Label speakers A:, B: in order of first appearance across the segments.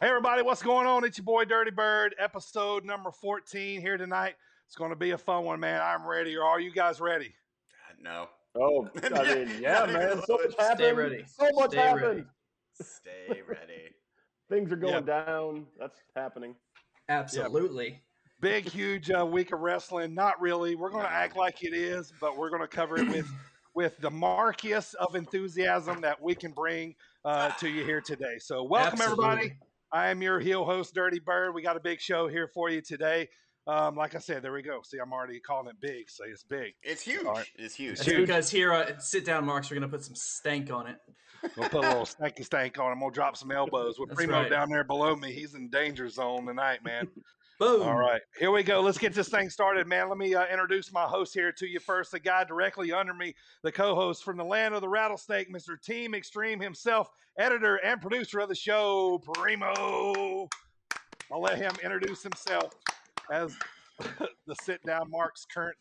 A: Hey, everybody, what's going on? It's your boy Dirty Bird, episode number 14 here tonight. It's going to be a fun one, man. I'm ready. Are you guys ready?
B: Uh, No.
C: Oh, I mean, yeah, man. So much happened.
D: ready.
C: So much
D: Stay
C: happened.
D: ready.
B: Stay ready.
C: Things are
A: Yeah.
C: going down. That's happening.
D: Absolutely.
A: Big, huge uh, week of wrestling. Not really. We're going to
B: No.
A: act like it is, but we're going to cover it with with the markiest of enthusiasm that we can bring uh, to you here today. So, welcome
D: Absolutely.
A: everybody. I am your heel host, Dirty Bird. We got a big show here for you today. Um, like I said, there we go. See, I'm already calling it big. Say it's big.
B: It's huge.
A: All right.
B: It's huge.
D: That's
A: Dude.
D: because here, uh, sit down, marks. We're gonna put some stank on it.
A: We'll put a little stanky stank on him. We'll drop some elbows with
D: That's
A: Primo
D: right.
A: down there below me. He's in danger zone tonight, man.
D: Boom.
A: All right, here we go. Let's get this thing started, man. Let me uh, introduce my host here to you first. The guy directly under me, the co-host from the land of the rattlesnake, Mr. Team Extreme himself, editor and producer of the show, Primo. I'll let him introduce himself as the sit-down marks current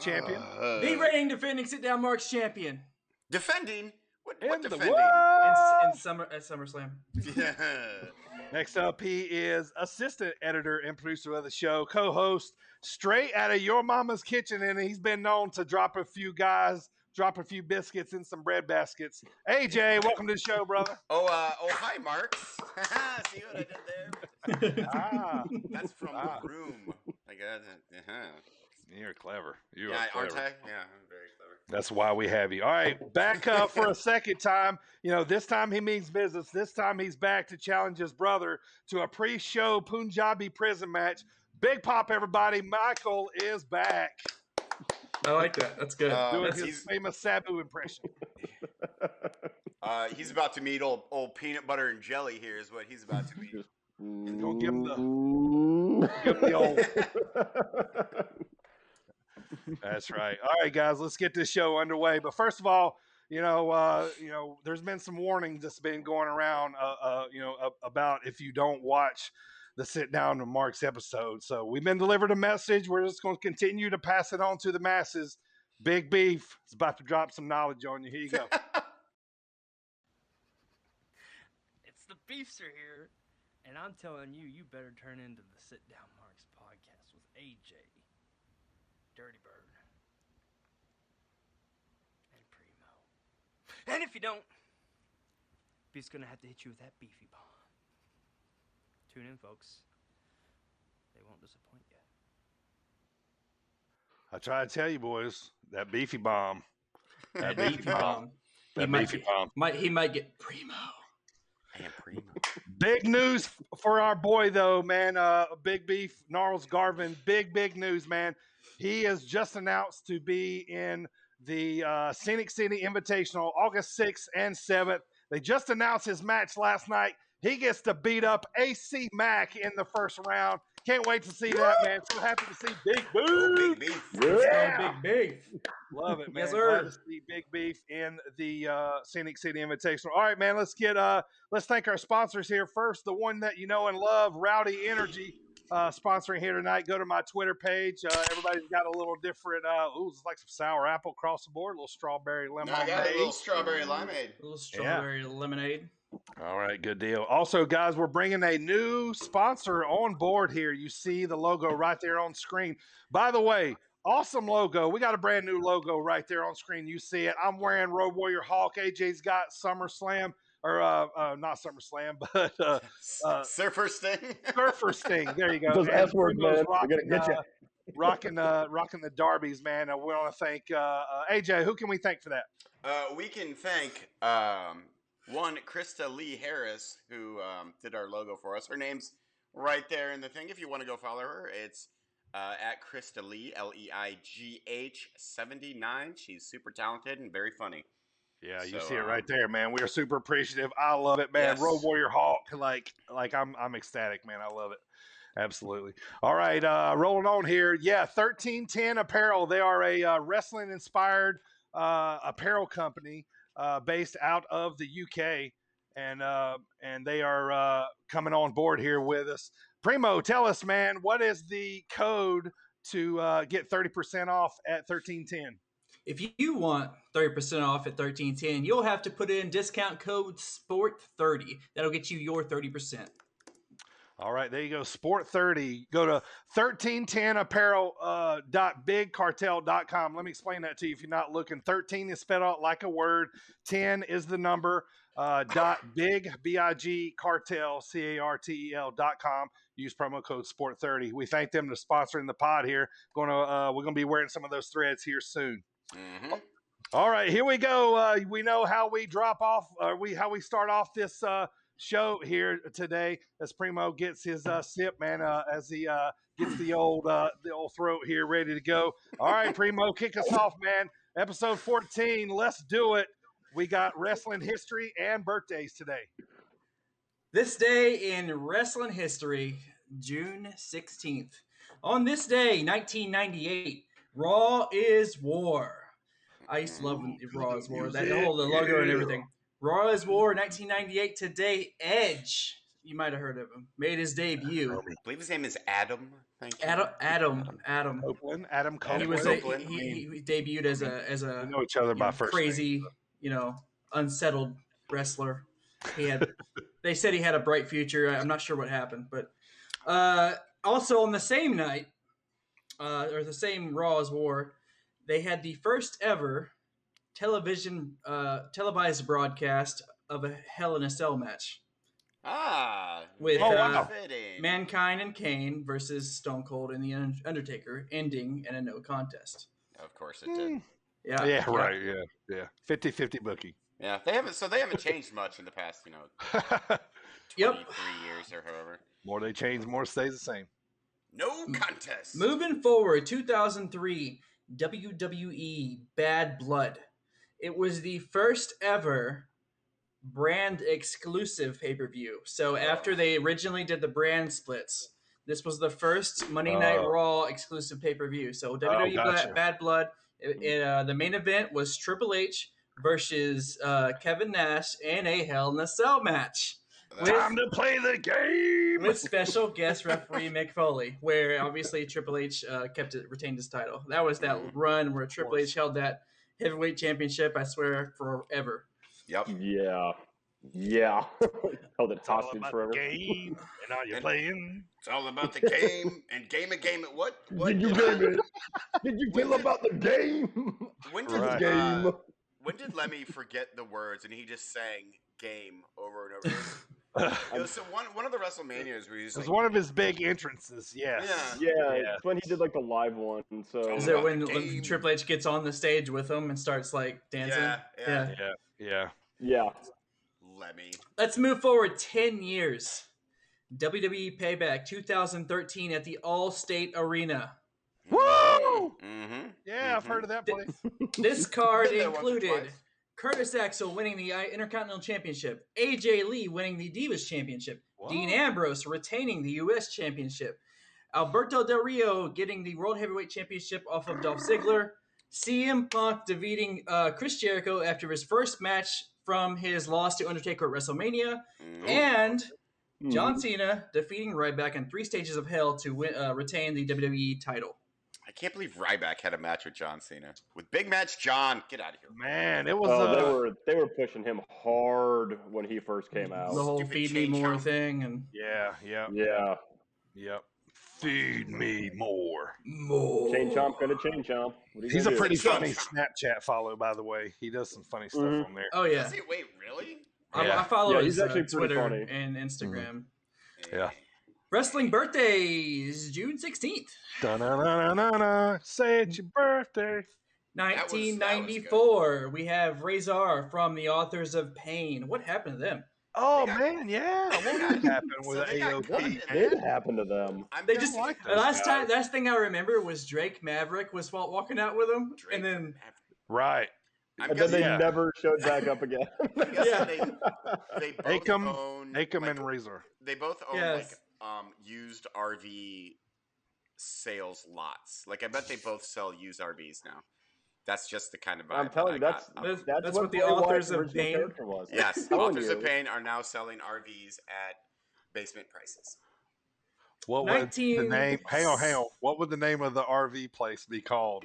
A: champion.
B: Uh,
D: The reigning defending sit down marks champion
B: defending? What,
A: In
B: what
A: the
B: defending?
D: in, s-
A: world!
D: in summer at SummerSlam.
B: Yeah.
A: Next up, he is assistant editor and producer of the show, co-host straight out of your mama's kitchen, and he's been known to drop a few guys, drop a few biscuits in some bread baskets. AJ, welcome to the show, brother.
B: Oh, uh, oh, hi, Marks. See what I did there?
A: ah,
B: That's from
A: Ah.
B: the room. I got that. Uh-huh.
A: you're clever. You
B: Yeah, aren't I? Yeah, I'm very clever.
A: That's why we have you. All right, back up for a second time. You know, this time he means business. This time he's back to challenge his brother to a pre-show Punjabi prison match. Big pop, everybody! Michael is back.
D: I like that. That's good.
B: Uh,
A: doing
B: that's-
A: his
B: he's-
A: famous Sabu impression.
B: Uh, he's about to meet old old peanut butter and jelly. Here is what he's about to meet.
A: gonna give him the-
C: Mm.
A: Give him the old- That's right. All right, guys, let's get this show underway. But first of all, you know, uh, you know, there's been some warnings that's been going around, uh, uh, you know, a- about if you don't watch the sit down to Mark's episode. So we've been delivered a message. We're just going to continue to pass it on to the masses. Big Beef is about to drop some knowledge on you. Here you go.
E: It's the beefs are here, and I'm telling you, you better turn into the Sit Down Marks podcast with AJ, Dirty Bird, and Primo. And if you don't, Beef's gonna have to hit you with that beefy bomb. Tune in, folks. They won't disappoint you.
A: I try to tell you, boys, that beefy bomb. That beefy bomb.
D: Um,
A: That
D: might
A: beefy
D: be-
A: bomb.
D: might he might get primo.
B: I am primo.
A: Big news for our boy, though, man. Uh, Big Beef, Gnarls Garvin. Big, big news, man. He is just announced to be in the uh, Scenic City Invitational August 6th and 7th. They just announced his match last night. He gets to beat up AC Mack in the first round. Can't wait to see that, man. So happy to see Big
B: Oh,
A: Boo.
B: big beef.
C: Yeah.
D: Oh, big beef.
A: Love it, man.
D: Yes,
A: Glad to
D: sir.
A: see Big Beef in the uh, Scenic City Invitational. All right, man. Let's get uh, let's thank our sponsors here first. The one that you know and love, Rowdy Energy, uh, sponsoring here tonight. Go to my Twitter page. Uh, everybody's got a little different. Uh, ooh, it's like some sour apple across the board, a little strawberry
B: No, I
A: lemonade.
B: got a little strawberry limeade.
D: A little strawberry lemonade.
A: All right, good deal. Also, guys, we're bringing a new sponsor on board here. You see the logo right there on screen. By the way, awesome logo. We got a brand new logo right there on screen. You see it. I'm wearing Road Warrior Hawk. AJ's got SummerSlam, or uh, uh, not SummerSlam, but uh, Uh,
B: Surfer sting.
A: Surfer Sting. There you go.
C: Those
A: And
C: S words,
A: Primo's
C: man. We're gonna
A: Rocking,
C: get you.
A: uh, rocking, uh, rocking the Darbies, man. Uh, we want to thank uh, uh, AJ. Who can we thank for that?
B: Uh, we can thank um, one Krista Lee Harris who um, did our logo for us. Her name's right there in the thing. If you want to go follow her, it's uh, at Krista Lee L E I G H seventy nine. She's super talented and very funny.
A: Yeah, you
B: So,
A: see it
B: um,
A: right there, man. We are super appreciative. I love it, man.
B: Yes.
A: Road Warrior Hawk, like, like I'm, I'm ecstatic, man. I love it. Absolutely. All right, uh, rolling on here. Yeah, thirteen ten apparel. They are a uh, wrestling inspired uh, apparel company uh, based out of the UK, and uh, and they are uh, coming on board here with us. Primo, tell us, man, what is the code to uh, get thirty percent off at thirteen ten?
D: If you want 30% off at 1310, you'll have to put in discount code SPORT30. That'll get you your 30%.
A: All right, there you go. Sport 30. Go to uh, 1310apparel.bigcartel.com. Let me explain that to you if you're not looking. 13 is spelled out like a word, 10 is the number. Uh, dot big b i g cartel c a r t e l dot com. Use promo code sport thirty. We thank them for sponsoring the pod here. Going to uh, we're going to be wearing some of those threads here soon.
B: hmm
A: All right, here we go. Uh, we know how we drop off, or we how we start off this uh, show here today. As Primo gets his uh, sip, man, uh, as he uh, gets the old uh, the old throat here ready to go. All right, Primo, kick us off, man. Episode fourteen, let's do it. We got wrestling history and birthdays today.
D: This day in wrestling history, June 16th. On this day, 1998, Raw is War. I used to love when Raw is War, that the whole the logo and everything. Raw is War, 1998. Today, Edge, you might have heard of him, made his debut.
B: I believe his name is Adam. Thank you.
D: Adam, Adam, Adam.
A: Oakland, Oh, Adam
D: He
A: Copeland.
D: was a,
B: Copeland.
D: he, he- he debuted as a as
A: we
D: a
A: know each other
D: you
A: by
D: know,
A: first name.
D: crazy, you know, unsettled wrestler. He had they said he had a bright future. I- I'm not sure what happened, but uh, also on the same night, uh, or the same Raw as War, they had the first ever television uh, televised broadcast of a Hell in a Cell match.
B: Ah,
D: With,
B: very
D: uh,
B: fitting.
D: Mankind and Kane versus Stone Cold and the Un- Undertaker, ending in a no contest.
B: Of course it did.
D: Yeah,
A: yeah, right. Yeah, yeah. 50-50 bookie.
B: Yeah, they haven't. So they haven't changed much in the past, you know,
D: Yep.
B: twenty-three years or however.
A: more they change, more stays the same.
B: No contest.
D: Moving forward, 2003 WWE E, Bad Blood. It was the first ever brand exclusive pay per view. So after they originally did the brand splits, this was the first Monday Night
A: Oh.
D: Raw exclusive pay per view. So WWE
A: gotcha.
D: Bad, Bad Blood. It, it, uh, the main event was Triple H versus uh, Kevin Nash in a Hell in a Cell match with-
A: Time to play the game.
D: with special guest referee Mick Foley, where obviously Triple H uh, kept it retained his title. That was that
B: Mm-hmm.
D: run where Triple H held that heavyweight championship, I swear, forever.
B: Yep.
C: Yeah. Yeah. Held it
A: It's all
C: hostage
A: about the
C: forever.
A: game and all you're
B: And-
A: playing.
B: It's all about the game and game and game. At what? What?
C: Did you
B: uh,
C: game it? Did you
B: When
C: tell
B: did-
C: about the game?
B: When did
A: Right.
B: uh,
C: Game.
B: when did Lemmy forget the words and he just sang "game" over and over? It was so one one of the WrestleManias where
A: It's
B: he's like,
A: one of his big entrances. Yes.
B: Yeah.
C: yeah,
A: Yeah.
C: it's when he did like the live one. So
D: Is
B: Oh,
D: it when
B: game.
D: Triple H gets on the stage with him and starts like dancing?
B: yeah, yeah,
D: Yeah.
A: Yeah. Yeah.
C: yeah,
B: Lemmy.
D: Let's move forward 10 years. WWE Payback 2013 at the All State Arena.
A: Woo!
B: Mm-hmm.
A: Yeah, I've heard of that
D: Did-
A: place.
D: This card included Curtis Axel winning the I- Intercontinental Championship, AJ Lee winning the Divas Championship, Dean
A: Whoa.
D: Ambrose retaining the U.S. Championship. Alberto Del Rio getting the World Heavyweight Championship off of Dolph Ziggler. CM Punk defeating uh, Chris Jericho after his first match from his loss to Undertaker at WrestleMania.
B: Mm-hmm.
D: And
C: Mm-hmm. Hmm.
D: John Cena defeating Ryback in three stages of hell to win, uh, retain the WWE title.
B: I can't believe Ryback had a match with John Cena. With Big Match John, get out of here.
A: Man, it was.
C: Oh,
A: uh,
C: they were they were pushing him hard when he first came
D: The
C: out.
D: whole
B: Stupid
D: feed me
B: chain
D: more
B: chomp.
D: thing and
A: yeah. Yeah.
C: yeah,
A: Yep. Feed me more.
D: more.
C: chain chomp gonna chain chomp. What are you
A: He's a
C: gonna do?
A: pretty
B: It's a
A: funny
B: joke.
A: Snapchat follow, by the way. He does some funny stuff
C: Mhm.
A: on there.
D: Oh yeah,
B: Does he- wait, really?
D: I,
A: Yeah.
D: I follow
C: Yeah,
D: his
C: he's
D: uh,
C: actually pretty
D: Twitter
C: funny. Mm-hmm.
D: and Instagram.
B: Eh.
A: Yeah.
D: Wrestling birthdays, June sixteenth.
A: Da-na-na-na-na-na. Say it's your birthday.
B: That was- that was good.
D: 1994, we have Razor from the authors of Pain. What happened to them?
A: Oh
B: They got-
A: man, yeah. What happened with
B: So they got cut
A: AOP?
B: and-
C: did happen to them?
B: I'm
D: They
B: gonna
D: just-
B: like
D: The
A: Those
D: last
A: guys.
D: time, last thing I remember was Drake Maverick was wa- walking out with him,
B: Drake
D: and then
B: Maverick.
A: Right.
B: I'm
C: And then they
B: guessing,
A: Yeah.
C: never showed back up again.
B: I'm guessing
D: Yeah.
B: they, they both
A: Akam-
B: own
A: Akam
B: like,
A: and Razor.
B: they both own
D: Yes.
B: like um used RV sales lots. Like I bet they both sell used RVs now. That's just the kind of vibe
C: I'm telling you,
B: that I got.
C: that's
B: Um,
D: That's-
C: that's,
D: that's
C: what,
D: what the
C: Bray Wyatt's
D: authors of
C: original
D: Bane-
C: character was. I'm
B: yes.
C: telling
B: Authors
C: you.
B: of Pain are now selling RVs at basement prices.
A: What would
D: 19
A: the name? Hang on, hang on. What would the name of the RV place be called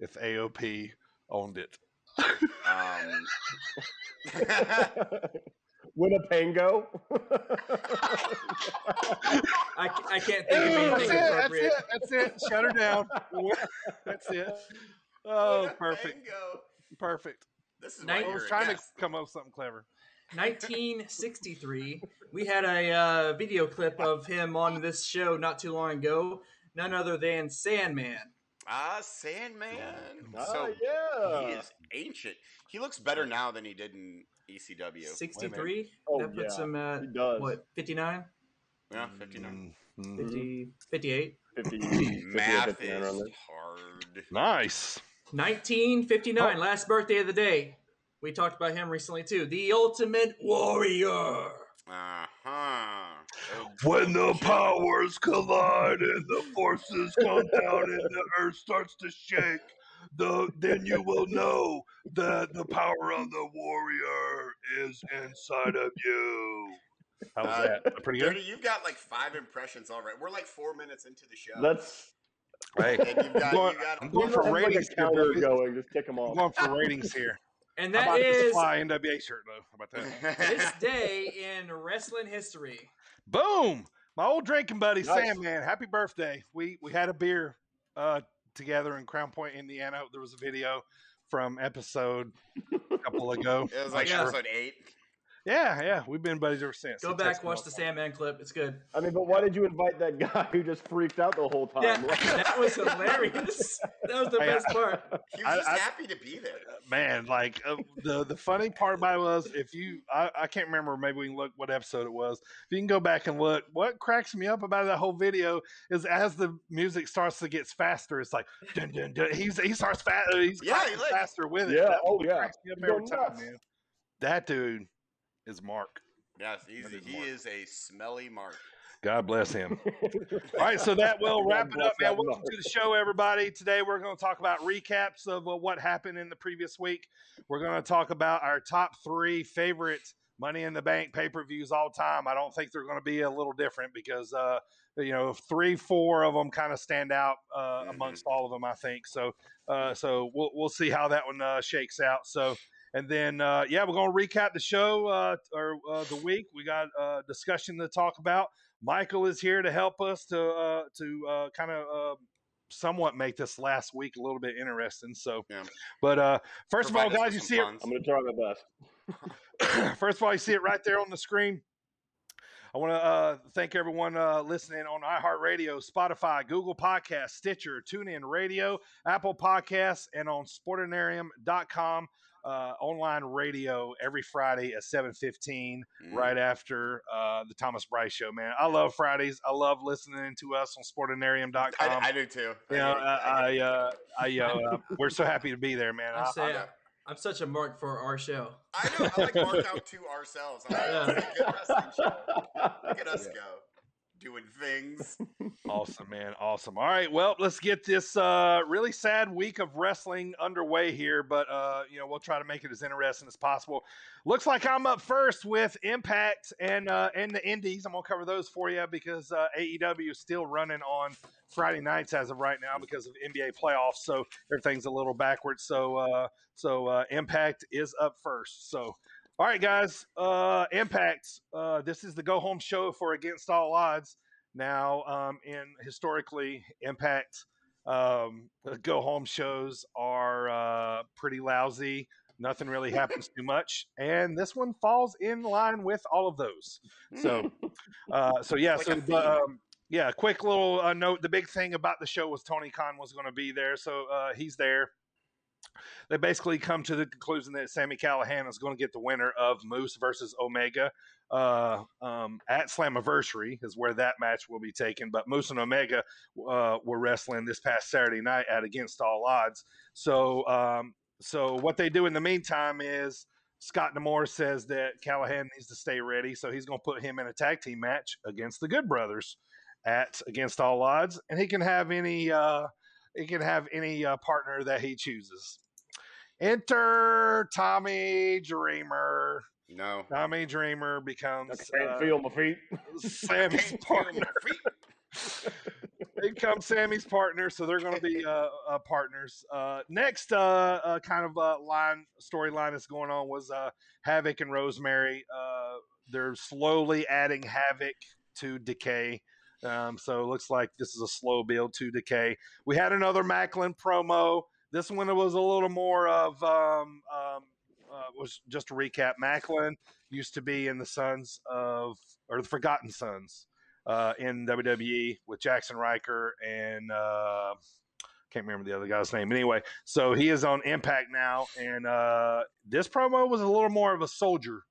A: if AOP owned it?
B: Um,
C: Winnepango.
D: I, ca- I can't think of
A: that's, it,
D: anything
A: that's
D: appropriate.
A: it. That's it. Shut her down. That's it. Oh, perfect.
B: Bingo.
A: Perfect.
B: This is
D: Night-
B: why
A: I was
B: you're a
A: trying to
B: guest.
A: come up with something clever.
D: 1963, we had a uh, video clip of him on this show not too long ago. None other than Sandman.
B: Ah, Sandman.
C: Ah,
B: so
C: yeah.
B: he is ancient. He looks better now than he did in E ECW.
D: 63.
C: Oh,
D: that puts
C: yeah.
D: him at
C: He does.
D: what? 59,
B: Yeah, 59.
D: 50, 58.
C: 50, 50
B: Math
C: 59 around
B: is
C: there.
B: hard.
A: Nice. Oh.
D: 1959, last birthday of the day. We talked about him recently too. The Ultimate Warrior.
B: Uh huh.
A: When the powers collide and the forces come down and the earth starts to shake, the then you will know that the power of the warrior is inside of you. How was
B: Uh,
A: that? Pretty
B: Dirty,
A: good.
B: you've got like five impressions all right. We're like four minutes into the show.
C: That's
A: Hey,
B: and you've got,
A: I'm going-
B: you got
A: I'm going
C: Let's
A: for
C: have, like, a
A: ratings here,
C: counter
A: boys.
C: going. Just kick them
A: I'm
C: off.
A: going for ratings here.
D: And
A: How
D: that
A: about this
D: is
A: fly NWA shirt though? How about that?
D: this day in wrestling history.
A: Boom! My old drinking buddy,
C: Nice.
A: Sam, man, happy birthday. We we had a beer uh, together in Crown Point, Indiana. There was a video from episode a couple ago.
B: It was like
D: Yeah.
B: episode eight.
A: Yeah, yeah, we've been buddies ever since.
D: Go
A: He
D: back,
A: texted me
D: watch
A: all
D: the
A: time.
D: Sandman clip. It's good.
C: I mean, but why did you invite that guy who just freaked out the whole time?
D: Yeah, that was hilarious. That was the
A: Hey,
D: best part.
B: He
A: I-
B: was just
A: I-
B: happy to be there.
A: Man, like uh, the the funny part about it was if you I, I can't remember maybe we can look what episode it was. If you can go back and look, what cracks me up about that whole video is as the music starts to get faster, it's like dun, dun, dun. he's he starts fast he's
B: Yeah, he
A: cracking
B: like-
A: faster with it.
C: Yeah,
A: That
C: oh, yeah.
A: cracks me up
C: He's going
A: every time,
C: nuts.
A: man. That dude is Mark.
B: Yes, he's,
A: That is
B: he
A: Mark.
B: is a smelly mark.
A: God bless him. All right, so that will
C: God
A: wrap it up,
C: bless
A: man.
C: that
A: Welcome to the show, everybody. Today we're going to talk about recaps of uh, what happened in the previous week. We're going to talk about our top three favorite Money in the Bank pay per views all time. I don't think they're going to be a little different because uh, you know three, four of them kind of stand out uh,
B: Mhm.
A: amongst all of them. I think so. Uh, so we'll we'll see how that one uh, shakes out. So. And then, uh, yeah, we're going to recap the show uh, or uh, the week. We got uh, discussion to talk about. Michael is here to help us to uh, to uh, kind of uh, somewhat make this last week a little bit interesting. So,
B: Yeah.
A: but uh, first of all,
B: Provide us
A: guys,
B: with
A: you
B: some
A: see it
B: puns.
C: I'm going to try my best.
A: first of all, you see it right there on the screen. I want to uh, thank everyone uh, listening on iHeartRadio, Spotify, Google Podcasts, Stitcher, TuneIn Radio, Apple Podcasts, and on Sportinarium.com uh, online radio every Friday at 715
B: Mm.
A: right after uh, the Thomas Bryce show, man. I love Fridays. I love listening to us on sportinarium.com.
B: I, I do too.
A: um, you know,
B: get it,
A: I,
B: get
A: I,
B: it.
A: uh, I, you know, uh, we're so happy to be there, man. Uh,
D: I'm,
A: I,
D: say, I'm such a mark for our show.
B: I know. I like mark out to ourselves. I'm like, "This is a good wrestling show. Look at us go, doing things.
A: awesome, man. Awesome. All right. Well, let's get this uh, really sad week of wrestling underway here, but, uh, you know, we'll try to make it as interesting as possible. Looks like I'm up first with Impact and uh, and the Indies. I'm gonna cover those for you because uh, AEW is still running on Friday nights as of right now because of NBA playoffs, so everything's a little backwards. So uh, so uh, Impact is up first. So all right, guys, uh, Impact. Uh, this is the go home show for Against All Odds. Now, um, in historically, Impact um, go home shows are uh, pretty lousy nothing really happens too much and this one falls in line with all of those
B: Hmm.
C: Hmm.
A: so uh so yeah
B: Like
A: so
B: a
A: but,
B: theme.
A: um yeah quick little uh, note the big thing about the show was tony khan was going to be there so uh he's there they basically come to the conclusion that Sammy Callahan is going to get the winner of Moose versus Omega uh, um, at Slammiversary is where that match will be taken. But Moose and Omega uh, were wrestling this past Saturday night at Against All Odds. So, um, so what they do in the meantime is Scott Demore says that Callahan needs to stay ready, so he's going to put him in a tag team match against the Good Brothers at Against All Odds, and he can have any. Uh, he can have any uh, partner that he chooses. Enter Tommy Dreamer.
B: No.
A: Tommy Dreamer
C: I
A: becomes
C: can't
A: uh,
C: feel my feet.
A: Sammy's
B: Can't feel
A: partner.
B: my feet.
A: He become Sammy's partner, so they're going to be uh, uh, partners. Uh, next uh, uh, kind of uh, line storyline that's going on was uh, Havoc and Rosemary. Uh, they're slowly adding Havoc to Decay. Um, so it looks like this is a slow build to Decay. We had another Macklin promo. This one was a little more of um, um, uh, was just to recap. Macklin used to be in the Sons of or the Forgotten Sons uh, in WWE with Jackson Riker and uh, can't remember the other guy's name. Anyway, so he is on Impact now, and uh, this promo was a little more of a soldier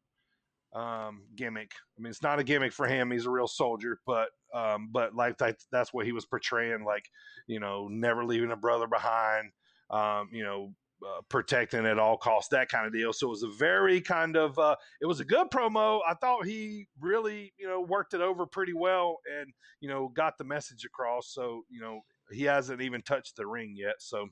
A: um, gimmick. I mean, it's not a gimmick for him; he's a real soldier, but. Um, but like that, that's what he was portraying, like you know, never leaving a brother behind, um, you know, uh, protecting at all costs, that kind of deal. So it was a very kind of uh, it was a good promo. I thought he really you know worked it over pretty well and you know got the message across. So you know he hasn't even touched the ring yet. So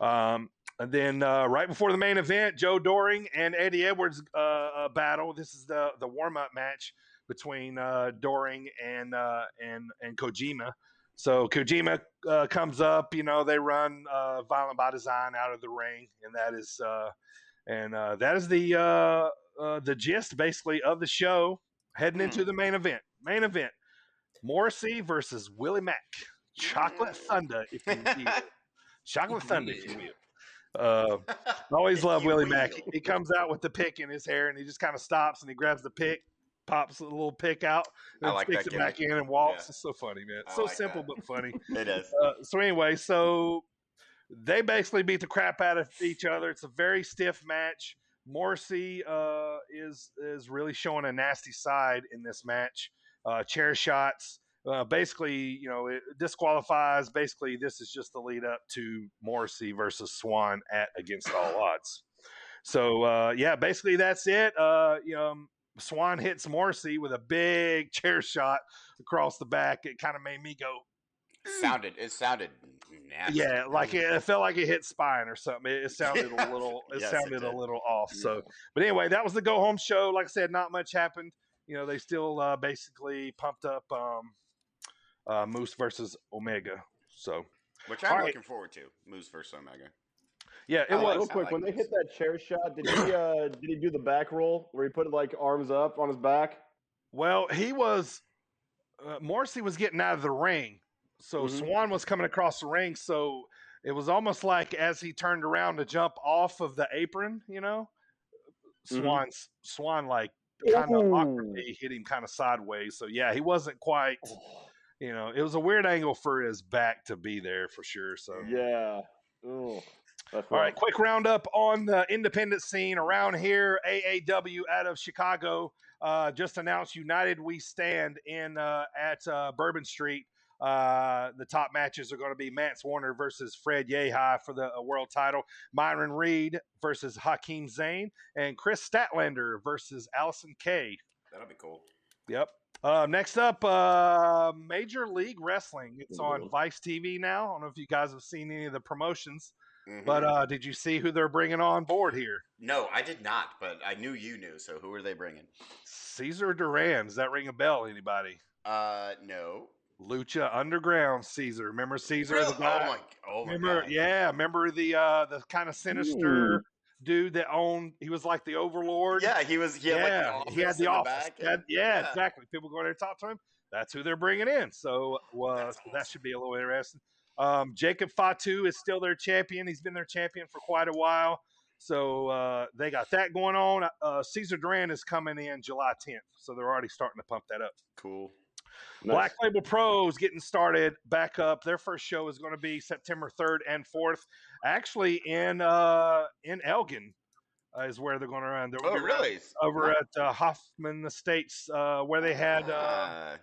A: um, and then uh, right before the main event, Joe Doring and Eddie Edwards uh, uh, battle. This is the the warm up match between uh, Doring and uh, and and Kojima. So Kojima uh, comes up. You know they run uh, Violent by Design out of the ring, and that is uh, and uh, that is the uh, uh, the gist basically of the show heading into the main event. Main event: Morrissey versus Willie Mack. Chocolate
B: Mm.
A: Thunder, if you will. Chocolate Thunder, if you will. Uh, I always
B: If
A: love
B: you
A: Willie Mack.
B: will.
A: He comes out with the pick in his hair, and he just kind of stops and he grabs the pick, pops a little pick out,
B: I
A: and
B: like
A: sticks
B: that
A: it back in and walks.
B: Yeah.
A: It's so funny, man.
B: I
A: so
B: like
A: simple
B: that.
A: but funny.
B: it is.
A: Uh, so anyway, so they basically beat the crap out of each other. It's a very stiff match. Morrissey uh, is is really showing a nasty side in this match. Uh, chair shots, uh, basically, you know, it disqualifies. Basically, this is just the lead up to Morrissey versus Swan at Against All Odds. So uh, yeah, basically that's it. Uh, you know, Swan hits Morrissey with a big chair shot across the back. It kind of made me go,
B: Sounded. It sounded nasty.
A: Mm. yeah, like it, it felt like it hit spine or something. It, it sounded a little, it
B: Yes, it
A: sounded a
B: did.
A: little off.
B: Yeah.
A: So, but anyway, that was the go home show. Like I said, not much happened. You know, they still uh, basically pumped up um, uh, Moose versus Omega. So,
B: Which I'm
A: All right.
B: looking forward to. Moose versus Omega.
A: yeah, it
B: I like
A: was.
B: it.
C: Real quick,
B: like
C: when they
B: this.
C: hit that chair shot, did he uh, did he do the back roll where he put like arms up on his back?
A: Well, he was uh, Morrissey was getting out of the ring, so
C: Mhm.
A: Swan was coming across the ring. So it was almost like as he turned around to jump off of the apron, you know,
C: Mhm.
A: Swan's Swan like kind of
C: Ooh.
A: awkwardly hit him kind of sideways. So yeah, he wasn't quite. You know, it was a weird angle for his back to be there for sure. So
B: Um,
C: Yeah. Ooh, that's
A: all right,
C: rough.
A: quick roundup on the independent scene around here. AAW out of Chicago uh, just announced United We Stand in uh, at uh, Bourbon Street. Uh, the top matches are going to be Mance Warner versus Fred Yehi for the uh, world title, Myron Reed versus Hakeem Zane, and Chris Statlander versus Allison Kay.
B: That'll be cool.
A: Yep. Uh, next up, uh, Major League Wrestling. It's on
C: Mhm.
A: Vice TV now. I don't know if you guys have seen any of the promotions.
B: Mhm.
A: But uh, did you see who they're bringing on board here?
B: no, I did not. But I knew you knew. So who are they bringing?
A: Caesar Duran. Does that ring a bell? Anybody?
B: Uh, no.
A: Lucha Underground Caesar. Remember Caesar?
B: Really?
A: The
B: Oh
A: guy?
B: my. Oh my
A: remember?
B: God.
A: Yeah, remember the uh, the kind of sinister dude that owned. He was like the overlord.
B: Yeah, he was. He had like the office.
A: he had the
B: in
A: office.
B: back
A: Had-
B: and-
A: yeah, exactly. People go in there and talk to him. That's who they're bringing in. So, uh,
B: That's
A: so that
B: awesome.
A: should be a little interesting. Um, Jacob Fatu is still their champion. He's been their champion for quite a while. So uh, they got that going on. Uh, Caesar Duran is coming in July 10th. So they're already starting to pump that up.
B: Cool.
C: Nice.
A: Black Label Pros getting started back up. Their first show is going to be September 3rd and 4th, actually in uh, in Elgin uh, is where they're going to run. They're
B: Oh, really?
A: over at uh, Hoffman Estates uh, where they had uh,
B: Ah,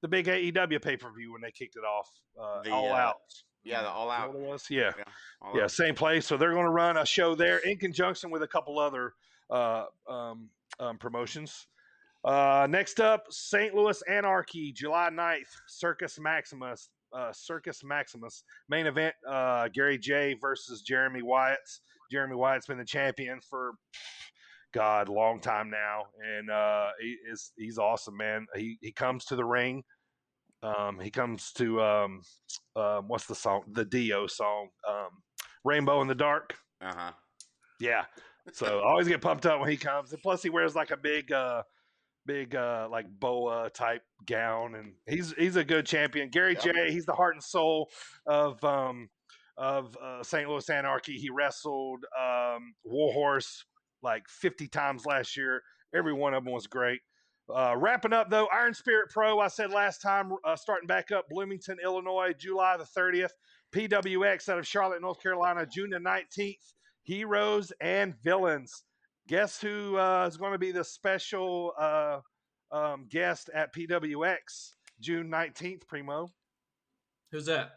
A: the big AEW pay per view when they kicked it off, uh,
B: The,
A: all
B: uh,
A: out.
B: yeah, the all
A: Is that
B: out.
A: what it was? Yeah,
B: All
A: yeah,
B: Out.
A: same place. So they're going to run a show there in conjunction with a couple other uh, um, um, promotions. Uh, next up, St. Louis Anarchy, July 9th, Circus Maximus. Uh, Circus Maximus main event: uh, Gary J versus Jeremy Wyatt. Jeremy Wyatt's been the champion for God, long time now, and uh, he is he's awesome, man. He he comes to the ring Um, he comes to um, um, what's the song? The Dio song, um, "Rainbow in the Dark."
B: Uh huh.
A: Yeah. So I always get pumped up when he comes. And plus he wears like a big uh big uh like boa type gown and he's he's a good champion. Gary
B: Yeah.
A: J, he's the heart and soul of um of uh, St. Louis Anarchy. He wrestled um Warhorse like 50 times last year. Every one of them was great. Uh, wrapping up though, Iron Spirit Pro, I said last time, uh, starting back up Bloomington, Illinois, July the 30th. PWX out of Charlotte, North Carolina, June the 19th heroes and villains. Guess who uh, is going to be the special uh, um, guest at PWX June nineteenth? Primo,
D: Who's that?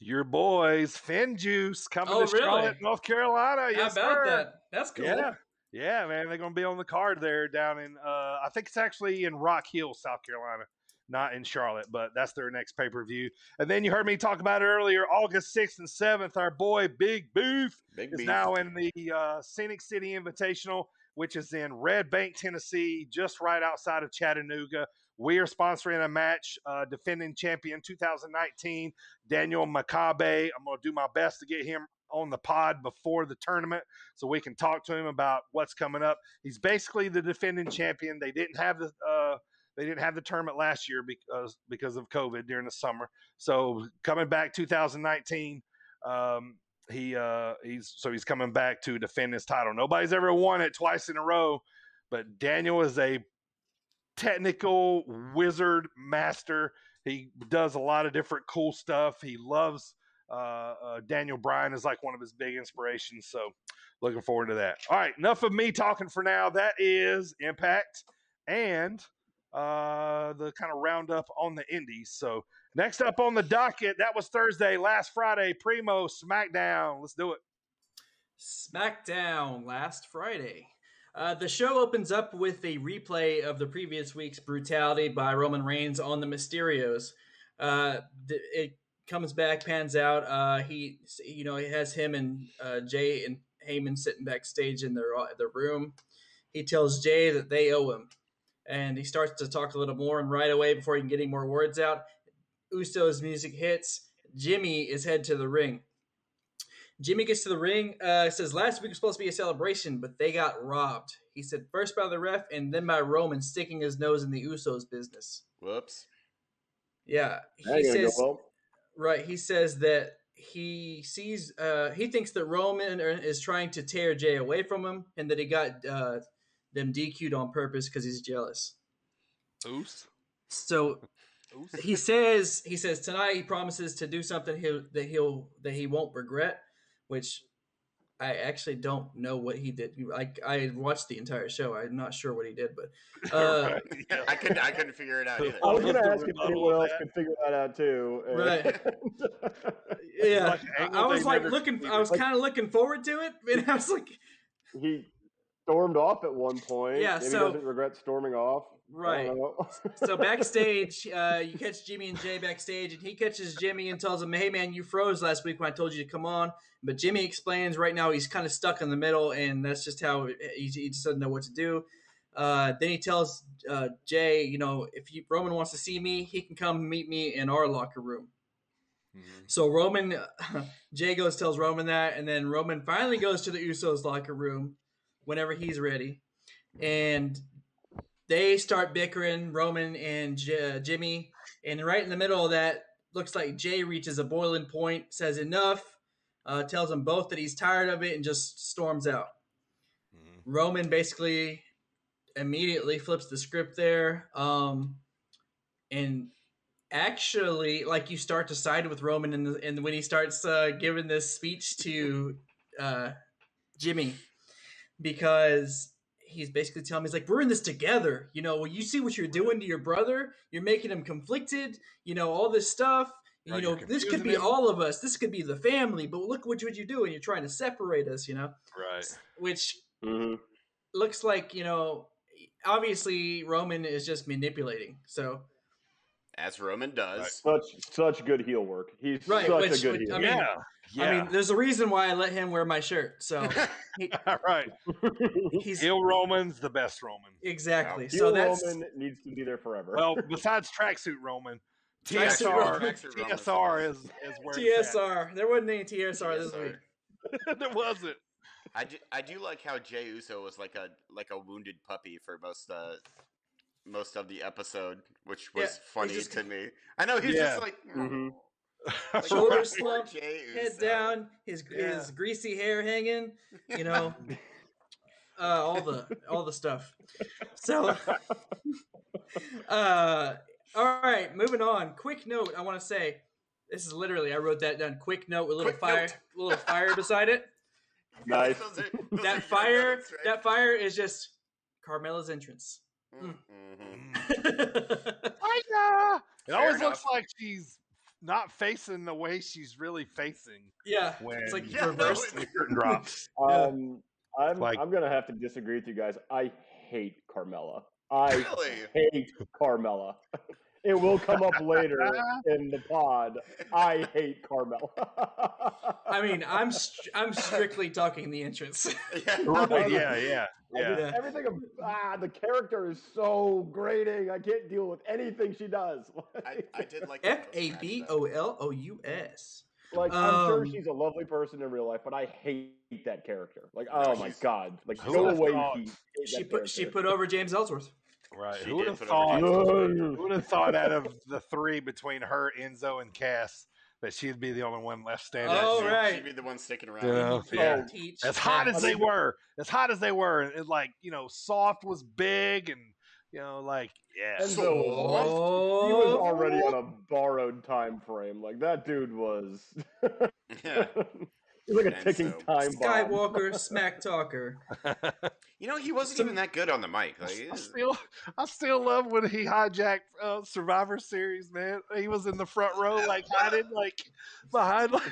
A: your boys Finn Juice coming
D: Oh,
A: to
D: really?
A: Charlotte, North Carolina.
D: How
A: Yes,
D: about
A: sir.
D: that? That's cool.
A: Yeah, yeah, man. They're going to be on the card there down in. Uh, I think it's actually in Rock Hill, South Carolina. Not in Charlotte, but that's their next pay per view. And then you heard me talk about it earlier. August 6th and 7th, our boy Big Booth
B: Big
A: is
B: beef.
A: now in the uh, Scenic City Invitational, which is in Red Bank, Tennessee, just right outside of Chattanooga. We are sponsoring a match, uh, defending champion 2019, Daniel Makabe. I'm going to do my best to get him on the pod before the tournament so we can talk to him about what's coming up. He's basically the defending champion. They didn't have the. Uh, they didn't have the tournament last year because because of COVID during the summer. So coming back 2019, um, he uh he's so he's coming back to defend his title. Nobody's ever won it twice in a row, but Daniel is a technical wizard master. He does a lot of different cool stuff. He loves uh, uh Daniel Bryan is like one of his big inspirations. So looking forward to that. All right, enough of me talking for now. That is Impact and uh the kind of roundup on the indies. So Next up on the docket, that was Thursday, last Friday, Primo SmackDown. Let's do it.
D: SmackDown last Friday. Uh, the show opens up with a replay of the previous week's brutality by Roman Reigns on the Mysterios. Uh, th- it comes back, pans out. Uh, he, you know, he has him and uh, Jay and Heyman sitting backstage in their uh, their room. He tells Jay that they owe him, and he starts to talk a little more. And right away, before he can get any more words out, Uso's music hits. Jimmy is head to the ring. Jimmy gets to the ring. Uh, says last week was supposed to be a celebration, but they got robbed. He said first by the ref and then by Roman sticking his nose in the Usos' business.
B: Whoops.
D: Yeah,
C: That
D: he
C: ain't gonna
D: says
C: go well.
D: right. He says that he sees. Uh, he thinks that Roman er- is trying to tear Jay away from him, and that he got uh, them DQ'd on purpose because he's jealous.
A: Oops.
D: So he says he says tonight he promises to do something he'll, that he'll that he won't regret, which I actually don't know what he did. I I watched the entire show. I'm not sure what he did, but uh,
B: I couldn't. I couldn't figure it out either.
C: I was
A: I'll
C: gonna
A: just
C: ask if
A: rebuttal
C: anyone
A: of
C: else
A: that.
C: could figure that out too. and-
D: yeah,
A: Like
D: I-
A: angle
D: I
A: they
D: was like
A: never
D: looking. I
A: completed.
D: was kind of looking forward to it, and I was like,
C: he stormed off at one point.
D: Yeah,
C: Maybe
D: so-
C: doesn't regret storming off. I
D: right.
C: don't know.
D: So backstage, uh, you catch Jimmy and Jay backstage, and he catches Jimmy and tells him, "Hey man, you froze last week when I told you to come on." But Jimmy explains right now he's kind of stuck in the middle, and that's just how he, he just doesn't know what to do. Uh, then he tells uh, Jay, "You know, if you, Roman wants to see me, he can come meet me in our locker room." So Roman, Jay goes tells Roman that, and then Roman finally goes to the Usos locker room whenever he's ready, and they start bickering Roman and J- uh, Jimmy, and right in the middle of that, looks like Jay reaches a boiling point, says enough, uh, tells them both that he's tired of it, and just storms out. Roman basically immediately flips the script there. Um, and actually, like you start to side with Roman, and the, and when he starts uh, giving this speech to uh, Jimmy, because he's basically telling me he's like, "We're in this together." You know, when you see what you're doing to your brother, you're making him conflicted. You know, all this stuff.
A: Right,
D: You know,
A: you're
D: this could
A: confusing
D: be
A: him.
D: all of us. This could be the family. But look, what would you do? And you're trying to separate us. You know,
A: Right.
D: which
B: Mm-hmm.
C: Mhm.
D: looks like you know obviously roman is just manipulating so
B: As Roman does.
C: Such such good heel work. He's
D: Right,
C: such
D: which-
C: a good
D: which-
C: heel.
D: I mean-
A: yeah. yeah.
D: i mean there's a reason why i let him wear my shirt so he,
A: right.
D: he's
A: Ill Roman's the best Roman.
D: exactly
C: heel
D: so that's
C: Roman needs to be there forever.
A: Well, besides tracksuit Roman,
D: Actually,
A: TSR,
D: Roman-
A: TSR is, is where it's at.
D: TSR. There wasn't any TSR this week.
A: there wasn't.
B: I do, I do like how Jay Uso was like a like a wounded puppy for most uh most of the episode, which
D: Yeah,
B: was
D: he
B: funny
D: just-
B: to me. I know he's
A: Yeah.
B: just like,
C: Mhm.
D: Mm-hmm.
B: "Aw." Like,
D: Shoulder
B: poor
D: slump,
B: Jey
D: Head
B: Uso.
D: down, his
A: Yeah.
D: his greasy hair hanging. You know, uh, all the all the stuff. So, uh, all right, moving on. Quick note. I want to say this is literally I wrote that down. Quick note with a little
B: Quick
D: fire,
B: note.
D: little fire beside it.
C: Nice.
B: Those are- those are your
D: That fire,
B: notes, right?
D: that fire is just Carmela's entrance.
B: Mm, mhm.
A: Hiya! It
B: Fair
A: always
B: enough.
A: looks like she's not facing the way she's really facing
D: yeah,
A: when
D: it's like
B: Yeah, no,
D: reverse.
A: the curtain drops.
D: Yeah.
C: Um, I'm
A: Like-
C: I'm gonna have to disagree with you guys. I hate Carmella. I
B: Really?
C: hate Carmella. It will come up later in the pod. I hate Carmella.
D: I mean, I'm str- I'm strictly talking the entrance.
B: Yeah.
A: Right, yeah, yeah,
C: I just-
A: yeah.
D: Yeah.
C: Everything. ab- Ah, the character is so grating. I can't deal with anything she does.
B: I, I did like the
D: F
B: post
D: A
B: match,
D: B
B: though.
D: O L O U S.
C: Like I'm sure
D: Um,
C: she's a lovely person in real life, but I hate that character. Like,
B: No,
C: oh my
B: she's-
C: god! Like,
A: Who
C: go
A: would've
C: away.
A: thought-
C: Heath. Hate
D: She
C: that
D: put she
C: character.
D: put over James Ellsworth.
A: Right.
B: She
A: Who would
B: did
A: have
B: put over
A: thought?
B: James
A: Who would have thought out of the three between her, Enzo, and Cass that she'd be the only one left standing?
D: Oh,
B: she'd,
D: right.
B: She'd be the one sticking around.
A: Yeah, yeah.
C: Oh,
D: Teach.
A: As hot
D: Yeah.
A: as they were, as hot as they were, and, and like you know, soft was big, and you know, like yeah,
C: Enzo was
B: Soft.
C: he was
D: Oh,
C: already on a borrowed time frame. Like that dude was.
B: Yeah.
C: He's like a
B: And
C: ticking
B: so-
C: time bomb.
D: Skywalker smack talker.
B: You know, he wasn't even that good on the mic. Like, he
A: I
B: was-
A: still, I still love when he hijacked uh, Survivor Series, man. He was in the front row, like hiding, like behind. Like,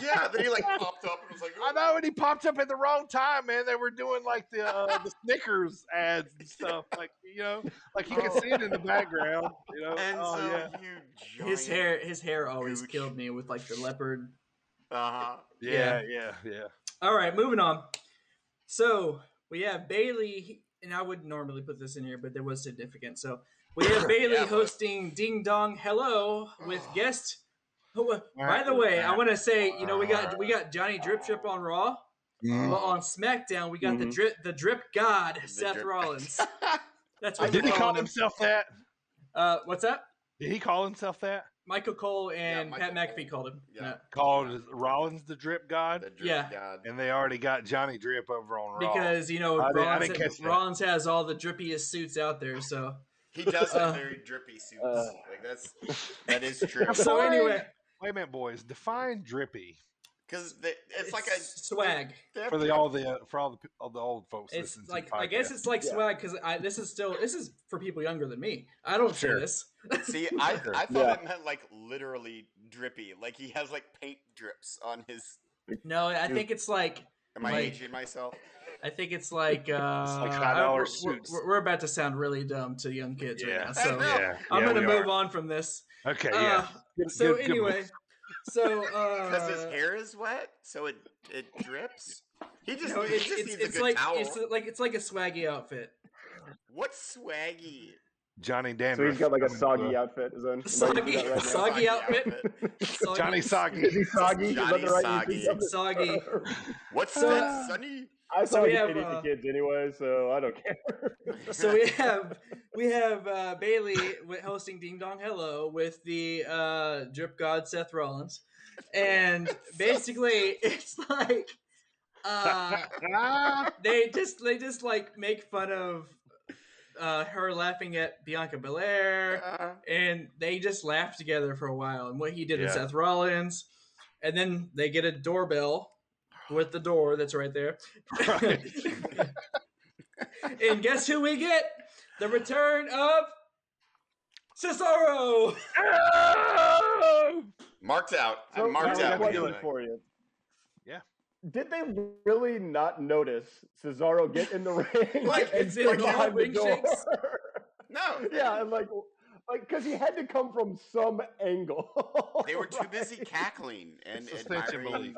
B: yeah, then he like popped up and was like,
A: I know, and he popped up at the wrong time, man. They were doing like the uh, the Snickers ads and stuff, like you know, like you can see it in the background, you know.
B: Enzo,
A: oh, yeah.
B: you giant.
D: His hair his hair always
B: Gooch.
D: killed me with like the leopard.
B: Uh-huh.
A: yeah, yeah, yeah.
D: All right, moving on. So we have Bailey, and I would normally put this in here, but there was significant. So we have Bailey
B: Yeah, but-
D: hosting Ding Dong Hello with guest. who- uh, By the way, I want to say you know we got we got Johnny Drip Drip on Raw,
A: Mm.
D: but on SmackDown we got the
C: Mhm.
D: drip the drip God
B: Hmm. Mm-hmm. The
D: Seth
B: drip-
D: Rollins. That's
A: Uh,
D: what
A: Did he
D: we're
A: call
D: calling him.
A: himself that?
D: Uh, what's up?
A: Did he call himself that?
D: Michael Cole and
B: Michael
D: Pat
B: Cole.
D: McAfee called him.
B: Yeah.
D: Yeah.
A: Called Rollins the Drip God,
B: The drip
D: Yeah.
B: god.
A: and they already got Johnny Drip over on Raw.
D: Because you know
A: I didn't- I
D: Rollins,
A: didn't catch that.
D: Rollins has all the drippiest suits out there, so
B: He does
D: Uh,
B: have very drippy suits.
C: uh.
B: like that's that is true.
D: so
A: Sorry.
D: anyway,
A: Wait a minute, boys. Define drippy
B: Because it's, like a
D: swag.
B: they have
A: for the
B: drip-
A: all the uh, for all the, all the old folks.
D: It's
A: listening to the
D: like I guess
A: podcast.
D: it's like
C: Yeah.
D: swag because I this is still this is for people younger than me. I don't
A: Sure.
D: see this.
B: See, I, I
A: Sure.
B: thought
C: Yeah.
B: it meant like literally drippy. Like he has like paint drips on his.
D: No, I
C: Dude.
D: think it's like
B: Am I
D: Like-
B: aging myself?
D: I think it's like uh,
A: like
D: I-
A: $5
D: we're-
A: suits.
D: We're, we're about to sound really dumb to young kids right now,
B: I
D: so
B: know. Yeah.
D: I'm
A: yeah,
D: gonna
A: we are.
D: move on from this.
A: Okay,
D: Uh,
A: yeah. Good-
D: So
A: good- good move.
D: anyway, so uh,
B: Because his hair is wet, so it it drips. He just,
D: no,
B: he
D: it's,
B: just
D: it's,
B: needs a
D: it's
B: good
D: like
B: towel.
D: it's like it's like a swaggy outfit.
B: What's swaggy?
A: Johnny
C: So
A: Dandruff.
C: he's got like a
A: coming uh, to
C: soggy outfit. Is that,
D: Soggy-
C: is that right now?
D: soggy outfit.
A: us.
D: Soggy-
A: Johnny
C: Is
A: Soggy.
C: he soggy? Is that
B: Johnny
C: the right? you think
D: Soggy.
C: of it?
B: What's
D: So-
B: that, Sonny?
C: I
D: So
C: saw
D: we
C: so
D: have,
C: idiot to
D: uh,
C: kids anyway, so I don't care.
D: so we have we have uh, Bailey hosting Ding Dong Hello with the uh, drip god Seth Rollins, and basically it's like uh,
A: Ah,
D: they just they just like make fun of uh, her laughing at Bianca Belair,
B: Uh,
D: and they just laugh together for a while, and what he did with
A: Yeah.
D: Seth Rollins, and then they get a doorbell with the door that's right there.
A: right.
D: and guess who we get? The return of Cesaro.
A: Oh!
B: marked out. I'm marked
A: Mark's
C: I
A: now
B: out.
C: have
A: we
C: a
A: do
B: Leon.
C: question for you.
A: Yeah.
C: Did they really not notice Cesaro get in the ring
B: Like,
C: and
D: it's in
C: get
D: all
C: behind the
D: ring
C: door?
D: shakes?
B: No. they
C: yeah,
B: didn't.
C: and like, like because he had to come from some angle.
B: They were too
C: right?
B: busy cackling and
A: Suspension
B: admiring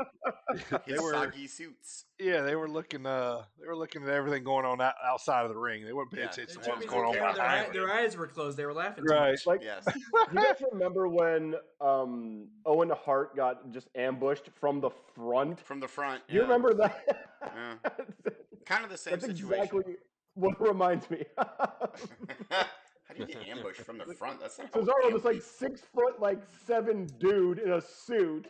A: belief. They
B: His
A: were-
B: soggy suits.
A: Yeah, they were looking. Uh, they were looking at everything going on out- outside of the ring. They weren't paying
B: Yeah.
A: attention
B: They're
A: to what was
B: too busy
A: going on
B: caring
A: behind.
B: about
D: their, eye-
A: them.
D: their eyes were closed. They were laughing. too
A: Right.
D: much.
C: Like,
B: Yes.
C: do you guys remember when um, Owen Hart got just ambushed from the front?
B: From the front.
C: You
B: yeah.
C: remember that?
B: Yeah. Kind of the same
C: That's
B: situation.
C: exactly what reminds me.
B: How do you get ambushed from the front? That's not how
C: Cesaro, this like
B: ambushed-
C: six foot, like seven dude in a suit,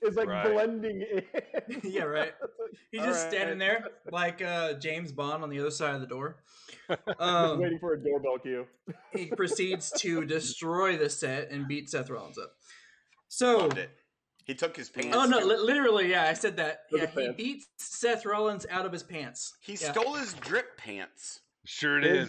C: is like
A: Right.
C: blending in.
D: yeah, right. He's
C: All
D: just
C: right.
D: standing there like uh, James Bond on the other side of the door.
C: Just
D: Um,
C: waiting for a doorbell cue.
D: he proceeds to destroy the set and beat Seth Rollins up. So,
B: Loved it. He took his pants.
D: oh no,
B: too.
D: li- literally, yeah, I said that.
C: Look
D: Yeah,
C: at
D: he
C: that.
D: beats Seth Rollins out of his pants.
B: he
D: yeah.
B: stole his drip pants.
A: Sure did.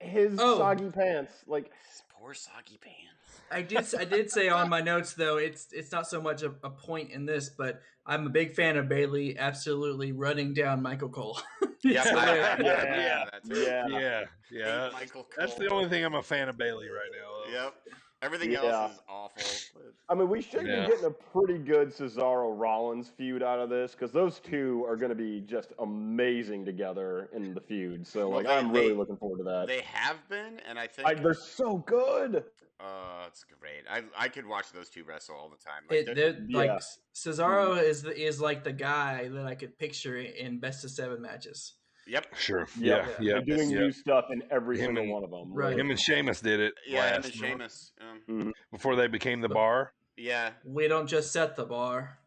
C: His
D: Oh.
C: soggy pants, like
B: His poor soggy pants.
D: I did. s- I did say on my notes though. It's it's not so much a, a point in this, but I'm a big fan of Bailey absolutely running down Michael Cole. It's hilarious.
A: I- Yeah.
B: That's
C: yeah.
A: Yeah, yeah.
B: Hate Michael Cole.
A: That's the only thing I'm a fan of Bailey right now. though.
B: Yep. Everything
C: Yeah.
B: else is awful.
C: I mean, we should
A: Yeah.
C: be getting a pretty good Cesaro Rollins feud out of this because those two are going to be just amazing together in the feud. So,
B: Well,
C: like,
B: they-
C: I'm really
B: they-
C: looking forward to that.
B: They have been, and I think
C: I, they're so good.
B: uh, it's great. I I could watch those two wrestle all the time. Like,
D: It,
B: they're-
D: they're- like
C: Yeah.
D: S- Cesaro is the, is like the guy that I could picture i- in best of seven matches.
B: yep.
A: Sure.
C: Yeah.
A: Yeah,
D: Yeah.
A: yeah.
C: they're doing
A: yeah.
C: new stuff in every
A: Him
C: single
A: and-
C: one of them.
D: Right.
A: Him and Sheamus did it.
B: Yeah, him
A: last
B: and Sheamus. Um,
A: before they became the bar.
B: yeah.
D: We don't just set the bar.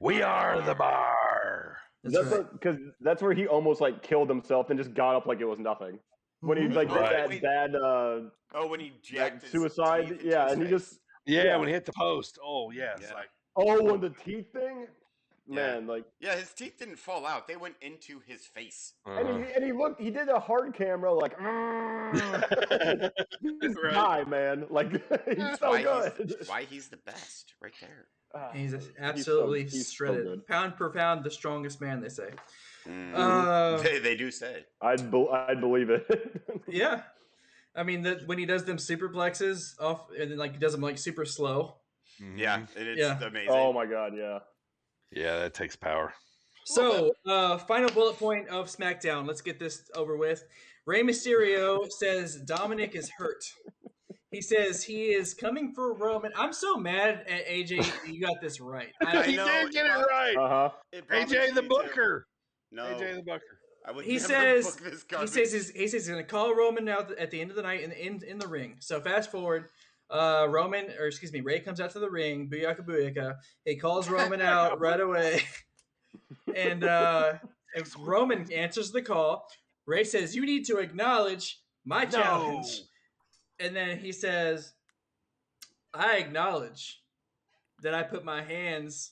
A: We are the bar.
D: That's,
C: That's
D: right.
C: because that's where he almost like killed himself and just got up like it was nothing. When
D: Mm-hmm.
C: he like
B: Right.
C: did that bad uh,
B: Oh, when he jacked
C: that
B: his teeth
C: suicide,
B: into
C: yeah,
B: his
C: and he
B: face.
C: just
A: Yeah,
C: Yeah.
A: when he hit the post. Oh yeah, it's
B: Yeah.
A: like
C: oh, and the teeth thing,
B: Yeah.
C: man, like.
B: yeah, his teeth didn't fall out; they went into his face.
C: And he, and he looked, he did a hard camera, like,
A: uh-huh.
C: this
A: Right.
C: guy, man. Like, he's
B: That's
C: so
B: why
C: good.
B: He's, why he's the best, right there.
C: Ah,
D: He's
C: so-
D: absolutely
C: he's so
D: shredded,
C: good.
D: pound per pound, the strongest man. They say.
B: Mm.
D: Uh,
B: they, they do say.
C: I'd, bel I'd believe it.
D: yeah, I mean that when he does them superplexes off, and then like he does them like super slow.
A: Mm-hmm.
B: Yeah, and it's
D: Yeah.
B: amazing.
C: oh my god, yeah.
A: Yeah, that takes power.
D: So, uh, final bullet point of SmackDown. Let's get this over with. Rey Mysterio says Dominic is hurt. He says he is coming for Roman. I'm so mad at AJ. that You got this right. I,
A: he
B: know,
A: did get it
B: but-
A: right.
C: Uh huh.
B: It bothers
A: AJ the
B: me too.
A: Booker.
B: No,
A: AJ the Booker.
B: I would
D: He
B: never
D: says-
B: book this
D: he
B: garbage.
D: says he's, he says he's going to call Roman out at the end of the night in the in, in the ring. So fast forward, uh, Roman or excuse me, Ray comes out to the ring. Booyaka booyaka. He calls Roman out right away, and uh, if Roman answers the call. Ray says, "You need to acknowledge my challenge." and then he says, "I acknowledge that I put my hands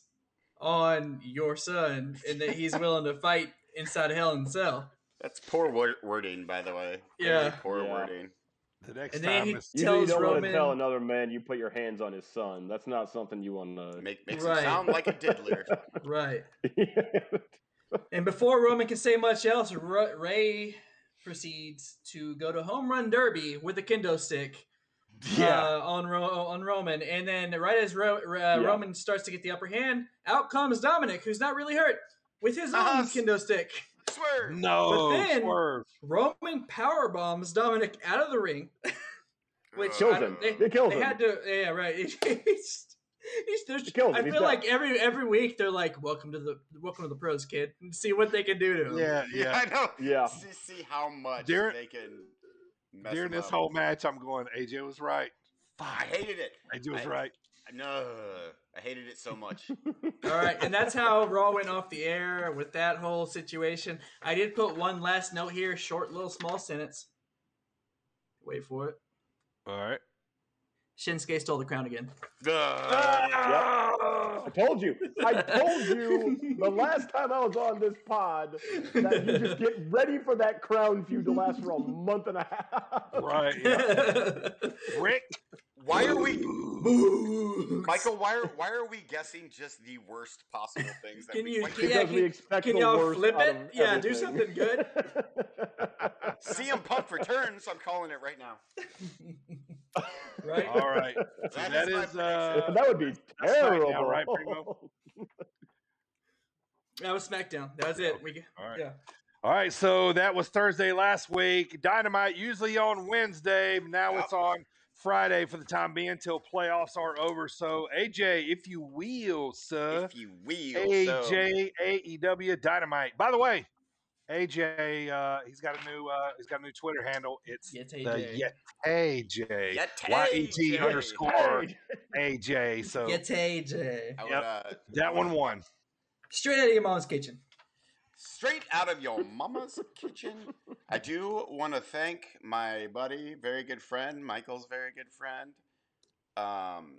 D: on your son, and that he's willing to fight inside Hell in a Cell."
B: that's poor wor- wording, by the way.
D: Yeah.
B: Really poor
C: Yeah.
B: wording.
A: The next
D: And then
A: time
D: he
A: it's
C: Usually you
D: tells
C: don't want to tell
D: Roman,
C: another man you put your hands on his son. That's not something you want to.
B: Make, makes
D: Right.
B: him sound like a diddler.
D: right? And before Roman can say much else, Ru- Ray proceeds to go to home run derby with a kendo stick.
A: yeah.
D: uh, on Ro- on Roman, and then right as Ro- Ro- uh,
C: Yeah.
D: Roman starts to get the upper hand, out comes Dominic, who's not really hurt, with his own
B: Uh-huh.
C: Ah.
D: kendo stick.
B: Swerve.
A: no
D: then-
A: swerve.
D: Roman power bombs Dominic out of the ring. Which
B: Uh,
C: Kills him. It kills
D: They
C: him.
D: had to, yeah, right. He's, he's, there's,
C: It kills
D: I
C: him. He's
D: feel
C: done.
D: like every every week they're like, "Welcome to the welcome to the pros, kid," and see what they can do to him.
A: Yeah,
B: Yeah,
A: yeah.
B: I know.
C: yeah.
B: See, see how much
A: During-
B: they can. Mess
A: During
B: him
A: this
B: up.
A: whole match, I'm going. AJ was right.
B: I hated it.
A: AJ was
B: I-
A: right.
B: No, I hated it so much.
D: All right, and that's how Raw went off the air with that whole situation. I did put one last note here, short little small sentence. Wait for it.
A: All right.
D: Shinsuke stole the crown again.
B: Ugh.
A: Ah.
C: I told you. I told you the last time I was on this pod that you just get ready for that crown feud to last for a month and a half.
A: Right. Yeah. Rick.
B: Why are we,
D: Boo.
B: Michael? Why are why are we guessing just the worst possible things? That
D: Can
B: we,
D: you-
B: why
D: can
B: can't-
D: Yeah,
C: because we expect
D: can
C: the
D: y'all
C: worst
D: flip
C: out
D: it?
C: of
D: Yeah, do
C: everything.
D: something good.
B: CM Punk returns. I'm calling it right now.
D: right?
A: All right. So
B: That
A: that
B: is my
A: is. uh,
C: that would be
A: That's right
C: terrible,
A: now, right, Primo?
D: That was SmackDown. That was it.
A: Okay.
D: We g-
A: All right.
D: Yeah.
A: All right, so that was Thursday last week. Dynamite usually on Wednesday, now it's on Friday for the time being till playoffs are over. So AJ, if you will, sir,
B: if you will. So,
A: AJ AEW E Dynamite. By the way, AJ, uh, he's got a new uh, he's got a new Twitter handle. It's
D: Yes, AJ.
A: the YetAJ
B: Yet
A: Y E T
B: AJ.
A: underscore AJ. So
D: It's AJ.
B: I would,
A: Yep.
B: uh,
A: that one won.
D: Straight out of your mom's kitchen.
B: straight out of your mama's kitchen. I do want to thank my buddy, very good friend, Michael's very good friend. Um,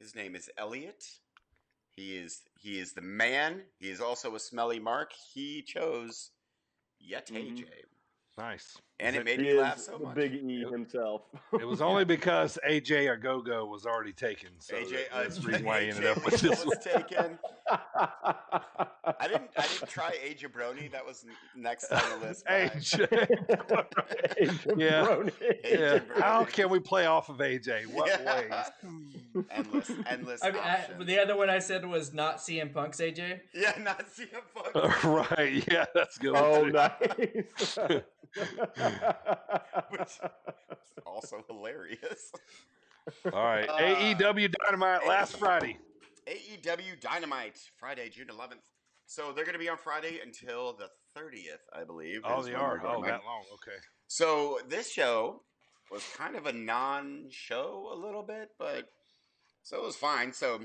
B: his name is Elliot. He is he is the man. He is also a smelly mark. He chose Yet
C: Mhm.
A: Mm-hmm.
B: AJ,
A: Nice.
B: and it made
C: He
B: me laugh
C: is
B: so
C: the
B: much.
C: Big E himself.
A: It was only because AJ Agogo was already taken. So
B: AJ,
A: that-
B: uh,
A: that's the reason why he ended
B: AJ
A: up with this
B: was
A: one.
B: taken. I didn't. I didn't try A Jabroni. That was n- next on the list. but I-
A: AJ. Yeah. Yeah. How can we play off of AJ? What
B: Yeah.
A: ways?
B: endless, endless
D: I mean, I,
B: options.
D: the other one I said was not CM Punk's AJ.
B: yeah, not CM Punk.
A: right. Yeah, that's a good. one,
C: Oh,
A: too.
C: nice.
B: also hilarious.
A: All right.
B: Uh,
A: AEW E Dynamite last Friday.
B: AEW E Dynamite, Friday, June 11th. So they're going to be on Friday until the 30th, I believe.
A: Oh,
B: is
A: they
B: when we're
A: are.
B: going
A: Oh,
B: live.
A: that long. Okay.
B: So this show was kind of a non-show a little bit, but so it was fine. So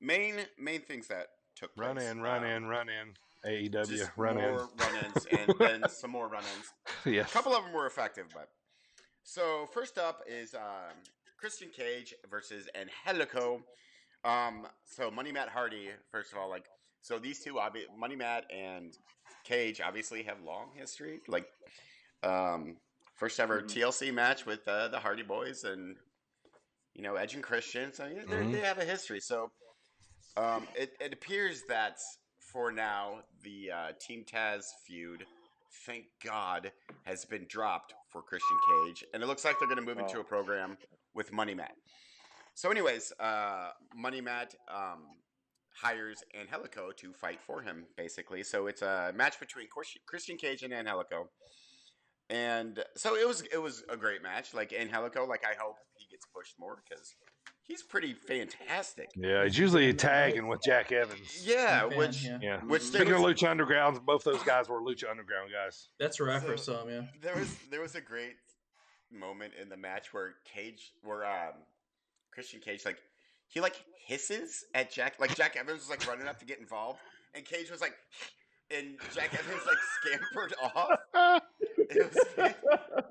B: main main things that took place.
A: Run in, run
B: um,
A: in, run in. AEW,
B: just
A: run
B: more run-ins and then some more run-ins.
A: in.
B: A
A: Yes.
B: couple of them were effective, but so first up is um, Christian Cage versus Angelico. Um, so Money Matt Hardy, first of all, like so these two, obvi- Money Matt and Cage, obviously have long history. Like, um, first ever
C: Mhm.
B: TLC match with uh, the Hardy Boys and you know Edge and Christian. So yeah, they're
A: Mhm.
B: they have a history. So um, it it appears that for now the uh, Team Taz feud. Thank God has been dropped for Christian Cage, and it looks like they're going to move into
C: Oh.
B: a program with Money Matt. So, anyways, uh, Money Matt um, hires Angelico to fight for him, basically. So it's a match between Chris- Christian Cage and Angelico, and so it was it was a great match. Like Angelico, like I hope he gets pushed more because he's pretty fantastic.
A: Yeah, he's usually tagging with Jack Evans.
B: Yeah,
D: Big fan,
B: which
D: yeah.
A: Yeah.
B: which there
A: Speaking of
B: was-
A: Lucha Underground, both those guys were Lucha Underground guys.
D: That's where I first
B: So-
D: saw him. Yeah.
B: there was there was a great moment in the match where Cage where um Christian Cage like he like hisses at Jack like Jack Evans was like running up to get involved and Cage was like and Jack Evans like scampered off. It was,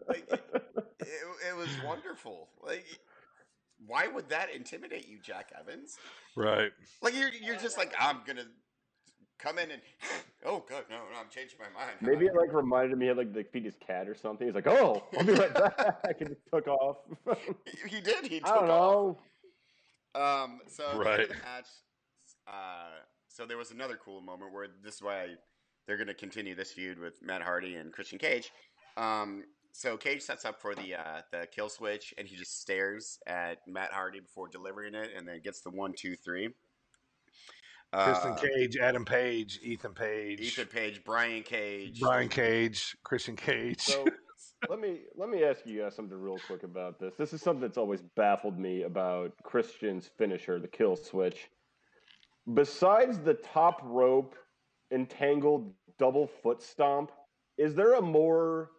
B: like, it, it was wonderful. Like why would that intimidate you, Jack Evans?
A: Right.
B: Like you're you're just like I'm gonna come in and oh god no, no I'm changing my mind.
C: Maybe it like reminded me of like the feed his cat or something. He's like, oh, I'll be right back, and just took off.
B: he did. He took
C: I don't
B: off.
C: know.
B: Um, so at the end of the
A: Right.
B: match, uh, so there was another cool moment where this is why they're going to continue this feud with Matt Hardy and Christian Cage. Um, so Cage sets up for the uh, the kill switch, and he just stares at Matt Hardy before delivering it, and then gets the one, two, three.
A: Christian
B: Uh,
A: Cage, Adam Page, Ethan Page,
B: Ethan Page, Brian Cage.
A: Brian Cage, Christian Cage.
C: So let me let me ask you guys something real quick about this. This is something that's always baffled me about Christian's finisher, the kill switch. Besides the top rope entangled double foot stomp, is there a more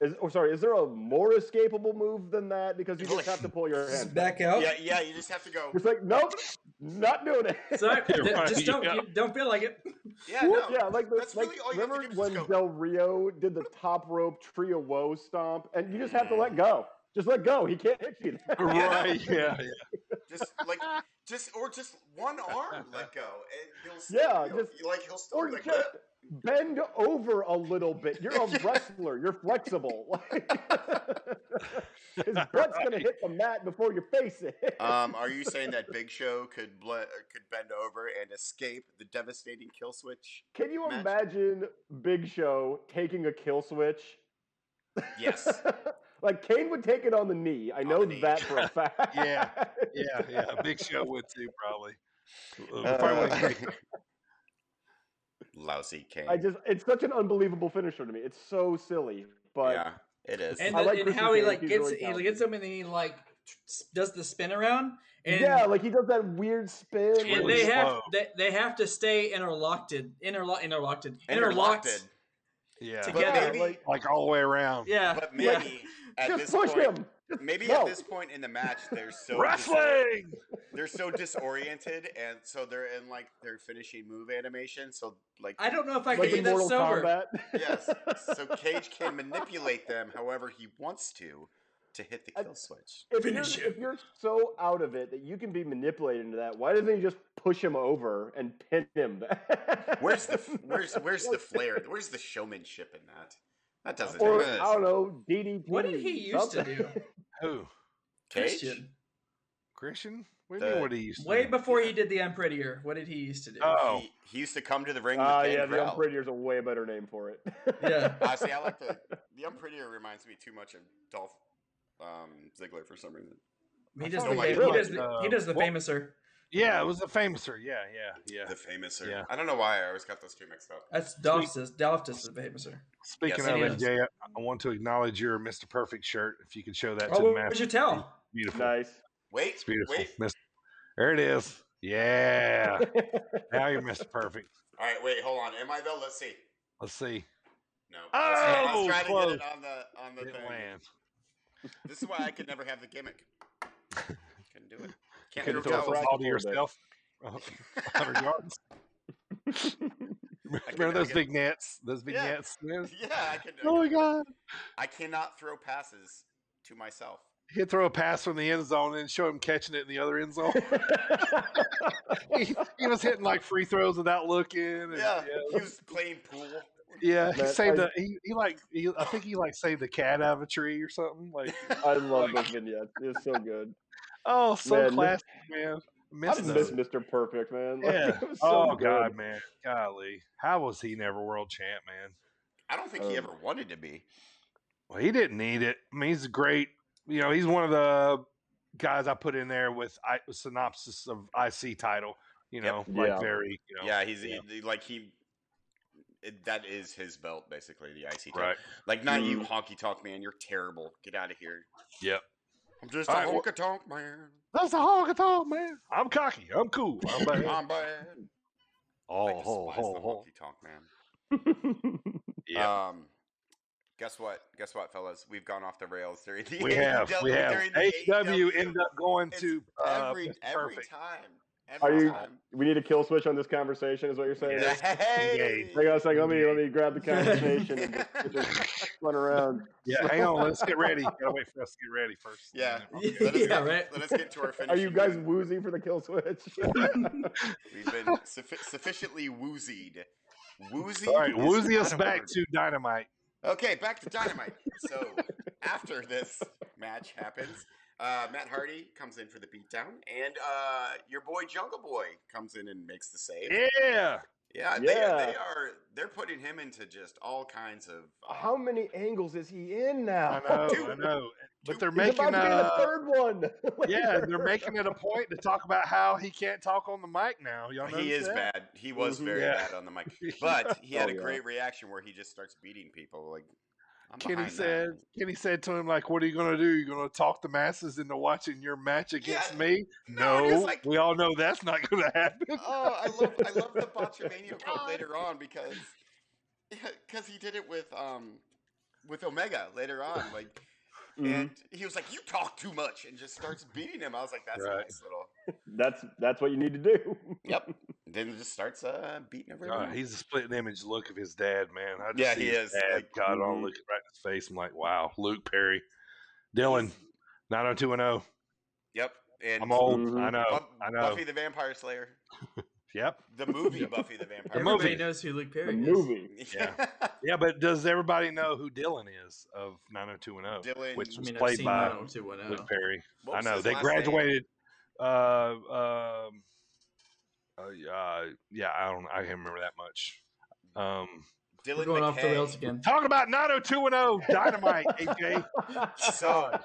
C: is, oh, sorry, is there a more escapable move than that? Because you just have to pull your hand.
D: Back out.
B: Yeah, yeah. You just have to go.
C: It's like, nope, not doing it.
D: Sorry,
A: You're
D: th-
A: right,
D: just don't
A: yeah.
D: you don't feel like it.
B: Yeah, no.
C: yeah, like the,
B: that's
C: like
B: really all you have to
C: remember
B: do is
C: when
B: just go.
C: Del Rio did the top rope trio woe stomp, and you just have to let go. Just let go. He can't hit you.
A: right. Yeah.
B: Just like, just or just one arm, let go, and he'll still,
C: Yeah,
B: he'll-
C: just-
B: like he'll still
C: or
B: be like,
C: just bend over a little bit. You're a wrestler. You're flexible. His butt's gonna hit the mat before your face it.
B: Um, are you saying that Big Show could ble- could bend over and escape the devastating kill switch?
C: Can you
B: Match.
C: imagine Big Show taking a kill switch?
B: Yes.
C: like Kane would take it on the knee. I know
B: the knee.
C: that for a fact.
A: Yeah. Yeah. Yeah. Big Show would too, probably. Uh, probably wouldn't break
B: lousy Kane.
C: I just it's such an unbelievable finisher to me. It's so silly, but
B: yeah, it is.
D: and,
C: I
D: the-
C: like
D: and
C: Christian
D: how he
C: Cage.
D: like
C: He's
D: gets
C: really
D: he
C: talented.
D: gets him and then he like does the spin around and
C: yeah, like he does that weird spin.
D: and
C: where
A: really
D: they
C: he's-
D: have
A: slow.
D: they, they have to stay interlocked interlocked interlocked
B: Interlocked.
D: interlocked
A: Yeah.
D: To
B: But
D: get-
C: yeah,
B: maybe,
C: like,
A: like all the way around.
D: yeah
B: but maybe
D: yeah.
B: at
C: just
B: this
C: push
B: point,
C: him.
B: maybe
C: No.
B: at this point in the match, they're so disor-
A: Wrestling.
B: they're so disoriented, and so they're in like their finishing move animation. So like,
D: I don't know if I
C: Like
D: can do
C: in
D: that
C: Mortal
D: sober.
C: Kombat.
B: yes, so Cage can manipulate them however he wants to to hit the
C: I-
B: kill switch.
C: if you're,
D: Finish him.
C: if you're so out of it that you can be manipulated into that, why doesn't he just push him over and pin him?
B: Where's the where's where's the flair? Where's the showmanship in that? That doesn't.
C: or
B: exist.
C: I don't know DDT?
D: What did he used to
C: something.
D: do?
A: Who?
B: Cage?
D: Christian.
A: Christian? What do you mean
B: The-
A: what he used to
D: Way
A: do?
D: before he did the I'm prettier, what did he used to do?
A: Oh.
B: He, he used to come to the ring with
C: Ah,
B: Dan
C: yeah, the
B: Crowell.
C: Unprettier's a way better name for it.
D: Yeah.
B: Honestly, Ah, I like the the unprettier reminds me too much of Dolph um, Ziggler for some reason.
D: he, does
A: thought
D: the,
B: he did,
D: fam- he does the
A: uh,
D: he does the
A: what-
D: famouser.
A: Yeah, it was the famouser. Yeah, yeah, yeah.
B: The famous.
A: Yeah.
B: I don't know why I always got those two mixed up.
D: That's Dolph does Dolph does the famouser.
A: Speaking
B: Yes,
A: of
D: it
A: it,
D: is.
A: Jay, I- I want to acknowledge your Mr. Perfect shirt. If you could show that to
D: Oh,
A: the
D: where's
A: master.
D: your towel?
A: Beautiful.
C: nice.
B: Wait,
A: It's beautiful.
B: wait.
A: Mr. There it is. Yeah. now you're Mr. Perfect.
B: All right, wait, hold on. Am I though? Let's see.
A: Let's see.
B: No. I
A: Oh,
B: was trying to
A: close.
B: get it on the on the
A: It
B: thing.
A: lands.
B: This is why I could never have the gimmick. Couldn't do it.
A: You
B: Can't
A: couldn't
B: remember
A: throw
B: how
A: a
B: it was-
A: football to
C: a little bit.
A: yourself. Uh, 100 yards. Remember
B: never
A: those
B: get-
A: big nets? Those big
B: Yeah.
A: nets? man?
B: Yeah, I could.
A: Oh my God.
B: I cannot throw passes to myself.
A: He'd throw a pass from the end zone and show him catching it in the other end zone. he, he was hitting like free throws without looking. and-
B: Yeah, he was playing pool.
A: Yeah, he
C: Man,
A: saved
C: I-
A: a he, he like he, I think he like saved a cat out of a tree or something. Like
C: I love those vignettes. It's so good.
A: oh, so
C: Man,
A: classic, man.
C: I
A: Miss
C: just
A: those.
C: miss Mr. Perfect, man. Like,
A: Yeah.
C: it was so
A: oh
C: good.
A: god, man, golly, how was he never world champ, man?
B: I don't think he
C: Um,
B: ever wanted to be.
A: Well, he didn't need it. I mean, he's a great. You know, he's one of the guys I put in there with I, with synopsis of IC title. You know,
B: Yep.
A: like
C: Yeah.
A: very. You know,
B: yeah, he's
A: yeah.
B: he- like he. it- that is his belt, basically the IC. title.
A: Right.
B: Like, not you, honky tonk man. You're terrible. Get out of here.
A: Yep.
B: I'm just
A: All right,
B: a
A: well-
B: honky tonk man.
A: That's a hog at all, man. I'm cocky. I'm cool. I'm bad.
B: I'm bad.
A: oh,
B: I despise
A: ho, ho,
B: the
A: ho.
B: honky tonk man.
A: Yeah.
B: Um, guess what? Guess what, fellas? We've gone off the rails during the
A: We have, we
B: AEW
A: have.
B: during the
A: AEW
B: AEW.
A: ended up going
B: It's
A: to uh,
B: every
A: Mr.
B: every
A: Perfect.
B: time.
C: Are
B: Every
C: you?
B: time.
C: We need a kill switch on this conversation, is what you're saying?
A: Yeah.
B: Hey!
C: Hang on a second. Let me let me grab the conversation and just, just run around.
A: Yeah, hang on. Let's get ready. Gotta wait for us to get ready first.
B: Yeah.
D: Yeah,
B: Let us, get,
D: right.
B: let us get to our finish.
C: Are you guys woozy for the kill switch?
B: We've been suffi- sufficiently woozied. Woozy.
A: All right,
B: is
A: woozy
B: not
A: us
B: a
A: back
B: word.
A: to dynamite.
B: Okay, back to dynamite. so after this match happens, uh, Matt Hardy comes in for the beatdown, and uh, your boy Jungle Boy comes in and makes the save.
A: Yeah.
B: Yeah,
C: Yeah.
B: They, they are. They're putting him into just all kinds of. uh,
C: How many angles is he in now?
A: I know. I
B: Dude.
A: know. But they're
C: He's
A: making
C: about to be in the
A: uh,
C: third one.
A: yeah,
C: later.
A: they're making it a point to talk about how he can't talk on the mic now. Y'all
B: he
A: notice
B: is
A: that?
B: bad. He was
C: Mhm.
B: very
A: Yeah.
B: bad on the mic, but he had
C: Oh,
B: a
C: yeah.
B: great reaction where he just starts beating people. Like I'm
A: Kenny
B: behind that.
A: said. Kenny said to him, "Like, what are you gonna do? You gonna talk the masses into watching your match against
B: Yeah.
A: me?
B: No,
A: No,
B: and he's like-
A: we all know that's not gonna happen.
B: Oh, I love I love the Botchamania quote later on because because he did it with um with Omega later on, like,
C: Mhm.
A: Mm-hmm.
B: and he was like, "You talk too much," and just starts beating him. I was like, "That's a
A: Right.
B: nice little."
C: That's that's what you need to do.
B: Yep. Then it just starts uh beating everyone.
A: God, he's a split image look of his dad, man. I just
B: Yeah,
A: see
B: he
A: his
B: is,
A: Dad,
B: like- mm-hmm.
A: God,
C: Mhm.
A: I'm looking right in his face. I'm like, wow, Luke Perry, Dylan, 90210.
B: Yep. And
A: I'm old. I
B: mm-hmm.
C: Mhm.
A: know.
B: Buff-
A: I know.
B: Buffy the Vampire Slayer,
A: Yep.
B: the movie Buffy the Vampire.
A: movie.
D: Everybody knows who Luke
C: The
D: Perry is.
C: movie.
B: Slayer.
A: Yeah, but does everybody know who Dylan is of 90210?
B: Dylan.
A: Which
D: I mean, I've
A: Played
D: seen
A: by
D: 90210.
A: Luke Perry.
B: what
A: I
B: was
A: know
B: his
A: they
B: last name?
A: graduated. Uh, um, uh, uh, yeah, I don't. I can't remember that much. Um,
D: We're
B: Dylan
D: going off the
B: McKay.
D: rails again.
A: talking about 90210 Dynamite, AJ
B: So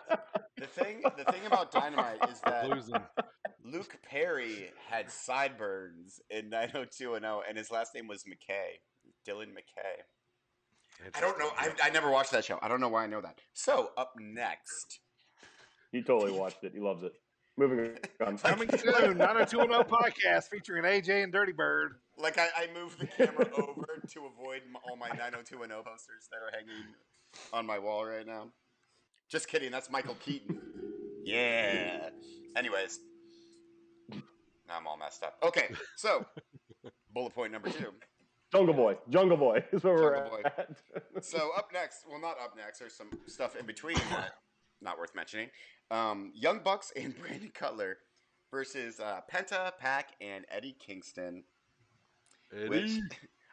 B: the thing, the thing about Dynamite is that
A: losing.
B: Luke Perry had sideburns in 90210, and his last name was McKay. Dylan McKay. I don't know. I, I never watched that show. I don't know why I know that. So, up next.
C: He totally watched it. He loves it. Moving on.
A: Coming soon, 90210 podcast featuring AJ and Dirty Bird.
B: Like, I, I moved the camera over to avoid m all my 90210 posters that are hanging on my wall right now. Just kidding. That's Michael Keaton. Yeah. Anyways, now I'm all messed up. Okay, so bullet point number two.
C: Jungle Boy. Jungle Boy is where we're
B: Jungle Boy.
C: at.
B: So up next, well, not up next. There's some stuff in between that not worth mentioning. Um, Young Bucks and Brandon Cutler versus uh, Penta, Pack, and Eddie Kingston. Which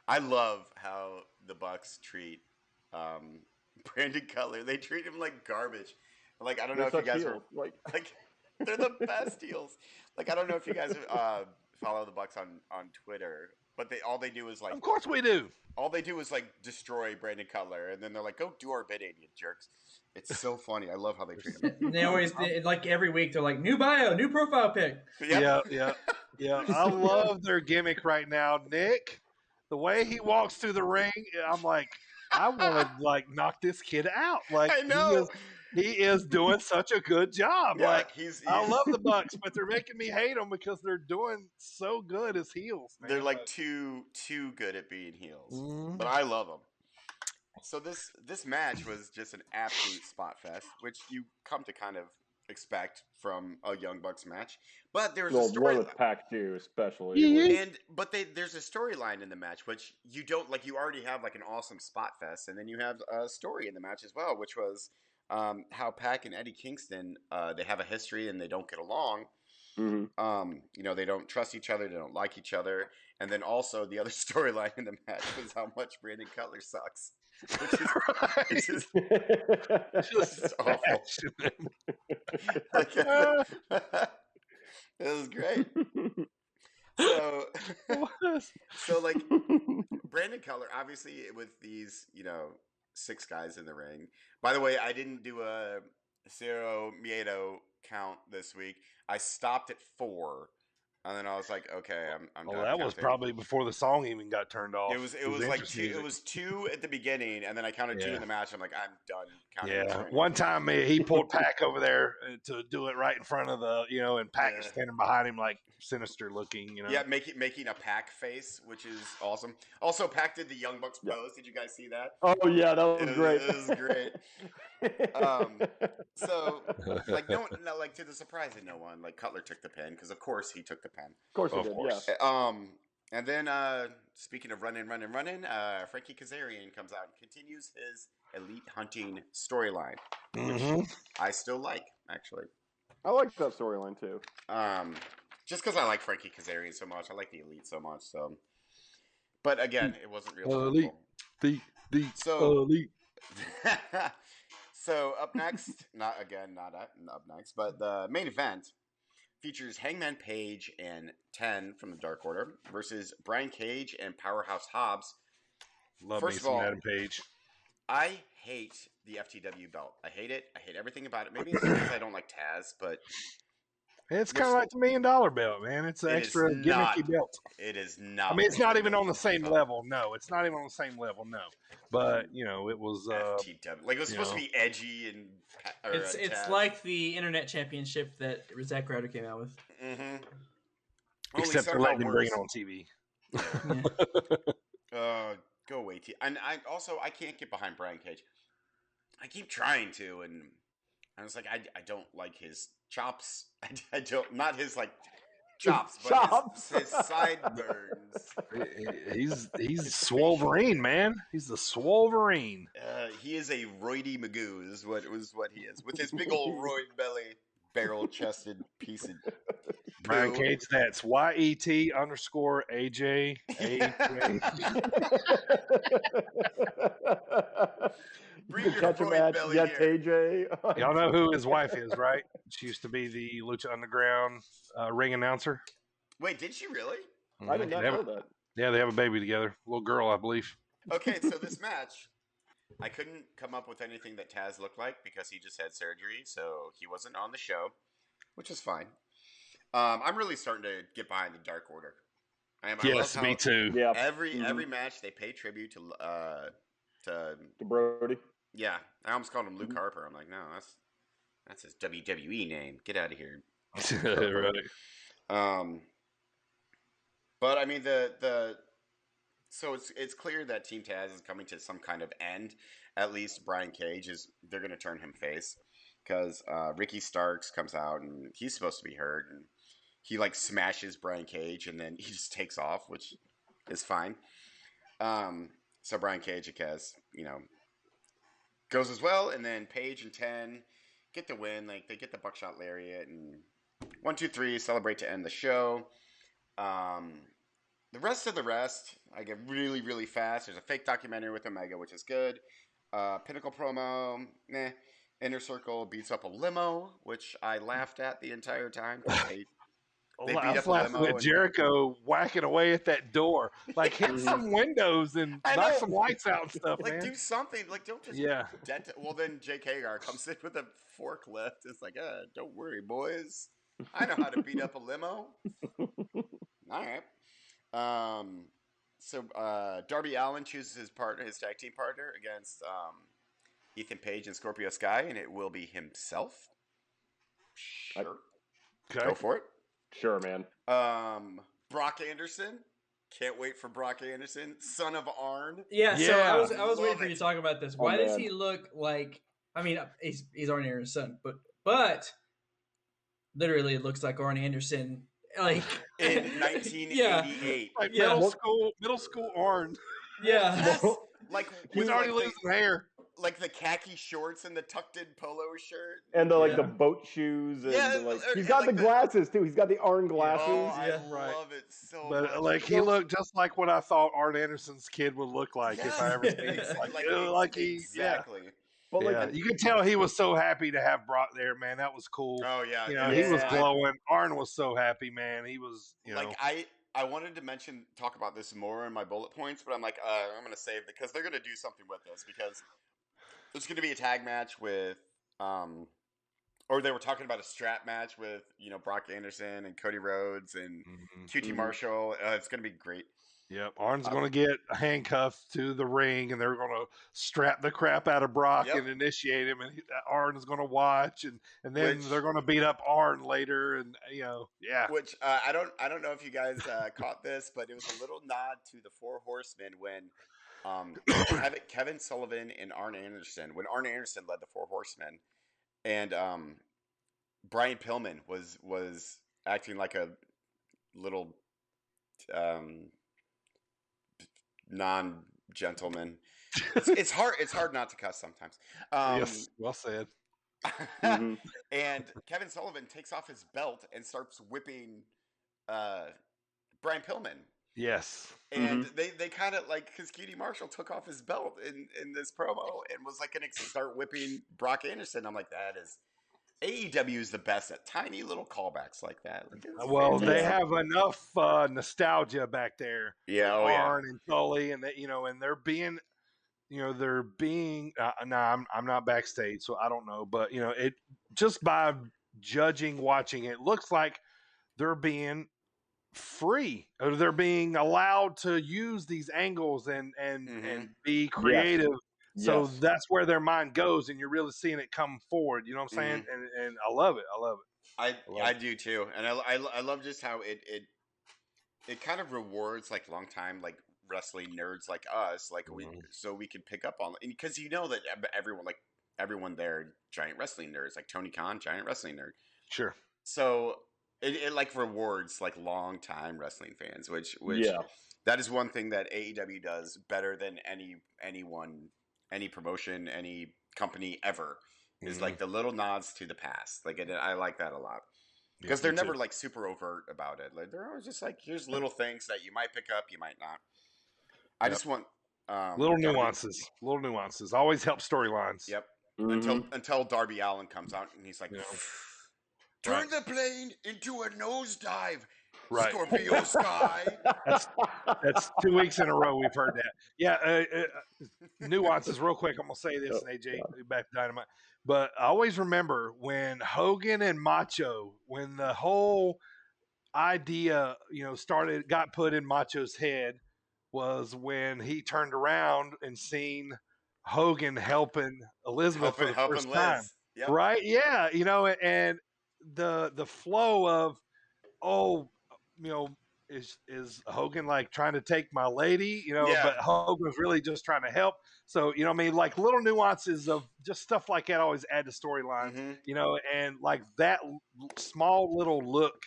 B: I love how the Bucks treat um, Brandon Cutler. They treat him like garbage. Like I don't know
C: They're
B: if you
C: such
B: guys are
C: heels. Like,
B: like they're the best deals. Like I don't know if you guys uh, follow the Bucks on on Twitter, but they all they do is like
A: Of course we do.
B: all they do is like destroy Brandon Cutler, and then they're like, "Go do our bidding, you jerks." It's so funny. I love how they treat him.
D: And they always they, like every week they're like new bio, new profile pic.
B: But yeah,
A: Yeah, Oh, yeah, yeah. I love their gimmick right now, Nick. The way he walks through the ring, I'm like, I want to like knock this kid out. Like
B: I know.
A: he is, he is doing such a good job.
B: Yeah,
A: Like
B: he's,
A: I
B: he's-
A: love the Bucks, but they're making me hate them because they're doing so good as heels. man.
B: They're like too too good at being heels,
A: Mhm.
B: but I love them. So this this match was just an absolute spot fest, which you come to kind of expect from a Young Bucks match. But there was a
C: well, one
B: story.
C: with Pack too, especially.
A: Yeah,
C: which-
A: yeah.
B: and but they there's a storyline in the match which you don't like you already have like an awesome spot fest and then you have a story in the match as well which was um, how Pack and Eddie Kingston uh, they have a history and they don't get along
C: Mhm.
B: um, you know they don't trust each other they don't like each other and then also the other storyline in the match was how much Brandon Cutler sucks which is, which is just awful like, it was great so so like Brandon Cutler, obviously, with these, you know, six guys in the ring. By the way, I didn't do a Ciro Miedo count this week. I stopped at four, and then I was like, okay, I'm. I'm
A: Well,
B: done
A: Oh, that was
B: counting.
A: probably before the song even got turned off.
B: It was. It was like
A: entrance
B: two.
A: music.
B: It was two at the beginning, and then I counted two
A: Yeah.
B: in the match. I'm like, I'm done counting. this
A: Yeah,
B: right now.
A: one time man, he pulled Pack over there uh, to do it right in front of the, you know, and Pack was
B: Yeah.
A: standing behind him like sinister looking, you know.
B: Yeah, making making a pack face, which is awesome. Also, Pack did the Young Bucks
C: Yeah.
B: pose. Did you guys see that?
C: oh yeah, that was
B: It was-
C: great.
B: it was
C: great.
B: Um, So, like, no, one- no, like to the surprise of no one, like Cutler took the pin because of course he took the pin.
C: of course,
A: Of
C: it did,
A: course.
C: Yeah.
B: Um, and then uh, speaking of running, running, running, uh, Frankie Kazarian comes out and continues his elite hunting storyline.
A: Mhm.
B: I still like actually,
C: I liked that storyline too.
B: um, just because I like Frankie Kazarian so much, I like the elite so much. So, but again, it wasn't real.
A: uh, Elite.
B: helpful.
A: The the uh,
B: So-
A: elite.
B: so up next, not again, not up, up next, but the main event features Hangman Page and Ten from the Dark Order versus Brian Cage and Powerhouse Hobbs.
A: Love
B: First
A: me
B: of
A: some
B: all-
A: Adam Page.
B: I hate the FTW belt. I hate it. I hate everything about it. Maybe it's because I don't like Taz, but
A: It's
B: Yes.
A: kind of like the million dollar belt, man. It's an
B: It is
A: extra
B: not.
A: gimmicky belt.
B: it is not.
A: I mean, it's
B: like
A: not
B: the
A: even on the
B: Million
A: same
B: Dollar
A: level. No, it's not even on the same level. No, but you know, it was.
B: Belt.
A: Uh,
B: FTW. Like it was
A: you
B: supposed
A: know.
B: to be edgy and. pa- Or
D: It's
B: uh,
D: it's
B: Taz.
D: like the internet championship that Zack Ryder came out with.
B: Mhm. Only
A: except for
B: somehow
A: letting him bring it
B: worse.
A: on TV.
D: Yeah.
B: Uh, go away, T. And I also I can't get behind Brian Cage. I keep trying to, and I was like, I, I don't like his chops. I, don't not his like chops, but
C: chops.
B: His, his sideburns.
A: He- he's he's Swolverine, man. He's the Swolverine.
B: uh, he is a roidy Magoo. Is what was what he is with his big old roid belly, barrel chested piece of.
A: Brian
B: poo.
A: Cage, that's Y E T underscore A J A J.
B: Bring
C: you
B: your
C: can catch a
B: Freud
C: match,
B: belly
C: yeah, TJ.
A: Y'all know who his wife is, right? She used to be the Lucha Underground uh, ring announcer. Mm-hmm.
B: Wait, did she really?
C: I did not
A: They have-
C: know that.
A: Yeah, they have a baby together, little girl, I believe.
B: Okay, so this match, I couldn't come up with anything that Taz looked like because he just had surgery, so he wasn't on the show, which is fine. Um, I'm really starting to get behind the Dark Order. I am. I love
A: Yes,
B: how
A: me too. Mm-hmm.
C: Yeah,
B: Every
C: Mhm.
B: every match they pay tribute to uh to
C: to Brody.
B: yeah. I almost called him Luke
A: Mm-hmm.
C: Mhm.
B: Harper. I'm like, no, that's that's his WWE name. Get out of here.
A: right.
B: Um, but I mean the the so it's it's clear that Team Taz is coming to some kind of end. At least Brian Cage is they're going to turn him face because uh, Ricky Starks comes out and he's supposed to be hurt and he like smashes Brian Cage and then he just takes off, which is fine. Um, so Brian Cage, I guess, you know, goes as well, and then Page and Ten get the win. Like they get the buckshot lariat and one, two, three, celebrate to end the show. Um, the rest of the rest, I get really, really fast. There's a fake documentary with Omega, which is good. Uh, Pinnacle promo, meh. Inner Circle beats up a limo, which I laughed at the entire time. 'cause they- They beat
A: I
B: up
A: was
B: the
A: Oh, laughing
B: limo
A: at
B: and-
A: Jericho whacking away at that door, like hit
C: Mhm.
A: some windows and
B: I
A: knock
B: know.
A: some lights out and stuff,
B: like,
A: man.
B: do something. Like, don't just
A: yeah,
B: dent- Well, then Jake Hagar comes in with a forklift. It's like, uh, don't worry, boys. I know how to beat up a limo. All right. Um, so uh, Darby Allen chooses his partner, his tag team partner, against um, Ethan Page and Scorpio Sky, and it will be himself.
C: I-
B: Sure,
A: okay.
B: go for it.
C: Sure, man.
B: Um, Brock Anderson. Can't wait for Brock Anderson, son of Arn.
D: Yeah, so
A: Yeah.
D: I was I was waiting
B: Love
D: for you
B: it.
D: to talk about this.
C: Oh,
D: Why does
C: man.
D: he look like? I mean, he's he's Arn Anderson's son, but but literally, it looks like Arn Anderson. Like
B: in
D: Yeah,
B: 1988.
A: like
D: Yeah.
A: middle school, middle school Arn.
D: yeah.
B: Yes, like
A: He's
B: with
A: already
B: like,
A: losing hair.
B: the, like the khaki shorts and the tucked in polo shirt.
C: And the like the
D: Yeah.
C: boat shoes and
B: Yeah,
C: the, like
B: or-
C: he's
B: or
C: got
B: like
C: the
B: the-
C: glasses too. He's got the iron glasses.
B: Oh, I
D: yeah,
A: right.
B: love it so
A: But uh,
B: much.
A: like he looked just like what I thought Arn Anderson's kid would look like if I ever
B: Yes,
A: seen him.
D: it.
A: Like,
B: like,
A: uh, like he, yeah,
B: exactly.
C: But like
A: yeah.
C: the-
A: You could tell he was so happy to have Brock there, man. That was cool.
B: Oh yeah,
A: you know,
B: it
A: he was
B: I-
A: glowing. Arn was so happy, man. He was, you know,
B: like I, I wanted to mention talk about this more in my bullet points, but I'm like, uh, I'm gonna save because they're gonna do something with this because there's gonna be a tag match with, um, or they were talking about a strap match with you know Brock Anderson and Cody Rhodes and
A: Mhm.
B: QT
C: Mhm.
B: Marshall. Uh, it's gonna be great.
A: Yep, Arn's
B: Uh,
A: going to get handcuffed to the ring, and they're going to strap the crap out of Brock
B: Yep.
A: and initiate him, and he- uh, Arn's going to watch, and and then
B: Which-
A: they're going to beat up Arn later, and uh, you know, yeah,
B: Which uh, I don't, I don't know if you guys uh, caught this, but it was a little nod to the Four Horsemen when um, Kevin, Kevin Sullivan and Arn Anderson, when Arn Anderson led the Four Horsemen, and um, Brian Pillman was was acting like a little um, non gentleman. It's, it's hard, it's hard not to cuss sometimes. Um,
A: yes, well said.
C: mhm.
B: And Kevin Sullivan takes off his belt and starts whipping uh, Brian Pillman.
A: Yes,
B: And
A: Mm-hmm.
B: they, they kind of like, because Cutie Marshall took off his belt in, in this promo and was like going to start whipping Brock Anderson. I'm like, that is. AEW is the best at tiny little callbacks like that. Like, it's
A: Uh, well, they
B: fantastic.
A: have enough uh, nostalgia back there,
B: Yeah, oh, yeah.
A: Arn and Tully, and that you know, and they're being. You know they're being. Uh, nah, I'm I'm not backstage, so I don't know. But you know, it just by judging, watching, it looks like they're being free or they're being allowed to use these angles and and
B: Mhm.
A: and be creative so
C: Yes.
A: that's where their mind goes and you're really seeing it come forward you know what i'm saying and, and i love it i love it
B: I
A: love
B: I
A: it.
B: do too, and I, I, I love just how it it it kind of rewards like long time like wrestling nerds like us, like we
A: Mhm.
B: so we can pick up on because you know that ev- everyone like everyone there giant wrestling nerds like Tony Khan giant wrestling nerd,
A: sure
B: so it, it like rewards like long time wrestling fans, which which
C: yeah.
B: that is one thing that AEW does better than any anyone any promotion any company ever is like the little nods to the past. Like and I like that a lot because they're never like super overt about it. Like they're always just like here's little things that you might pick up, you might not. I
A: Yep.
B: just want um,
A: little
B: Darby-
A: nuances little nuances always help storylines
B: Yep.
C: Mhm.
B: Until until Darby Allen comes out and he's like,
A: Yeah.
B: "Turn the plane into a nosedive,
A: right
B: Scorpio Sky."
A: that's two weeks in a row we've heard that yeah uh, uh, nuances real quick. I'm gonna say
B: Oh,
A: this, and AJ back to dynamite. But I always remember when Hogan and Macho, when the whole idea, you know, started got put in Macho's head was when he turned around and seen Hogan helping Elizabeth for
B: Helping,
A: the
B: helping
A: first
B: Liz.
A: time.
B: Yep.
A: Right? Yeah, you know, and the the flow of oh, you know, is is Hogan like trying to take my lady? You know,
B: Yeah.
A: but Hogan was really just trying to help. So you know, what I mean, like little nuances of just stuff like that always add to storyline.
B: Mhm.
A: You know, and like that l- small little look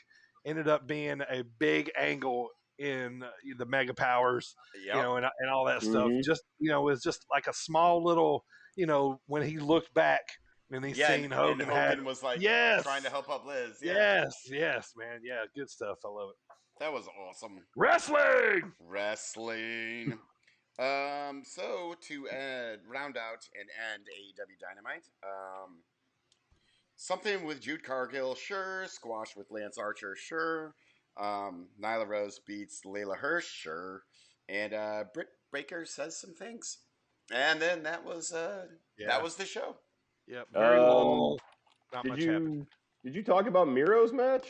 A: ended up being a big angle in uh, the Mega Powers
B: Yep. Mm-hmm.
A: you know, and, and all that stuff.
C: Mhm.
A: Just you know, it's just like a small little, you know, when he looked back and he
B: yeah,
A: seen
B: and,
A: Hogan,
B: and
A: had,
B: Hogan was like
A: yes,
B: trying to help up Liz. Yeah,
A: Yes, yes, man, yeah, good stuff. I love it.
B: that was awesome.
A: Wrestling.
B: Wrestling. Um, so to uh, round out and end AEW Dynamite, um, something with Jude Cargill, sure. Squash with Lance Archer, sure. Um, Nyla Rose beats Layla Hirsch, sure. And uh, Britt Baker says some things, and then that was uh,
A: Yeah,
B: that was Oh. the show.
A: yeah, very
C: Um,
A: long. Not
C: Did
A: much
C: you
A: happened.
C: did you talk about Miro's match?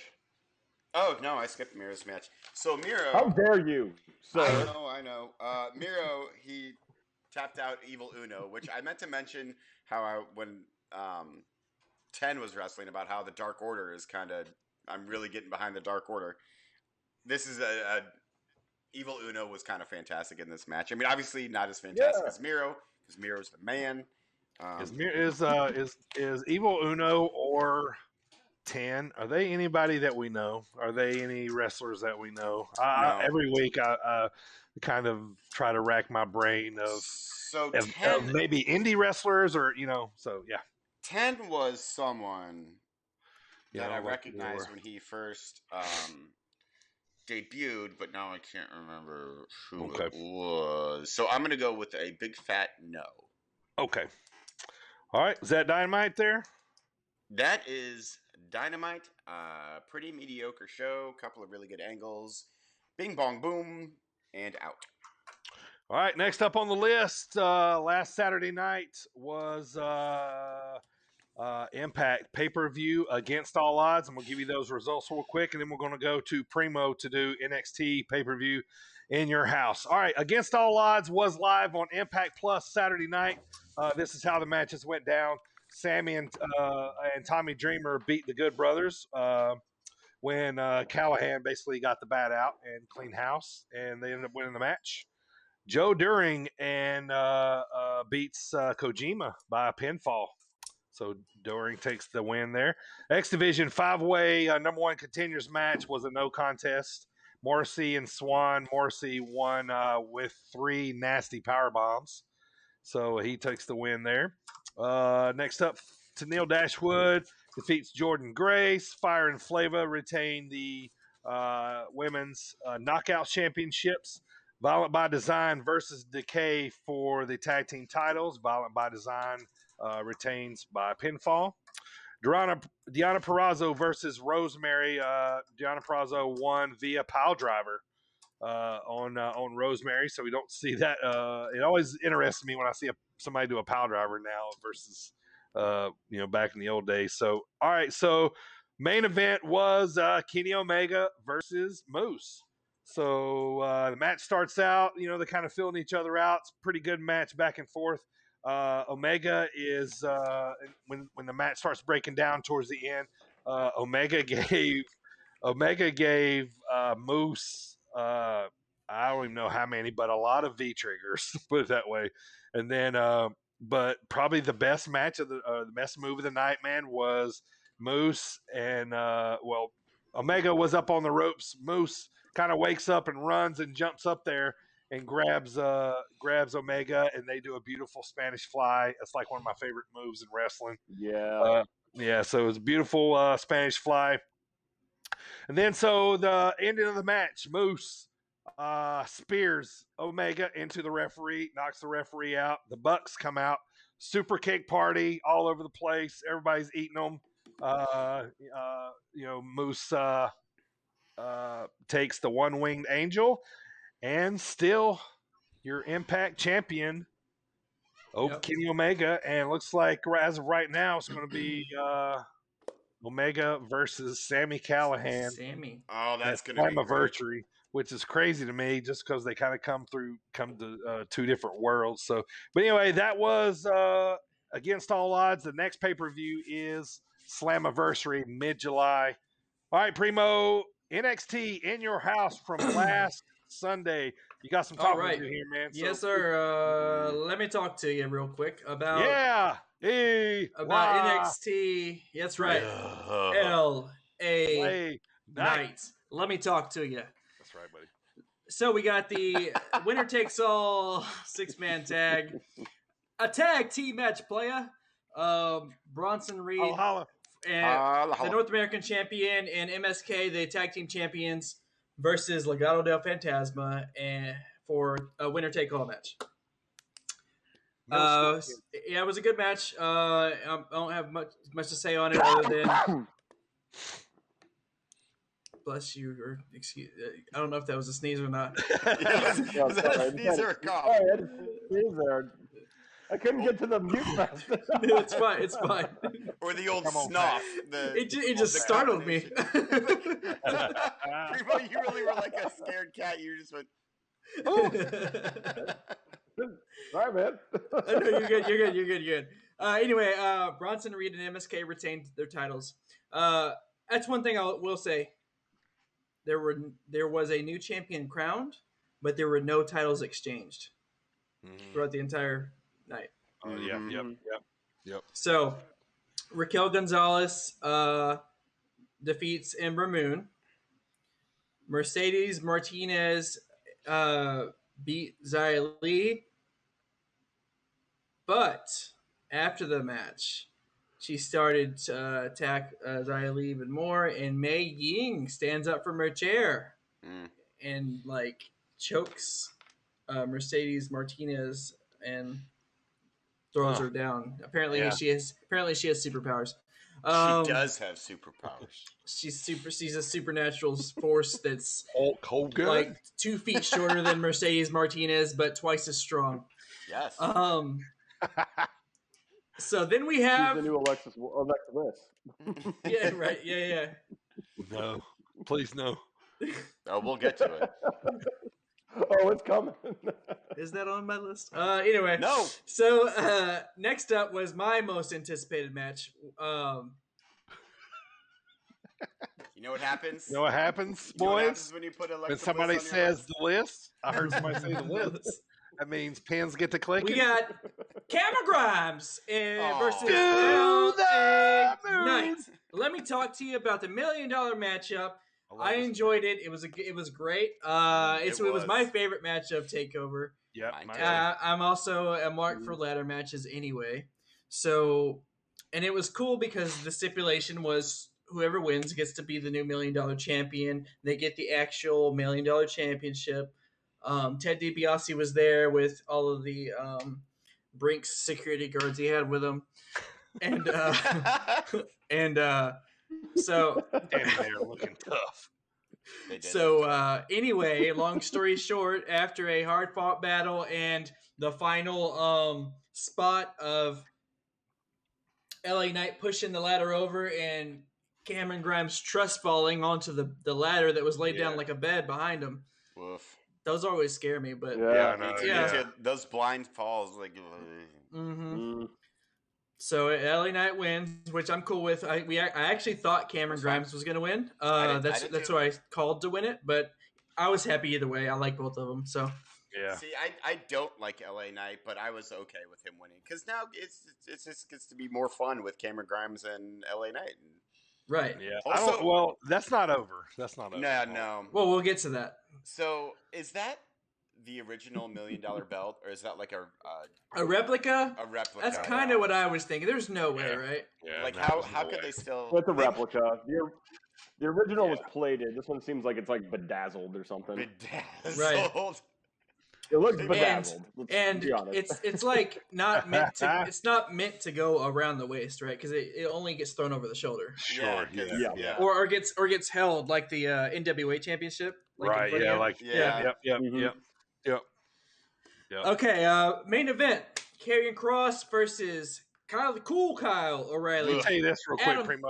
B: Oh no, I skipped Miro's match. So Miro,
C: How dare you, sir?
B: I know, I know. Uh, Miro, he tapped out Evil Uno, which I meant to mention how I when um, Ten was wrestling about how the Dark Order is kind of. I'm really getting behind the Dark Order. This is a, a Evil Uno was kind of fantastic in this match. I mean, obviously not as fantastic
C: Yeah.
B: as Miro because Miro's the man. Um,
A: Is Mir- is uh is is Evil Uno or Ten? Are they anybody that we know? Are they any wrestlers that we know? I, I-
B: No.
A: every week I, I kind of try to rack my brain of
B: so
A: of, of
B: Ten
A: maybe indie wrestlers or you know so yeah
B: Ten was someone
A: you
B: that
A: know,
B: I
A: like
B: recognized
A: more-
B: when he first um, debuted, but now I can't remember who it
A: Okay.
B: was. So I'm gonna go with a big fat no.
A: okay all right is that dynamite there
B: That is Dynamite. Uh, pretty mediocre show. Couple of really good angles. Bing bong boom and out.
A: all right next up on the list uh last saturday night was uh uh impact pay-per-view against all odds and we'll give you those results real quick and then we're going to go to primo to do nxt pay-per-view in your house all right against all odds was live on impact plus saturday night uh, this is how the matches went down sammy and uh, and tommy dreamer beat the good brothers uh, when uh, Callahan basically got the bat out and clean house, and they ended up winning the match. Joe During and uh, uh, beats uh, Kojima by a pinfall. So Doring takes the win there. X Division five way uh, number one contenders match was a no contest. Morrissey and Swan. Morrissey won uh, with three nasty power bombs. So he takes the win there. Uh, next up, Tennille Dashwood defeats Jordan Grace. Fire and Flava retain the uh, women's uh, knockout championships. Violent by Design versus Decay for the tag team titles. Violent by Design uh, retains by pinfall. Deanna, Deanna Perrazzo versus Rosemary. Uh, Deanna Perrazzo won via pile driver uh, on uh, on Rosemary, so we don't see that. Uh, it always interests me when I see a, somebody do a pile driver now versus uh, you know back in the old days. So all right, so main event was uh, Kenny Omega versus Moose. So uh, the match starts out, you know, they're kind of filling each other out. It's a pretty good match back and forth uh, Omega is uh, when when the match starts breaking down towards the end. Uh, Omega gave Omega gave uh, Moose uh, I don't even know how many, but a lot of V triggers, put it that way. And then, uh, but probably the best match of the uh, the best move of the night, man, was Moose and uh, well, Omega was up on the ropes. Moose kind of wakes up and runs and jumps up there and grabs uh grabs Omega and they do a beautiful Spanish fly. It's like one of my favorite moves in wrestling.
C: Yeah.
A: Uh, yeah, so it was a beautiful uh, Spanish fly. And then so the ending of the match, Moose uh, spears Omega into the referee, knocks the referee out. The Bucks come out, super kick party all over the place. Everybody's eating them. Uh, uh, you know, Moose uh, uh, takes the one winged angel, and still your Impact champion, oh
D: Yep.
A: Kenny Omega. And it looks like right- as of right now, it's going to be uh, Omega versus Sammy Callahan
D: Sammy.
B: Oh,
A: That's
B: that's gonna be great.
A: anniversary, which is crazy to me, just because they kind of come through, come to uh, two different worlds. So, but anyway, that was uh, against all odds. The next pay per view is Slammiversary mid July. All right, Primo NXT in your house from last Sunday. You got some
D: All
A: talking
D: right.
A: to do here, man. So-
D: yes, sir. Uh, let me talk to you real quick about
A: Yeah. Hey.
D: about
A: wah,
D: NXT. That's right.
B: Ugh.
D: L A
A: play, night.
D: night. Let me talk to you.
A: That's right, buddy.
D: So we got the winner takes all six man tag, a tag team match player, um, Bronson Reed
A: Oh, holla.
D: and
B: Holla,
D: the
B: holla.
D: North American champion and MSK, the tag team champions, versus Legado del Fantasma and for a winner take all match.
A: No
D: uh,
A: sweat.
D: s- yeah, it was a good match. Uh, I don't have much much to say on it other than bless you or excuse. uh, I don't know if that was a sneeze or not.
B: Yes.
C: Yeah,
B: Is that
C: sorry.
B: a sneeze or a
C: Sorry,
B: cough?
C: I had to sneeze there. I couldn't get to the mute button.
D: it's fine. It's fine.
B: Or the old
A: Come on,
B: snuff. The,
D: It, ju- it
B: the
D: just startled me.
B: combination.
A: Ah.
B: Primo, you really were like a scared cat. You just went,
C: Sorry, man.
D: Uh, no, you're good. You're good. You're good. You're good. Uh, anyway, uh, Bronson Reed and MSK retained their titles. Uh, that's one thing I will say. There were there was a new champion crowned, but there were no titles exchanged
B: Mm-hmm.
D: throughout the entire night.
A: Oh, yeah, yep,
B: Mhm.
A: yep.
D: So Raquel Gonzalez uh, defeats Ember Moon. Mercedes Martinez uh, beat Xia Li. But after the match, she started to uh, attack uh, Xia Li even more, and Mei Ying stands up from her chair
B: Mm.
D: and like chokes uh, Mercedes Martinez and throws
A: Huh.
D: her down. Apparently
A: Yeah.
D: she has apparently she has superpowers.
B: She
D: Um,
B: does have superpowers.
D: She's super. She's a supernatural force that's
A: Hulk Hogan.
D: like two feet shorter than Mercedes Martinez, but twice as strong.
B: Yes.
A: uh,
D: Um. So then we
C: She's
D: have
C: the new Alexis, Alexa Bliss.
D: yeah right yeah yeah.
A: no, please no.
B: oh, we'll get to it.
C: Oh, it's coming.
D: Is that on my list? Uh. Anyway.
B: No.
D: So uh, next up was my most anticipated match. Um.
B: You know what happens?
A: You know what happens,
B: You know what
A: boys?
B: happens when you put Alexa
A: When
B: Bliss
A: somebody
B: on your
A: says
B: list?
A: the list, I heard somebody say the list. That means pins get to clicking.
D: We got Cameron Grimes and
B: Aw.
D: versus
A: Do
D: LA
A: the
D: Knight.
A: moves.
D: Let me talk to you about the million dollar matchup.
A: love
D: I
A: this.
D: enjoyed it. It was a, g- it was great. Uh,
B: Mm,
D: it's,
B: it
D: it, was.
B: was.
D: my favorite match of Takeover.
A: Yep,
B: Mine
A: my
B: too.
A: bad.
D: Uh, I'm also a mark for ladder matches anyway. So, and it was cool because the stipulation was whoever wins gets to be the new million dollar champion. They get the actual million dollar championship. Um, Ted DiBiase was there with all of the um, Brinks security guards he had with him, and uh, and uh, so
A: Damn, they're looking tough.
B: They did
D: so
B: it.
D: uh, anyway, long story short, after a hard fought battle and the final um, spot of LA Knight pushing the ladder over and Cameron Grimes trust falling onto the, the ladder that was laid
A: Yeah.
D: down like a bed behind him.
B: Woof.
D: Those always scare me, but
A: Yeah,
C: yeah.
A: no,
B: Me too, me
A: uh, yeah.
B: too. Those blind falls, like. ugh.
D: hmm
C: Mm.
D: So LA Knight wins, which I'm cool with. I we ac- I actually thought Cameron
B: That's fine.
D: Grimes was going to win.
B: I
D: Uh,
B: did- I
D: that's
B: did
D: that's
B: too.
D: who I called to win it, but I was happy either way. I like both of them, so.
A: Yeah.
B: See, I, I don't like LA Knight, but I was okay with him winning because now it's, it's it's just gets to be more fun with Cameron Grimes and LA Knight.
D: Right.
A: Yeah. I don't-
B: Also-
A: well, that's not over. That's not over.
B: No, no.
D: Well, we'll get to that.
B: So is that the original million dollar belt, or is that like a uh,
D: A replica?
B: a replica?
D: That's kind of what I was thinking. There's no way,
A: Oh, Yeah.
D: right?
A: Yeah,
B: like.
A: no,
B: How
A: there's no
B: how could
A: way.
B: they still?
C: It's a
B: they-
C: replica. The, or- the original was plated. This one seems like it's like bedazzled or something.
B: Bedazzled.
C: it looks
B: And-
C: bedazzled. let's
D: And
C: be honest.
D: it's it's like not meant to it's not meant to go around the waist, right? Because it, it only gets thrown over the shoulder,
A: Sure. Yeah.
B: Yeah,
A: Yeah.
B: yeah, yeah.
D: or or gets or gets held like the uh, NWA championship. Like Mm-hmm. in
A: right.
D: front
A: Yeah.
D: of
A: Like.
B: Yeah.
A: Yep. Yep. Yep.
C: Mhm.
A: Yep. Yep.
D: you. okay. Uh, main event: Karrion Cross versus Kyle, Cool Kyle
A: Let
D: O'Reilly.
A: me tell you this real quick,
D: Adam-
A: Primo.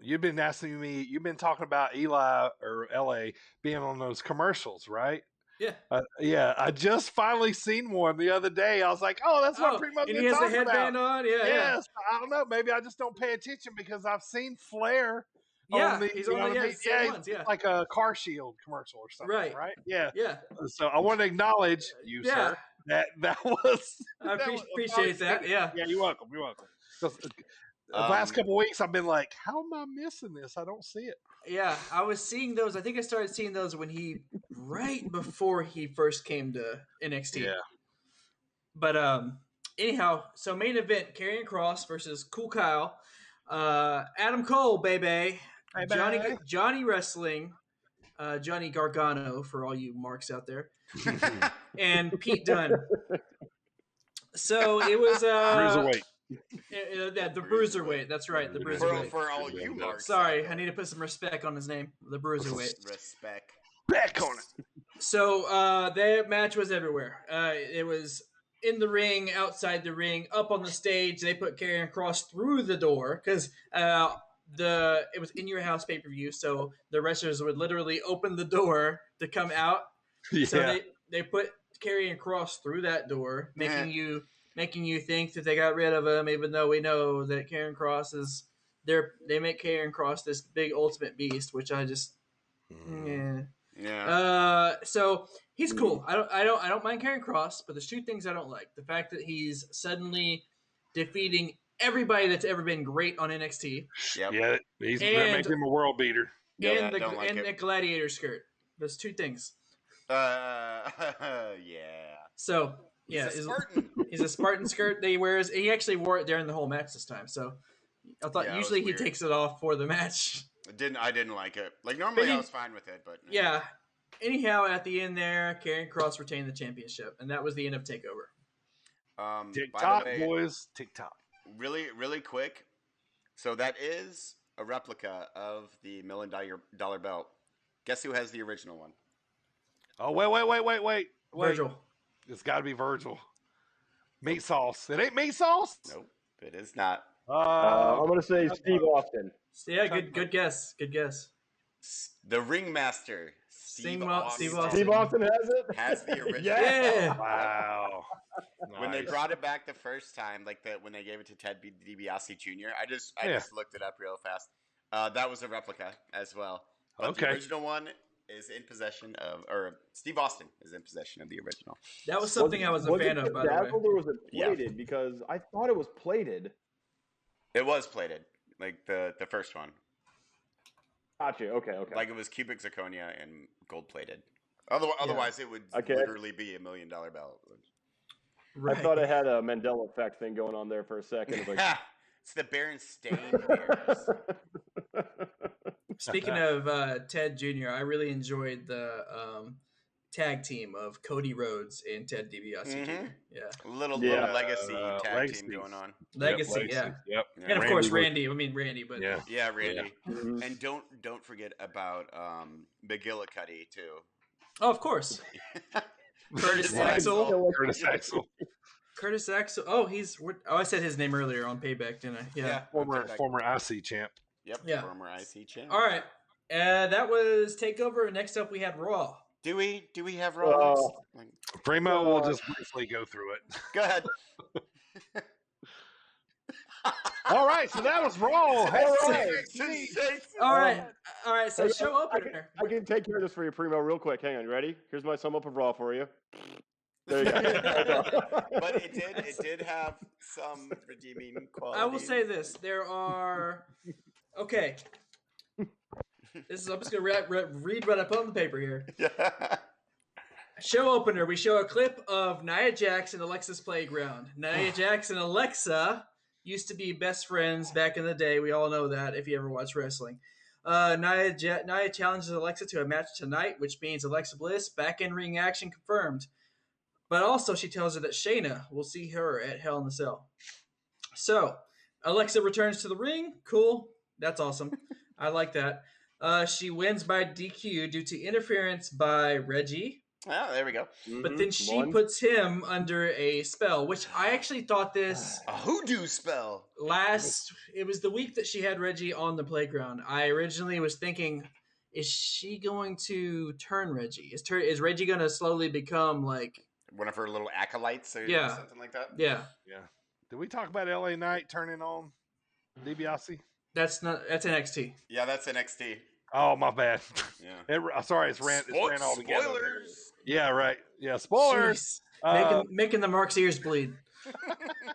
A: You've been asking me. You've been talking about Eli or LA being on those commercials, right?
D: Yeah.
A: Uh, yeah. I just finally seen one the other day. I was like, "Oh, that's what
D: Oh,
A: pretty much
D: and
A: been
D: he has a
A: talking about.
D: headband on. Yeah, yeah.
A: Yes, I don't know. Maybe I just don't pay attention because I've seen Flair
D: Yeah,
A: on the,
D: he's
A: you know
D: on
A: what
D: the
A: I
D: yeah,
A: mean?
D: same
A: Yeah,
D: ones. Yeah,
A: like a car shield commercial or something, right?
D: Right.
A: Yeah. uh,
D: yeah,
A: So I want to acknowledge you,
D: yeah.
A: sir. That that was.
D: I
A: that
D: appre-
A: was-
D: appreciate that. Yeah,
A: Yeah, you're welcome. You're welcome. 'Cause, uh, the last
B: Um,
A: couple weeks, I've been like, "How am I missing this? I don't see it."
D: yeah. I was seeing those. I think I started seeing those when he right before he first came to NXT.
A: Yeah.
D: But um, anyhow, so main event: Karrion Cross versus Cool Kyle, uh, Adam Cole, baby, Johnny
A: baby.
D: Johnny Wrestling, uh, Johnny Gargano for all you marks out there, and Pete Dunne. So it was uh,
A: Cruiserweight.
D: uh, uh, that- the
B: Bruiserweight.
D: bruiserweight. That's right, the
A: For-
B: for,
D: bruiserweight.
B: for all you marks.
D: Sorry, I need to put some respect on his name, the bruiserweight.
B: Respect.
A: Back on it.
D: So uh, that match was everywhere. Uh, it was in the ring, outside the ring, up on the stage. They put Karrion Cross through the door because uh, the it was in your house pay per view. So the wrestlers would literally open the door to come out.
A: Yeah.
D: So they they put Karrion Cross through that door, making
B: Yeah.
D: you making you think that they got rid of him, even though we know that Karrion Cross is. They're, they make Karrion Cross this big ultimate beast, which I just,
A: Mm.
B: Mm-hmm.
D: yeah.
B: Yeah.
D: Uh, so he's
B: Mm.
D: cool. I don't, I don't, I don't mind Karen Cross, but there's two things I don't like: the fact that he's suddenly defeating everybody that's ever been great on NXT,
B: yep.
A: Yeah, he's they're
D: And-
A: making him a world beater.
B: Yeah,
D: and
B: I
D: the
B: don't like
D: and
B: it.
D: the gladiator skirt. Those two things.
B: Uh, yeah.
D: So yeah,
B: He's a
D: he's-
B: Spartan.
D: he's a Spartan skirt that he wears. He actually wore it during the whole match this time. So I thought
B: Yeah, it was
D: usually he
B: weird.
D: takes it off for the match.
B: I didn't I didn't like it. Like normally
D: you-
B: I was fine with it, but
D: Yeah. Anyhow, at the end there, Karen Cross retained the championship, and that was the end of Takeover.
B: Um,
A: Tick
B: by the
A: tock,
B: way,
A: boys. Tick tock.
B: really really quick. So that is a replica of the million dollar dollar belt. Guess who has the original one?
A: Oh wait, wait, wait, wait, wait, wait.
D: Virgil.
A: It's got to be Virgil. Meat sauce. It ain't meat sauce.
B: Nope, it is not.
A: Uh,
C: Uh, I'm gonna say Steve Austin.
D: Yeah, good, good guess. Good guess.
B: S- The ringmaster Steve
D: Singwa-
B: Austin,
D: Steve Austin.
C: Steve Austin has it.
B: has the original.
C: yeah.
D: Yeah.
A: wow.
B: When they
A: Nice.
B: brought it back the first time, like the when they gave it to Ted B- DiBiase Jr., I just I
A: Yeah.
B: just looked it up real fast. Uh, that was a replica as well. But the
A: Okay.
B: original one is in possession of, or Steve Austin is in possession of the original.
D: That was something I was a
C: Was
D: fan
C: it
D: of, by the way.
C: bedazzled or was it
B: Yeah.
C: plated? Because I thought it was plated.
B: It was plated, like the the first one,
C: Gotcha. Okay. Okay.
B: like it was cubic zirconia and gold plated. Otherwise, otherwise it would
C: Okay.
B: literally be a million dollar belt.
C: I
D: Right.
C: thought it had a Mandela effect thing going on there for a second. It's like,
B: it's the Berenstain Bears.
D: Speaking of uh, Ted Jr., I really enjoyed the um, tag team of Cody Rhodes and Ted DiBiase Jr.
B: Mhm.
D: Yeah,
B: Little
C: Yeah,
B: little legacy
A: uh,
B: tag
A: legacies.
B: team going on.
D: Legacy.
A: Yep,
D: yeah,
A: Legacy, Yep.
D: and of
A: Randy
D: course
A: was-
D: Randy. I mean Randy, but
A: Yeah.
B: Yeah, Randy.
C: Mhm.
B: And don't don't forget about um, McGillicuddy too.
D: oh, of course Curtis
A: Yeah.
D: Axel.
A: Curtis Axel,
D: Curtis Axel. Oh, he's. what- Oh, I said his name earlier on Payback, didn't I? Yeah.
A: former
B: okay, back-
A: former IC champ.
B: Yep.
D: Yeah.
B: Former IC champ.
D: All right. Uh, that was Takeover. Next up, we had Raw.
B: Do we do we have
C: Uh,
B: Rollins? Like,
A: Primo will
C: Uh,
A: just briefly go through it.
B: Go ahead.
A: All right, so that was
C: Oh,
A: Raw. Hey, all right. Gee.
D: All right. All right. So
C: Hey,
D: show
C: I can,
D: opener.
C: I can take care of this for you, Primo, real quick. Hang on. You ready? Here's my sum up of Raw for you. There you go.
B: but it did it did have some redeeming quality.
D: I will say this: there are okay. This is I'm just gonna re- re- read what I put on the paper here. Show opener: We show a clip of Nia Jax and Alexa's playground. Nia Jax and Alexa used to be best friends back in the day. We all know that if you ever watch wrestling. Uh, Nia, ja- Nia challenges Alexa to a match tonight, which means Alexa Bliss back in ring action confirmed. But also, she tells her that Shayna will see her at Hell in a Cell. So, Alexa returns to the ring. Cool. That's awesome. I like that. Uh, she wins by DQ due to interference by Reggie.
B: Oh, there we go.
D: But then
C: Mhm,
D: she
C: one.
D: puts him under a spell, which I actually thought this
B: A hoodoo spell.
D: last it was the week that she had Reggie on the playground. I originally was thinking, is she going to turn Reggie? Is tur is Reggie gonna slowly become like
B: One of her little acolytes or
D: Yeah.
B: something like that.
D: yeah.
A: Yeah. Did we talk about LA Knight turning on DiBiase?
D: That's not that's NXT.
B: Yeah, that's NXT.
A: Oh, my bad.
B: Yeah.
A: It, I'm sorry, it's ran, it's
B: Spoil-
A: ran all together.
B: Spoilers.
A: Yeah, right. Yeah, spoilers.
D: Jeez.
A: Uh,
D: making, making the Mark's ears bleed.
A: uh,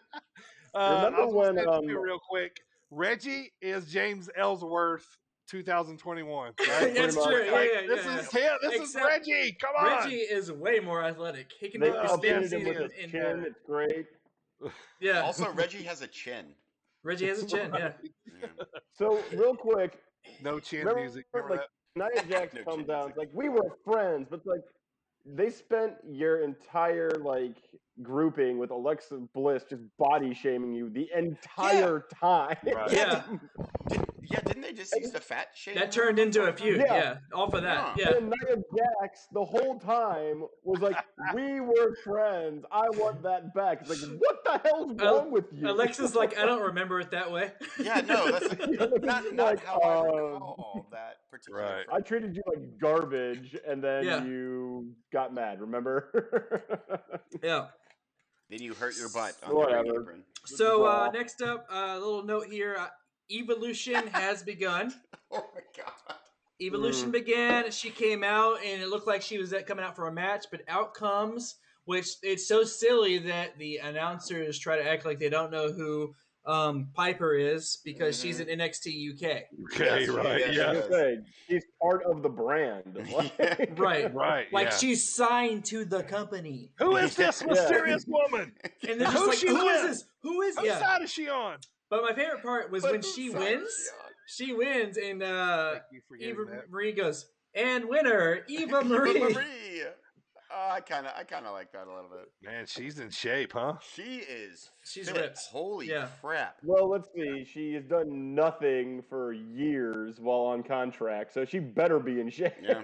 C: Remember
A: I was gonna
C: when,
A: say this too
C: um,
A: real quick, Reggie is James Ellsworth 2021. Right?
D: that's
C: much.
D: true. Yeah,
A: Like,
D: yeah, yeah.
A: this is him. This
D: Except
A: is Reggie. Come on.
D: Reggie is way more athletic. He can
C: They
D: do
A: uh,
C: updated
D: spins
A: yeah,
C: him with
A: yeah,
D: in,
C: his
D: in
C: chin. It's great.
D: yeah.
B: Also, Reggie has a chin.
D: Reggie has a chin. Yeah.
B: Yeah.
C: So real quick,
A: No chin
C: Remember,
A: music.
C: like,
A: Remember
C: Nia Jax
B: No
C: comes
B: kidding,
C: down.
B: it's
C: Like we were friends, but like they spent your entire like grouping with Alexa Bliss just body shaming you the entire time.
A: that? Right.
D: Yeah.
B: Did, yeah, didn't they just use the fat shame?
D: That turned into a feud. Yeah.
C: Yeah.
D: Off of that.
B: Yeah.
D: Yeah.
C: And Nia Jax the whole time was like, "We were friends. I want that back." It's like, what the hell's
D: Al-
C: wrong with you?
D: Alexa's like, I don't remember it that way.
B: Yeah, no, that's not, not
C: Like,
B: how I
C: um,
B: recall that particular.
A: Right.
B: fr-
C: I treated you like garbage, and then
D: Yeah.
C: you got mad. Remember?
D: yeah.
B: Then you hurt your butt on the
C: Whatever.
B: ring apron.
D: So uh,
C: Raw.
D: next up, a little note here. Uh, Evolution has begun.
B: Oh my god.
D: Evolution began. She came out, and it looked like she was at- coming out for a match, but out comes, which it's so silly that the announcers try to act like they don't know who um, Piper is because she's in NXT UK.
A: Okay,
B: Yes,
A: right.
B: yes,
A: Yeah.
C: I was gonna say, she's part of the brand. Like,
D: Right.
A: Right.
D: Like
A: yeah.
D: she's signed to the company.
A: Who is this
B: Yeah.
A: mysterious woman?
D: And they're just
A: Who's
D: like,
A: she
D: who is
A: with?
D: this? Who is
A: Whose
D: yeah?
A: side is she on?
D: But my favorite part was when
B: But
D: she
B: sorry,
D: wins.
B: Leon.
D: She wins, and uh,
A: Thank you for getting
D: Eva
A: that.
D: Marie goes, and winner Eva Marie.
B: Eva Marie. Oh, I kind of, I kind of like that a little bit.
A: Man, she's in shape, huh?
B: She is.
D: She's
B: fit.
D: ripped.
B: Holy
D: Yeah.
B: crap!
C: well, let's see. She has done nothing for years while on contract, so she better be in shape.
B: Yeah.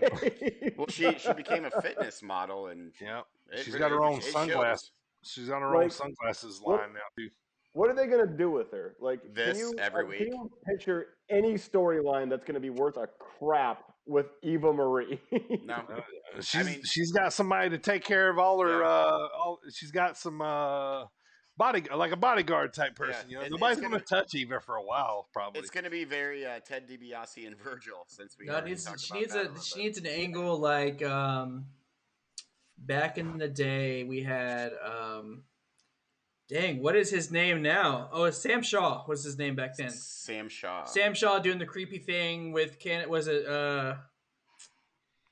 B: Well, she she became a fitness model, and
A: Yeah.
B: it
A: She's got her own
B: it shows.
A: sunglass. She's on her own
C: Like,
A: sunglasses
C: what-
A: line now, too.
C: what are they gonna do with her? Like can
B: This
C: you-
B: every
C: uh,
B: week.
C: Can you picture any storyline that's gonna be worth a crap with Eva Marie?
B: No,
A: Uh, She's
B: mean-
A: she's got somebody to take care of all her.
B: Yeah.
A: Uh, all, she's got some uh, body like a bodyguard type person. You know,
B: and it's
A: nobody's gonna,
B: gonna-
A: touch Eva for a while, probably.
B: it's going to be very uh, Ted DiBiase and Virgil since we.
D: God,
B: already
D: needs,
B: talked
D: she
B: about
D: needs
B: that
D: a,
B: little
D: she
B: bit.
D: needs an angle like um, back in the day we had. Um, dang, what is his name now? Oh, it's Sam Shaw. was his name back then?
B: Sam Shaw.
D: Sam Shaw doing the creepy thing with can was it uh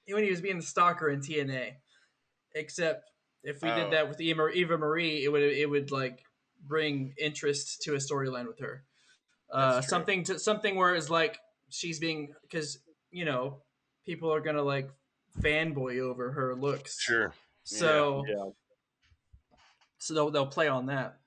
D: when he was being the stalker in TNA. Except if we
B: Oh.
D: did that with Eva Marie, Eva Marie, it would it would like bring interest to a storyline with her. Uh,
B: That's true.
D: something to something where it's like she's being because you know people are gonna like fanboy over her looks.
A: sure.
D: So
C: yeah.
D: so they'll, they'll play on that.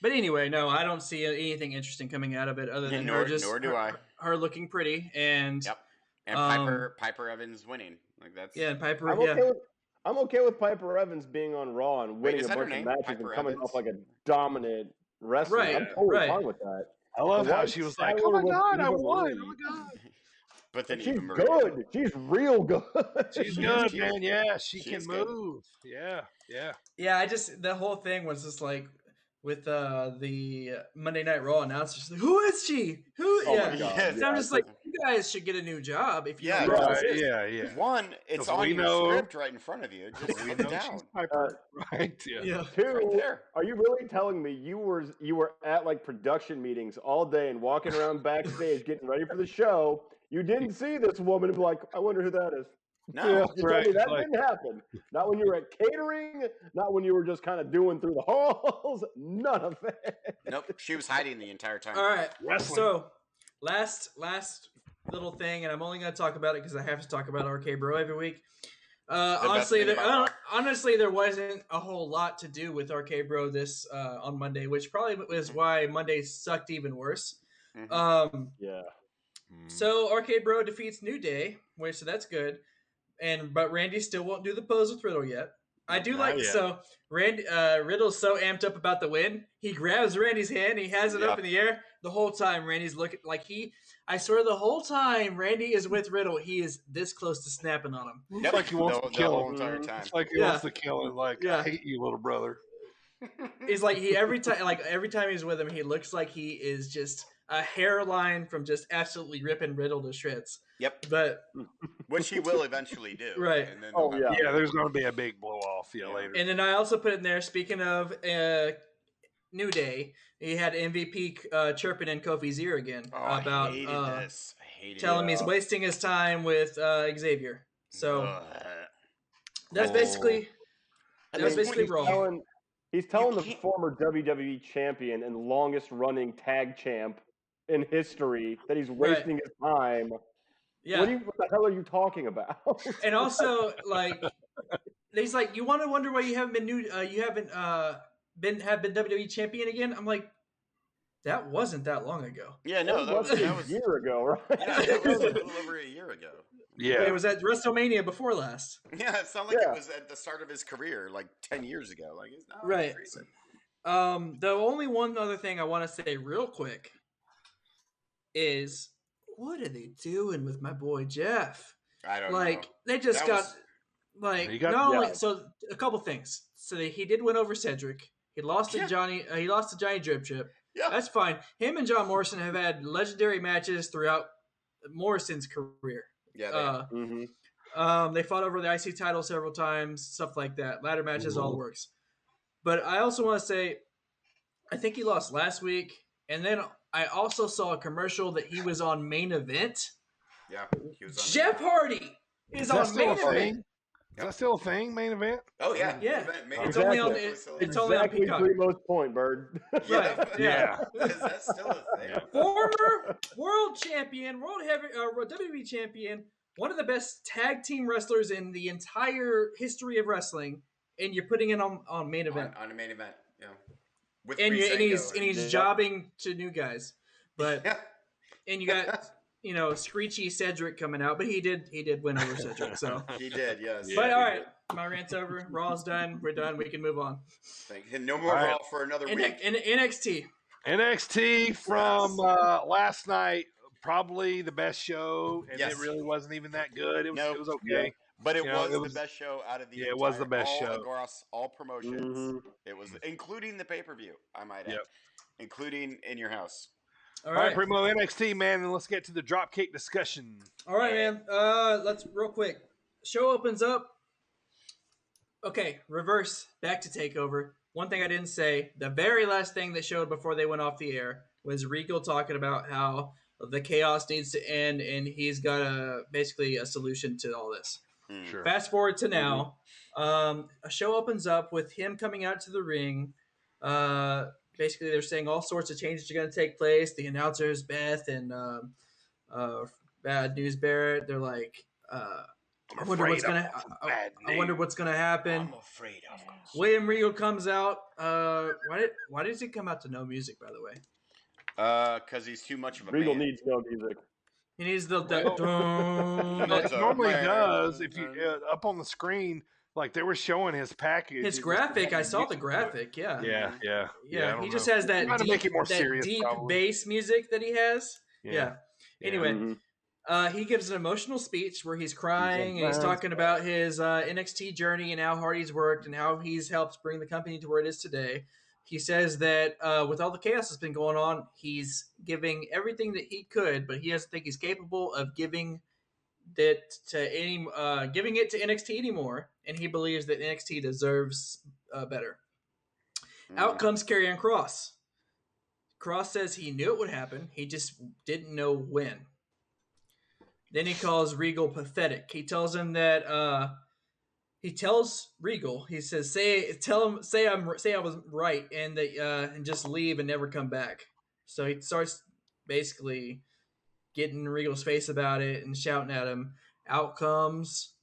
D: But anyway, no, I don't see anything interesting coming out of it other
B: Yeah,
D: than
B: nor,
D: her just
B: nor do
D: her-
B: I.
D: her looking pretty and
B: Yep. And
D: Um,
B: Piper Piper Evans winning. Like that's
D: yeah, and Piper.
C: I'm
D: yeah,
C: okay with I'm okay with Piper Evans being on Raw and
B: Wait,
C: winning
B: is
C: a
B: that her
C: bunch
B: name?
C: of matches
B: Piper
C: and coming
B: Evans?
C: off like a dominant wrestler. I'm
A: Right,
C: totally
D: right.
C: fine with that.
A: I love
C: But
A: how
C: why
A: she was
C: Tyler
A: like, "Oh my
C: with
A: god, I
C: Eva
A: won! Oh
C: Marie?
A: my god,
B: But then
C: She's
B: Eva Marie.
C: good. She's real good.
A: she's
B: She-
A: good,
B: she-
A: man. Yeah, she,
B: she
A: can
B: is good.
A: move. Yeah, yeah,
D: yeah. I just the whole thing was just like with uh, the Monday Night Raw announcers. Like, Who is she? Who?
C: Oh
D: yeah.
C: my god.
B: Yes.
D: And I'm
C: yeah.
D: just like, you guys should get a new job if you
B: Yeah,
D: don't know
A: right,
D: this is."
A: yeah, yeah."
B: One, it's
A: Because
B: on
A: we
B: your
A: know-
B: script right in front of you. Just
A: We
B: look
A: know
B: down.
A: she's Piper, right? Yeah.
D: yeah.
B: It's right
C: Two,
B: there.
C: are you really telling me you were you were at like production meetings all day and walking around backstage getting ready for the show? You didn't see this woman and be like, I wonder who that is.
B: No.
C: you
A: right,
C: told me that
A: like-
C: didn't happen. Not when you were at catering. Not when you were just kind of doing through the halls. None of it.
B: Nope. She was hiding the entire time.
D: All right.
A: Wrestling.
D: So last last little thing, and I'm only going to talk about it because I have to talk about RK Bro every week.
B: The
D: Uh,
B: best
D: honestly,
B: thing
D: there,
B: about
D: hon-
B: Raw.
D: honestly, there wasn't a whole lot to do with RK Bro this uh, on Monday, which probably was
B: Mm-hmm.
D: why Monday sucked even worse.
B: Mhm.
D: Um,
C: Yeah.
A: Mm.
D: So RK Bro defeats New Day, which so that's good. and but Randy still won't do the pose with Riddle yet. I do
A: Not
D: like
A: yet.
D: so Randy uh, Riddle's so amped up about the win, he grabs Randy's hand, he has it up in the air the whole time. Randy's looking like he, I swear, the whole time Randy is with Riddle, he is this close to snapping on
B: Hmm.
D: him.
A: Looks like he wants to
B: the,
A: kill
B: the whole
A: him.
B: entire time.
A: It's like he
D: Yeah.
A: wants to kill him. Like
D: Yeah.
A: I hate you, little brother.
D: He's like he every time like every time he's with him, he looks like he is just a hairline from just absolutely ripping Riddle to shreds.
B: Yep,
D: But
B: which he will eventually do.
D: Right.
B: And then
C: Oh,
B: they'll have-
A: Yeah, there's gonna be a big blow off. Yeah,
B: Yeah.
A: later.
D: And then I also put in there. Speaking of uh, New Day, he had MVP uh, chirping in Kofi's ear again
B: Oh,
D: about
B: I hated
D: uh,
B: this. I hated
D: telling
B: it.
D: me he's wasting his time with uh, Xavier. So
B: Ugh.
D: that's
A: Oh.
D: basically
B: At
D: that was
B: this
D: basically
B: point,
D: Raw.
C: Telling, he's telling the
B: can't-
C: former WWE champion and longest running tag champ in history that he's
D: Right.
C: wasting his time.
D: yeah.
C: What, do you, what the hell are you talking about?
D: and also like he's like, you want to wonder why you haven't been new, uh, you haven't uh, been have been WWE champion again. I'm like, that wasn't that long ago.
B: Yeah, no, that was,
C: less than
B: that was,
C: a year ago, right?
B: yeah, that was a little over a year ago.
A: yeah.
D: It was at WrestleMania before last.
B: Yeah, it sounded like
C: Yeah.
B: it was at the start of his career, like ten years ago. Like it's not
D: Right.
B: recent.
D: Um, the only one other thing I want to say real quick is what are they doing with my boy Jeff?
B: I don't
D: Like
B: know.
D: they just
B: That
D: got
B: was-
A: He
D: like
A: got-
D: no.
C: yeah.
D: Like, so a couple things. So they, he did win over Cedric. He lost
B: Yeah.
D: to Johnny. Uh, he lost to Johnny Drip Drip.
B: Yeah.
D: That's fine. Him and John Morrison have had legendary matches throughout Morrison's career.
B: Yeah, they-
D: Uh,
C: hmm
D: um, they fought over the IC title several times, stuff like that. Ladder matches, all works. But I also want to say, I think he lost last week, and then I also saw a commercial that he was on main event.
B: yeah. He was on the-
D: Jeff Hardy is
A: Is that
D: on main
A: still a
D: event.
A: thing? Is that still a thing? Main event?
B: Oh yeah,
D: Yeah.
B: Maybe- maybe
D: It's only on
C: Exactly.
D: it-
B: still
D: it's
B: there.
D: only on
C: exactly
D: Peacock.
C: Primo's point, Bird.
B: yeah.
D: right,
A: Yeah.
B: Is that still a thing?
A: Yeah.
D: Former world champion, world heavy, uh, WWE champion, one of the best tag team wrestlers in the entire history of wrestling, and you're putting it on on main event.
B: On, on a main event. Yeah. With
D: and, you, and
B: Breezango
D: he's and he's
C: Yeah.
D: jobbing to new guys, but
B: yeah.
D: and you got you know screechy Cedric coming out, but he did he did win over Cedric. So,
B: He did, yes.
A: Yeah,
D: but all
B: he
D: right,
B: did.
D: my rant's over. Raw's done. We're done. We can move on.
B: Thank- and no more
A: All right.
B: Raw for another
D: And,
B: week.
D: and NXT.
A: NXT from
B: Yes.
A: uh, last night, probably the best show, and
B: Yes.
A: it really wasn't even that good. It was,
B: Nope.
A: it was okay.
B: But it
A: You know,
B: was
A: it was-
B: the best show out of the
A: Yeah, it was the
B: entire-
A: best
B: all
A: show.
B: across all promotions.
D: Mm-hmm.
C: Mhm.
B: It was including the pay per view. I might add,
A: Mm. Yep.
B: including in your house.
D: All
A: All right,
D: right,
A: Primo NXT man, and let's get to the dropkick discussion.
D: all right, man. Uh, let's real quick. Show opens up. Okay, reverse back to takeover. One thing I didn't say. The very last thing that showed before they went off the air was Regal talking about how the chaos needs to end, and he's got a basically a solution to all this.
B: Mm.
A: Sure. Mm-hmm.
D: Fast forward to now. Um, a show opens up with him coming out to the ring. Uh, basically, they're saying all sorts of changes are going to take place. The announcers, Beth and um, uh, Bad News Barrett, they're like, uh, I wonder what's going to. Oh, I,
A: bad
D: I wonder what's going to happen.
B: afraid of him.
D: William Regal comes out. Uh, why did Why does he come out to no music? By the way,
B: Uh, because he's too much of a
C: Regal
B: man.
C: needs no music.
D: he needs the. the
A: Well-
D: dun-
A: Well,
D: that-
A: it normally does if you uh, up on the screen, like they were showing his package. it was-
D: his graphic. I saw the
A: Yeah,
D: graphic. Yeah.
A: Yeah, yeah, I
D: Yeah,
A: don't
D: he
A: know.
D: just has that
A: Try to
D: deep,
A: make it more
D: that
A: serious,
D: deep
A: probably.
D: bass music that he has. Yeah. Anyway,
B: Mm-hmm.
C: Mhm.
D: uh, he gives an emotional speech where he's crying and he's
C: man.
D: talking about his uh, NXT journey and how hard he's worked and how he's helped bring the company to where it is today. He says that uh, with all the chaos that's been going on, he's giving everything that he could, but he doesn't think he's capable of giving that to any uh, giving it to NXT anymore. And he believes that NXT deserves uh, better.
B: Mm.
D: Out comes Karrion Cross. Cross says he knew it would happen. He just didn't know when. Then he calls Regal pathetic. He tells him that uh he tells Regal, he says, "Say tell him say I'm say I was right and that uh and just leave and never come back." So he starts basically getting in Regal's face about it and shouting at him. Out comes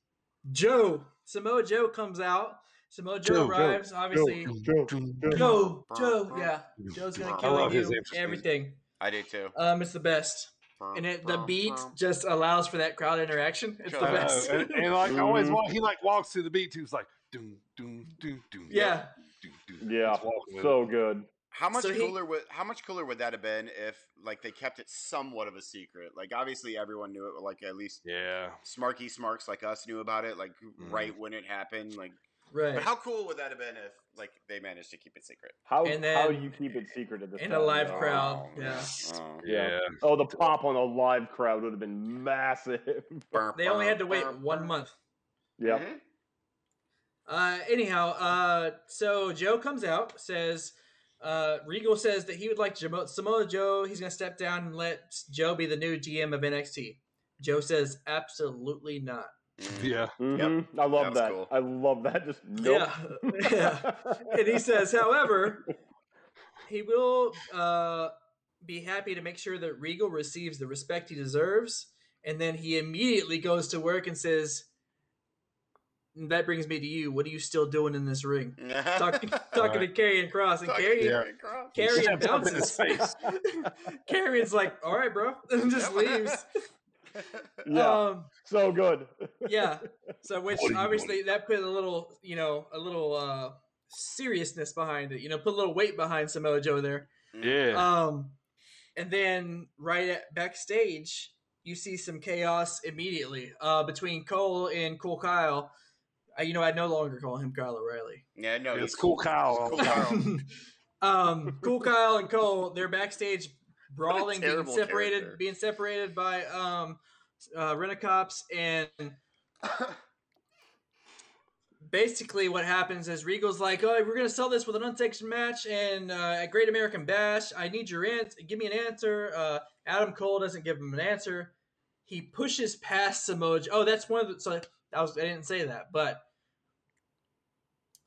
D: Joe. Samoa Joe comes out. Samoa Joe,
A: Joe, Joe,
D: arrives, obviously. Joe,
B: Brum,
D: Joe,
B: brum.
D: yeah, Joe's gonna
B: Brum.
A: I
D: kill
A: love his
D: you.
A: emphasis.
D: Everything.
B: I do too.
D: Um, it's the best. and it, the beat just allows for that crowd interaction. It's the
B: I know,
D: best.
A: and, and, like I always
C: Mhm.
A: walk, he like walks to the beat too. He's like doom doom doom doom.
D: yeah,
A: doom, doom, doom.
C: Yeah,
A: Just walking with it.
C: so good.
B: How much
D: So he-
B: cooler would how much cooler would that have been if like they kept it somewhat of a secret? Like obviously everyone knew it, but, like at least
A: yeah.
B: smarky smarks like us knew about it, like
A: Mhm.
B: right when it happened. Like,
D: right.
B: but how cool would that have been if like they managed to keep it secret?
C: How
D: And
C: how
D: then-
C: you keep it secret at this
D: in a
C: time,
D: live
C: yeah.
D: crowd. yeah.
B: Oh.
A: yeah,
C: Yeah. Oh, the pop on a live crowd would have been massive.
D: They only had to wait one month.
C: yeah.
B: Mhm.
D: Uh, anyhow, uh, so Joe comes out, says, uh, Regal says that he would like Jamo- Samoa Joe. He's going to step down and let Joe be the new GM of NXT. Joe says, absolutely not.
B: Mhm.
A: yeah.
C: Mhm. I
B: That
C: love that.
B: was cool.
C: I love that. Just nope.
D: Yeah. yeah. And he says, however, he will uh, be happy to make sure that Regal receives the respect he deserves. And then he immediately goes to work and says, that brings me to you. What are you still doing in this ring? talking, talking to Karrion Cross, and
B: Mm-hmm. Talking
D: Karrion,
A: Yeah.
B: Cross.
D: Karrion
A: Shoved it up in his
D: bounces.
A: face.
D: Karrion's like, "All right, bro," and just
B: Yep.
D: leaves.
C: yeah.
D: Um,
C: so good.
D: yeah. So, which
A: What are you
D: obviously that put a little, you know, a little uh seriousness behind it. You know, put a little weight behind Samoa Joe there.
A: Yeah.
D: Um, and then right at backstage, you see some chaos immediately uh between Cole and Cole Kyle. Uh, you know, I no longer call him Kyle O'Reilly.
B: yeah, no,
A: Yeah,
B: he's
A: it's cool, Kyle.
B: Cool Kyle.
D: um, cool Kyle and Cole, they're backstage brawling, being
B: terrible
D: separated,
B: character.
D: being separated by um, uh, rent cops, and basically what happens is Regal's like, "Oh, we're gonna sell this with an unsanctioned match and uh, a Great American Bash. I need your answer. Give me an answer." Uh, Adam Cole doesn't give him an answer. He pushes past Samoa. Joe. Oh, that's one of the. So I was. I didn't say that, but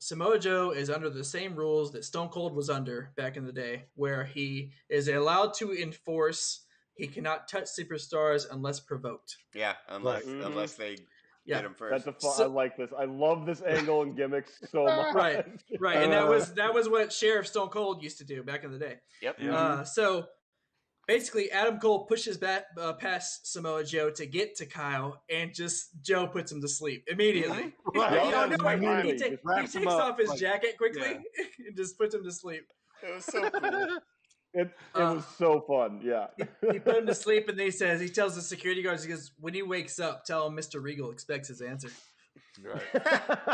D: Samoa Joe is under the same rules that Stone Cold was under back in the day, where he is allowed to enforce. He cannot touch superstars unless provoked.
B: yeah, unless
C: Mhm.
B: unless
A: Mm-hmm.
B: they
D: Yeah.
B: get him first.
C: That's a fun,
D: So-
C: I like this. I love this angle and gimmicks so much.
D: Right. Right, and that
C: Uh,
D: was that was what Sheriff Stone Cold used to do back in the day.
B: yep.
A: Yeah.
D: Uh, so basically, Adam Cole pushes back uh, past Samoa Joe to get to Kyle, and just Joe puts him to sleep immediately.
A: Right.
D: You don't
C: Yeah,
D: know it.
C: immediately.
D: He, ta-
C: Just
D: he
A: wraps
D: takes
A: him up,
D: off his
A: like-
D: jacket quickly and just puts him to sleep.
B: It was so cool.
C: It, it
D: Uh,
C: was so fun. Yeah.
D: He put him to sleep, and then he says, he tells the security guards, he goes, when he wakes up, tell him Mr. Regal expects his answer.
A: Right.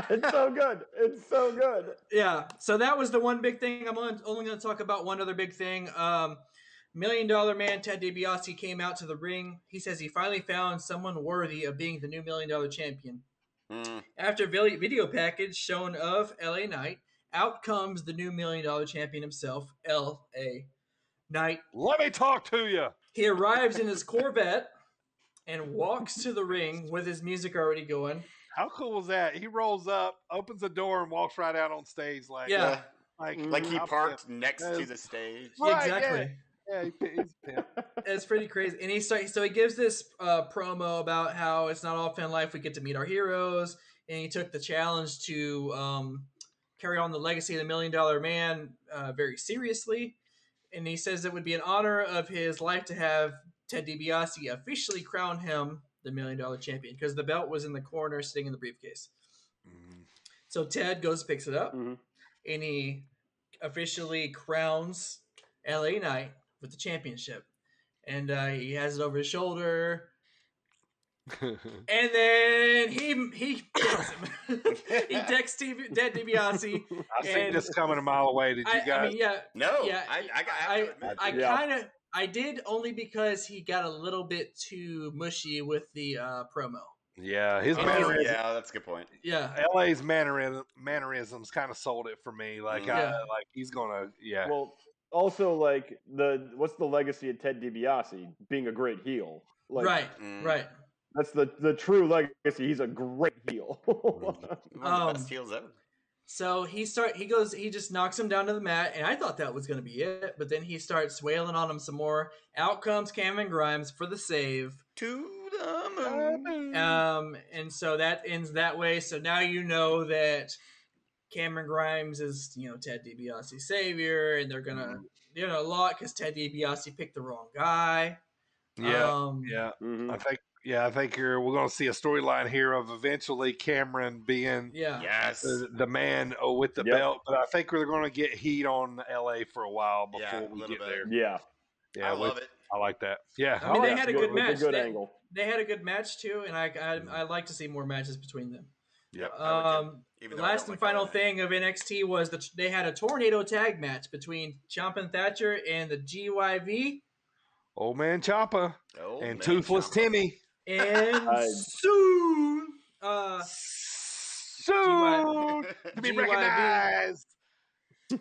C: it's so good. It's so good.
D: Yeah, so that was the one big thing. I'm on- only going to talk about one other big thing. Um, Million Dollar Man Ted DiBiase came out to the ring. He says he finally found someone worthy of being the new Million Dollar Champion.
B: Mm.
D: After vi- video package shown of LA Knight, out comes the new million dollar champion himself, LA Knight.
A: Let me talk to you.
D: He arrives in his Corvette and walks to the ring with his music already going.
A: How cool was that? He rolls up, opens the door, and walks right out on stage. Like,
D: Yeah. Mm-hmm.
B: Yeah.
A: like,
B: Like he
A: I'm-
B: parked next to
A: Yeah.
B: the stage.
A: Right, yeah.
D: exactly.
A: Yeah, he, he's a pimp.
D: It's pretty crazy. And he starts, so he gives this uh, promo about how it's not all fan life. We get to meet our heroes. And he took the challenge to um, carry on the legacy of the Million Dollar Man uh, very seriously. And he says it would be an honor of his life to have Ted DiBiase officially crown him the Million Dollar Champion because the belt was in the corner sitting in the briefcase. So Ted goes, picks it up,
C: Mhm.
D: and he officially crowns LA Knight with the championship. And uh, he has it over his shoulder, and then he he pins him. he decks Steve, Ted DiBiase.
A: I think
D: And-
A: this coming a mile away. Did you
D: I,
A: guys?
D: I mean, yeah,
B: No,
D: Yeah,
B: I, I, got- I, have to admit,
D: I
C: Yeah.
D: kind of I did only because he got a little bit too mushy with the uh, promo.
A: yeah, his
D: Oh,
B: Oh,
A: mannerisms.
B: yeah, that's a good point.
D: Yeah,
A: LA's mannerism, mannerisms kind of sold it for me. Like, I,
D: Yeah.
A: like he's gonna, yeah,
C: Well, also like the what's the legacy of Ted DiBiase being a great heel? Like,
D: right,
B: Mm.
D: right.
C: That's the the true legacy. He's a great heel.
B: One of the
D: Um,
B: best heels ever.
D: So he start he goes he just knocks him down to the mat, and I thought that was going to be it, but then he starts wailing on him some more. Out comes Cameron Grimes for the save,
B: To the moon.
A: Mm-hmm.
D: um, and so that ends that way. So now you know that Cameron Grimes is you know Ted DiBiase's savior, and they're gonna you know a lot because Ted DiBiase picked the wrong guy.
A: Yeah,
D: Um,
A: yeah.
C: Mhm.
A: I think yeah, I think you're we're gonna see a storyline here of eventually Cameron being
D: Yeah.
B: Yes.
A: the, the man oh, with the
C: Yep.
A: belt, but I think we're gonna get heat on LA for a while before
B: Yeah, a
A: we
B: little
A: get
B: bit.
A: there.
C: Yeah.
A: Yeah,
B: I
A: we-
B: love it.
A: I like that. Oh, Yeah,
D: I mean,
A: all
D: they
A: right.
D: had a
C: With-
D: good
C: with
D: match.
C: good
D: They-
C: angle.
D: They had a good match too, and I
A: Mm-hmm.
D: I I like to see more matches between them.
A: Yep.
B: I would
D: Um,
B: Even
D: the
B: though I don't
D: last and
B: like
D: final
B: LA.
D: thing of NXT was that they had a tornado tag match between Ciampa and Thatcher and the GYV
A: Old man Choppa
B: Oh,
A: and
B: man,
A: Toothless
B: Ciampa.
A: Timmy.
D: and
C: I-
D: soon uh,
A: Soon to be
D: GYV.
A: recognized.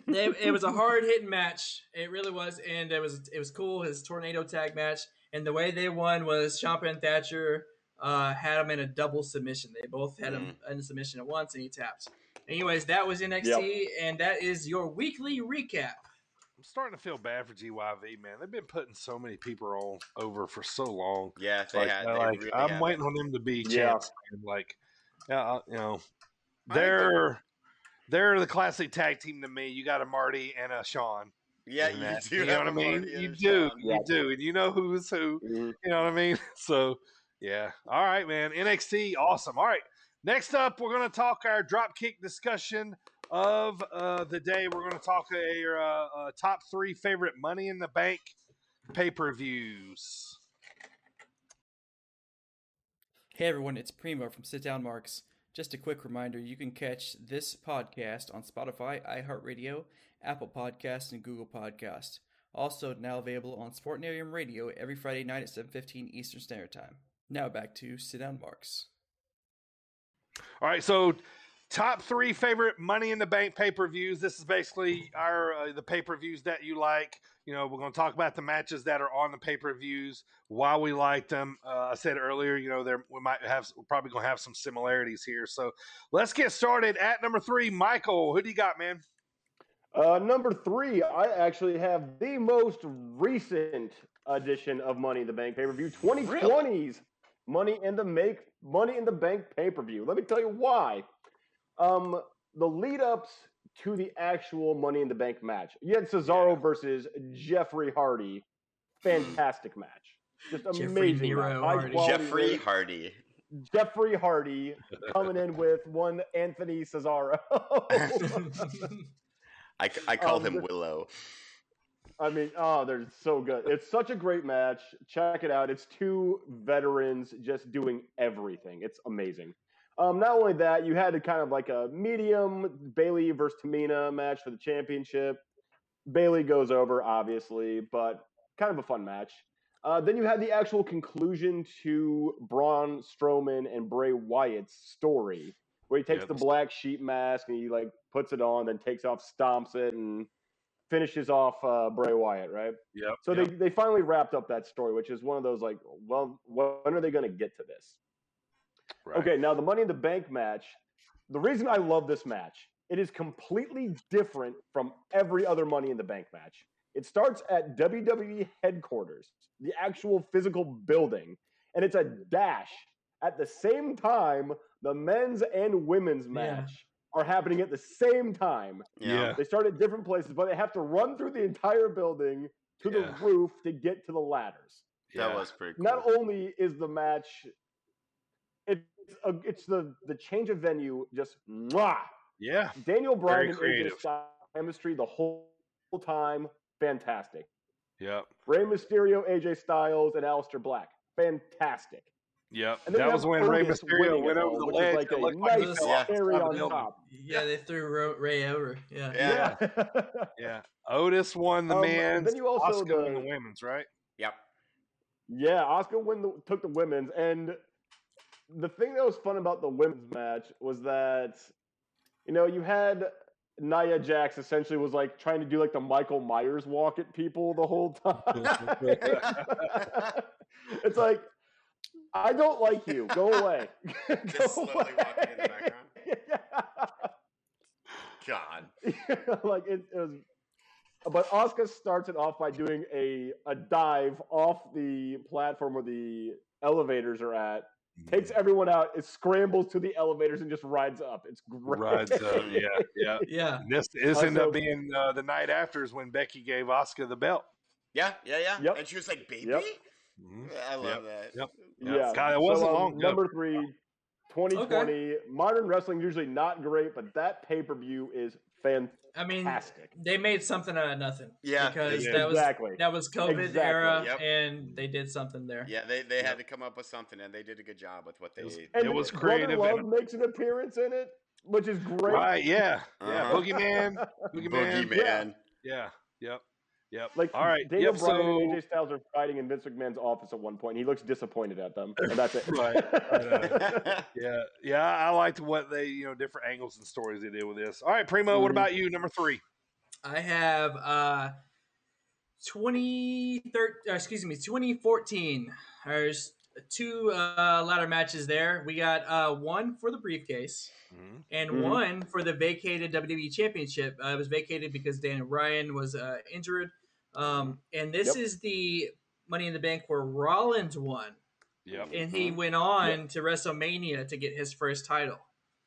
D: they, it was a hard hitting match. It really was, and it was it was cool. His tornado tag match, and the way they won was Ciampa and Thatcher uh, had him in a double submission. They both had him in submission at once, and he tapped. Anyways, that was NXT, and that is your weekly recap.
A: I'm starting to feel bad for GYV, man. They've been putting so many people on over for so long.
B: Yeah, they
A: like,
B: had.
A: they're
B: They
A: like,
B: really
A: I'm
B: had
A: waiting
B: it.
A: on them to be
C: Yeah.
A: champs. man. Like, yeah, I- you know,
B: I think
A: they're they're the classic tag team to me. You got a Marty and a Sean.
B: Yeah,
A: in
B: you
A: that.
B: do.
A: You know
B: have
A: what I
B: a
A: mean?
B: Marty
A: You
B: and a
A: do.
B: Sean.
A: You do. And you know who's who.
C: Mhm.
A: You know what I mean? So, yeah. All right, man. NXT, awesome. All right. Next up, we're going to talk our dropkick discussion of uh, the day. We're going to talk our uh, uh, top three favorite Money in the Bank pay per views.
F: Hey everyone, it's Primo from Sit Down Marks. Just a quick reminder you can catch this podcast on Spotify, iHeartRadio, Apple Podcasts, and Google Podcasts. Also now available on Sportnarium Radio every Friday night at 7.15 Eastern Standard Time. Now back to Sit Down Marks.
A: All right. So, top three favorite Money in the Bank pay per views. This is basically our uh, the pay per views that you like. You know, we're going to talk about the matches that are on the pay per views, why we like them. Uh, I said earlier, you know, there we might have we're probably going to have some similarities here. So, let's get started at number three. Michael, who do you got, man?
C: Uh, number three, I actually have the most recent edition of Money in the Bank pay per view, 2020's Money in the Make Money in the Bank pay per view. Let me tell you why. Um, the lead ups to the actual Money in the Bank match. You had Cesaro versus Jeffrey Hardy. Fantastic match. Just
D: Jeffrey
C: amazing. match.
D: Nero
C: High
D: Hardy.
C: quality
B: Jeffrey
C: match.
B: Hardy.
C: Jeffrey Hardy coming in with one Anthony Cesaro.
B: I, c- I called
C: Um,
B: him
C: the-
B: Willow.
C: I mean, oh, they're so good. It's such a great match. Check it out. It's two veterans just doing everything. It's amazing. Um, not only that, you had a kind of like a medium Bailey versus Tamina match for the championship. Bailey goes over, obviously, but kind of a fun match. Uh, then you had the actual conclusion to Braun Strowman and Bray Wyatt's story, where he takes
A: Yeah,
C: the
A: that's-
C: black sheep mask and he like puts it on, then takes off, stomps it, and finishes off uh, Bray Wyatt, right?
A: Yep.
C: So they, they finally wrapped up that story, which is one of those like, well, when are they going to get to this? Okay, now the Money in the Bank match. The reason I love this match, it is completely different from every other Money in the Bank match. It starts at WWE headquarters, the actual physical building, and it's a dash at the same time the men's and women's match are happening at the same time.
A: Yeah.
C: They start at different places, but they have to run through the entire building to
A: Yeah.
C: the roof to get to the ladders
B: That
A: Yeah.
B: was pretty cool.
C: not only is the match it's a, it's the the change of venue just mwah.
A: Yeah.
C: Daniel Bryan and
A: creative.
C: AJ Styles chemistry the whole, whole time fantastic.
A: Yep.
C: Rey Mysterio, AJ Styles, and Aleister Black fantastic.
A: Yep.
C: And then
A: That
C: you
A: was
C: have
A: when Rey
C: Otis
A: Mysterio
C: winning it
A: went
C: all,
A: over the
C: which is
A: ledge.
C: like
A: it
C: a
A: looked like he
D: nice
A: fell off the
C: Carry
A: side of the
C: on
A: building.
C: top.
D: yeah, they threw Ro- Ray over. Yeah.
B: Yeah.
A: Yeah. Otis won the
C: Um,
A: men's.
C: then you also
A: Oscar won
C: the-
A: the women's, right?
B: Yep.
C: Yeah, Oscar win the, took the women's, and the thing that was fun about the women's match was that, you know, you had Nia Jax essentially was like trying to do like the Michael Myers walk at people the whole time. it's like, I don't like you. Go away.
B: Just slowly walking in the background.
C: background.
B: God.
C: like it, it was but Oscar starts it off by doing a a dive off the platform where the elevators are at, takes everyone out, it scrambles to the elevators and just rides up. It's great.
A: Rides up. Yeah. Yeah.
D: Yeah.
A: This this ended
C: Also-
A: up being uh, the night after is when Becky gave Oscar the belt.
B: Yeah, yeah, yeah.
C: Yep.
B: And she was like, baby?
C: Yep.
A: Mhm.
B: I love that.
A: Yep.
C: Yeah,
A: God, it wasn't
C: so, um,
A: long ago.
C: Number three, 2020. Modern wrestling usually not great, but that pay per view is fantastic.
D: I mean, they made something out of nothing.
B: Yeah, they
D: because
A: did.
D: that was
C: exactly.
D: that was COVID
C: Exactly.
D: era,
B: Yep.
D: and they did something there.
B: Yeah, they, they had to come up with something, and they did a good job with what they.
A: It was-
C: And
A: It was
C: Brother
A: creative
C: Love
A: and-
C: makes an appearance in it, which is great.
A: Right? Yeah. Yeah.
B: Uh-huh.
A: Boogeyman. Boogeyman.
B: Boogeyman.
C: yeah.
A: Yeah. Yep. Yep.
C: Like,
A: All right.
C: Daniel
A: yep.
C: Bryan
A: So.
C: and AJ Styles are fighting in Vince McMahon's office at one point. and He looks disappointed at them, and that's it.
A: Right, Yeah, yeah, I liked what they, you know, different angles and stories they did with this. All right, Primo, what
C: Mhm.
A: about you? Number three.
D: I have uh 2013 or excuse me, 2014. There's two uh ladder matches there. We got uh one for the briefcase and
C: Mhm.
D: one for the vacated WWE championship. Uh, it was vacated because Dan Ryan was uh injured. Um and this
C: Yep.
D: is the Money in the Bank where Rollins won
A: Yep.
D: and he went on to WrestleMania to get his first title.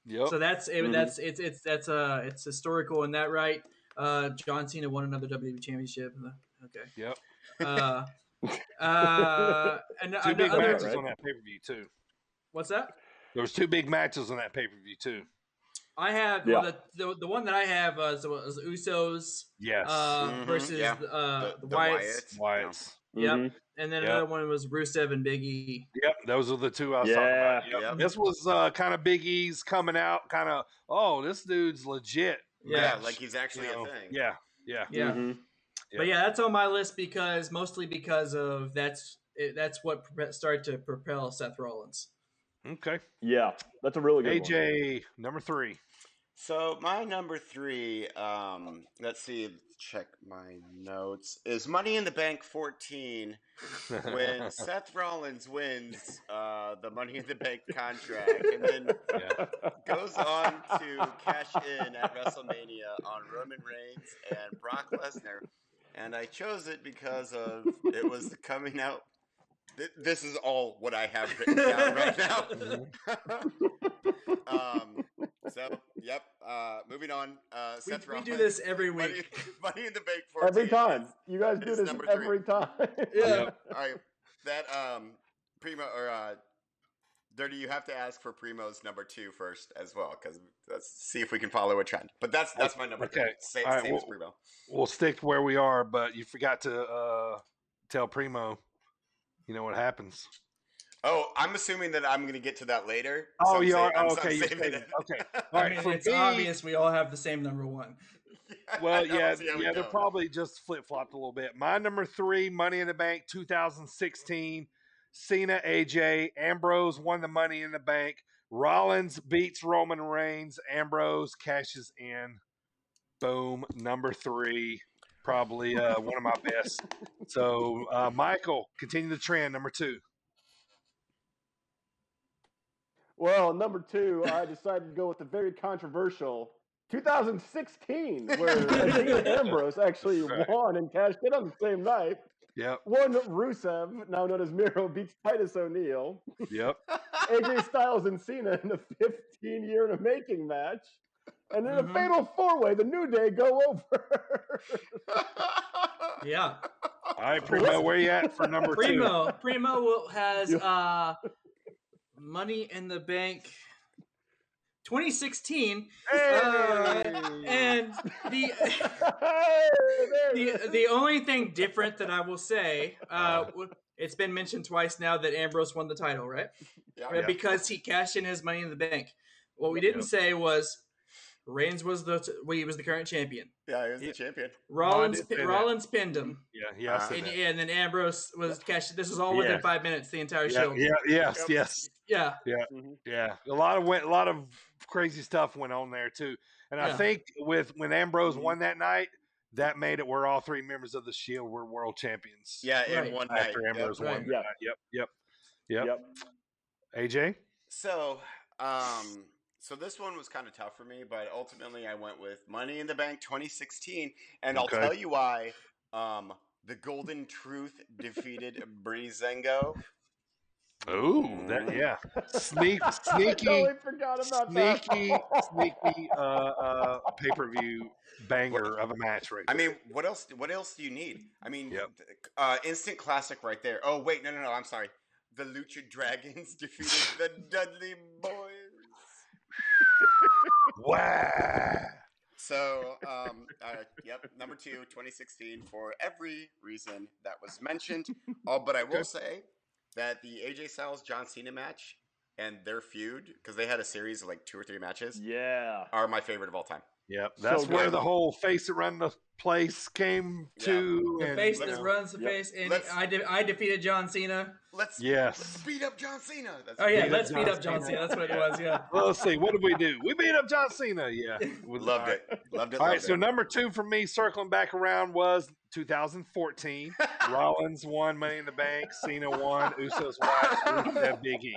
A: Yep.
D: So that's it,
A: Mm-hmm.
C: Mhm.
D: that's it's it's that's uh it's historical in that right. Uh, John Cena won another WWE championship. and the- Okay.
A: Yep.
D: Uh, uh, and
A: Two big
D: another-
A: matches
C: right?
A: on that pay per view too.
D: What's that?
A: There was two big matches on that pay per view too.
D: I have
C: Yeah.
D: well, the, the the one that I have uh, is, the- is the Usos
A: Yes.
D: uh,
B: Mhm,
D: versus
B: yeah.
D: uh, the, Wyatts,
A: Wyatt's.
D: Yep.
C: Mhm.
D: and then
A: Yep.
D: another one was Rusev and Big E.
A: Yep. Those are the two I was talking
C: Yeah.
A: about. Yep.
B: Yep.
A: This was uh, kind of Big E's coming out, kind of, oh, this dude's legit.
B: Yeah,
A: match,
B: like he's
A: you
B: actually
A: know.
B: a thing.
A: Yeah. Yeah.
D: Yeah.
C: Mhm.
A: Yeah.
D: But yeah, that's on my list because mostly because of that's it, that's what pre- started to propel Seth Rollins.
A: Okay.
C: Yeah, that's a really good one.
A: AJ, number three.
B: So my number three, um, let's see, check my notes. Is Money in the Bank 14 when Seth Rollins wins uh, the Money in the Bank contract and then goes on to cash in at WrestleMania on Roman Reigns and Brock Lesnar. And I chose it because of it was the coming out. Th- This is all what I have written down right now. um, so, yep. Uh, moving on. Uh,
D: We,
B: Seth
D: we
B: Rollins.
D: do this every
B: Money,
D: week.
B: Money in the Bank. 14.
C: Every time. You guys do
B: It's
C: this
B: number three.
C: every time.
D: Yeah.
B: All right. That um, Primo or uh, Dirty, you have to ask for Primo's number two first as well, because let's see if we can follow a trend. But that's that's my number.
A: Okay.
B: Three. Same,
A: All right,
B: same as
A: well-
B: Primo.
A: we'll stick where we are, but you forgot to uh, tell Primo. You know what happens?
B: Oh, I'm assuming that I'm going to get to that later. so
A: Oh,
B: I'm
A: you
B: saying-
A: are.
B: I'm-
A: Oh,
B: I'm
A: okay, you're
B: saving
A: saving-
B: it.
A: okay.
D: I
A: All right,
D: mean,
A: for
D: it's
A: me-
D: obvious we all have the same number one.
B: I
A: Well,
B: don't
A: yeah,
B: see how we
A: yeah, they're
B: don't.
A: probably just flip flopped a little bit. My number three, Money in the Bank, 2016. Cena, AJ, Ambrose won the Money in the Bank. Rollins beats Roman Reigns. Ambrose cashes in. Boom, number three, probably uh, one of my best. So, uh, Michael, continue the trend. Number two.
C: Well, number two, I decided to go with the very controversial 2016, where Dean Ambrose actually
A: Right.
C: won and cashed in on the same night.
A: Yep,
C: One Rusev, now known as Miro, beats Titus O'Neil.
A: yep.
C: AJ Styles and Cena in a 15 year in a making match. And in
D: Mhm.
C: a fatal four way, the New Day go over.
D: Yeah,
A: All right, Primo, where you at for number two?
D: Primo. Primo will- has
C: You-
D: uh, Money in the Bank 2016, Uh, and the
C: Hey, there it
D: the
C: is.
D: the only thing different that I will say, uh, w- it's been mentioned twice now that Ambrose won the title, right?
B: Yeah.
D: Right, Because he cashed in his Money in the Bank. What we didn't say was Reigns was the t- well, he was the current champion.
B: Yeah, he was the champion.
D: Rollins
A: did say
D: pi-
A: that.
D: Rollins pinned him.
A: Yeah, yeah, I
B: Uh,
A: said
D: and,
A: that.
D: and then Ambrose was cashed. This was all within
A: Yeah.
D: five minutes. The entire
A: yeah,
D: show. Yeah,
A: yeah, yes,
B: Yep.
A: yes,
D: yeah.
A: yeah. A lot of went, a lot of crazy stuff went on there too. And I
D: Yeah.
A: think with when Ambrose
C: Mhm.
A: won that night, that made it where all three members of the Shield were world champions.
B: Yeah, in
D: Right.
B: one night.
A: after
B: Yep.
A: Ambrose
D: Right.
A: won. that
C: Yeah.
A: night. Yep, yep,
C: Yep.
A: yep. AJ,
B: So, um, so this one was kind of tough for me, but ultimately I went with Money in the Bank 2016, and
A: Okay.
B: I'll tell you why. Um, the Golden Truth defeated Breezango
A: Ooh, that, yeah. Sneak,
C: I
A: sneaky,
C: totally forgot about that.
A: sneaky, sneaky uh, uh, pay per view banger of a match right
B: I mean, what else? What else do you need? I mean,
A: Yep.
B: th- uh, instant classic right there. Oh wait, no, no, no. I'm sorry. The Lucha Dragons defeated the Dudley Boys.
A: Wow.
B: So, um, uh, yep, number two, 2016, for every reason that was mentioned. Oh, but I will say that the AJ Styles John Cena match and their feud, because they had a series of like two or three matches,
C: Yeah.
B: are my favorite of all time.
A: Yep.
C: So
A: That's where
B: good.
A: the whole face that run the place came
B: Yeah.
A: to.
D: The
A: and-
D: face
B: let's-
D: that runs the
C: Yep.
D: face, and
B: Let's-
D: I, de- I defeated John Cena.
B: Let's
A: Yes.
B: beat up John Cena. That's
D: Oh yeah,
A: Beat up
D: let's beat
A: John
D: up John
A: Cena.
D: Cena. That's what it was. Yeah.
A: Well, let's see. What did we do? We beat up John Cena. Yeah. We-
B: Loved
A: all
B: it. Loved it.
A: All
B: loved
A: right, so
B: it.
A: number two for me, circling back around, was 2014. Rollins won Money in the Bank, Cena won, Usos won, Big E.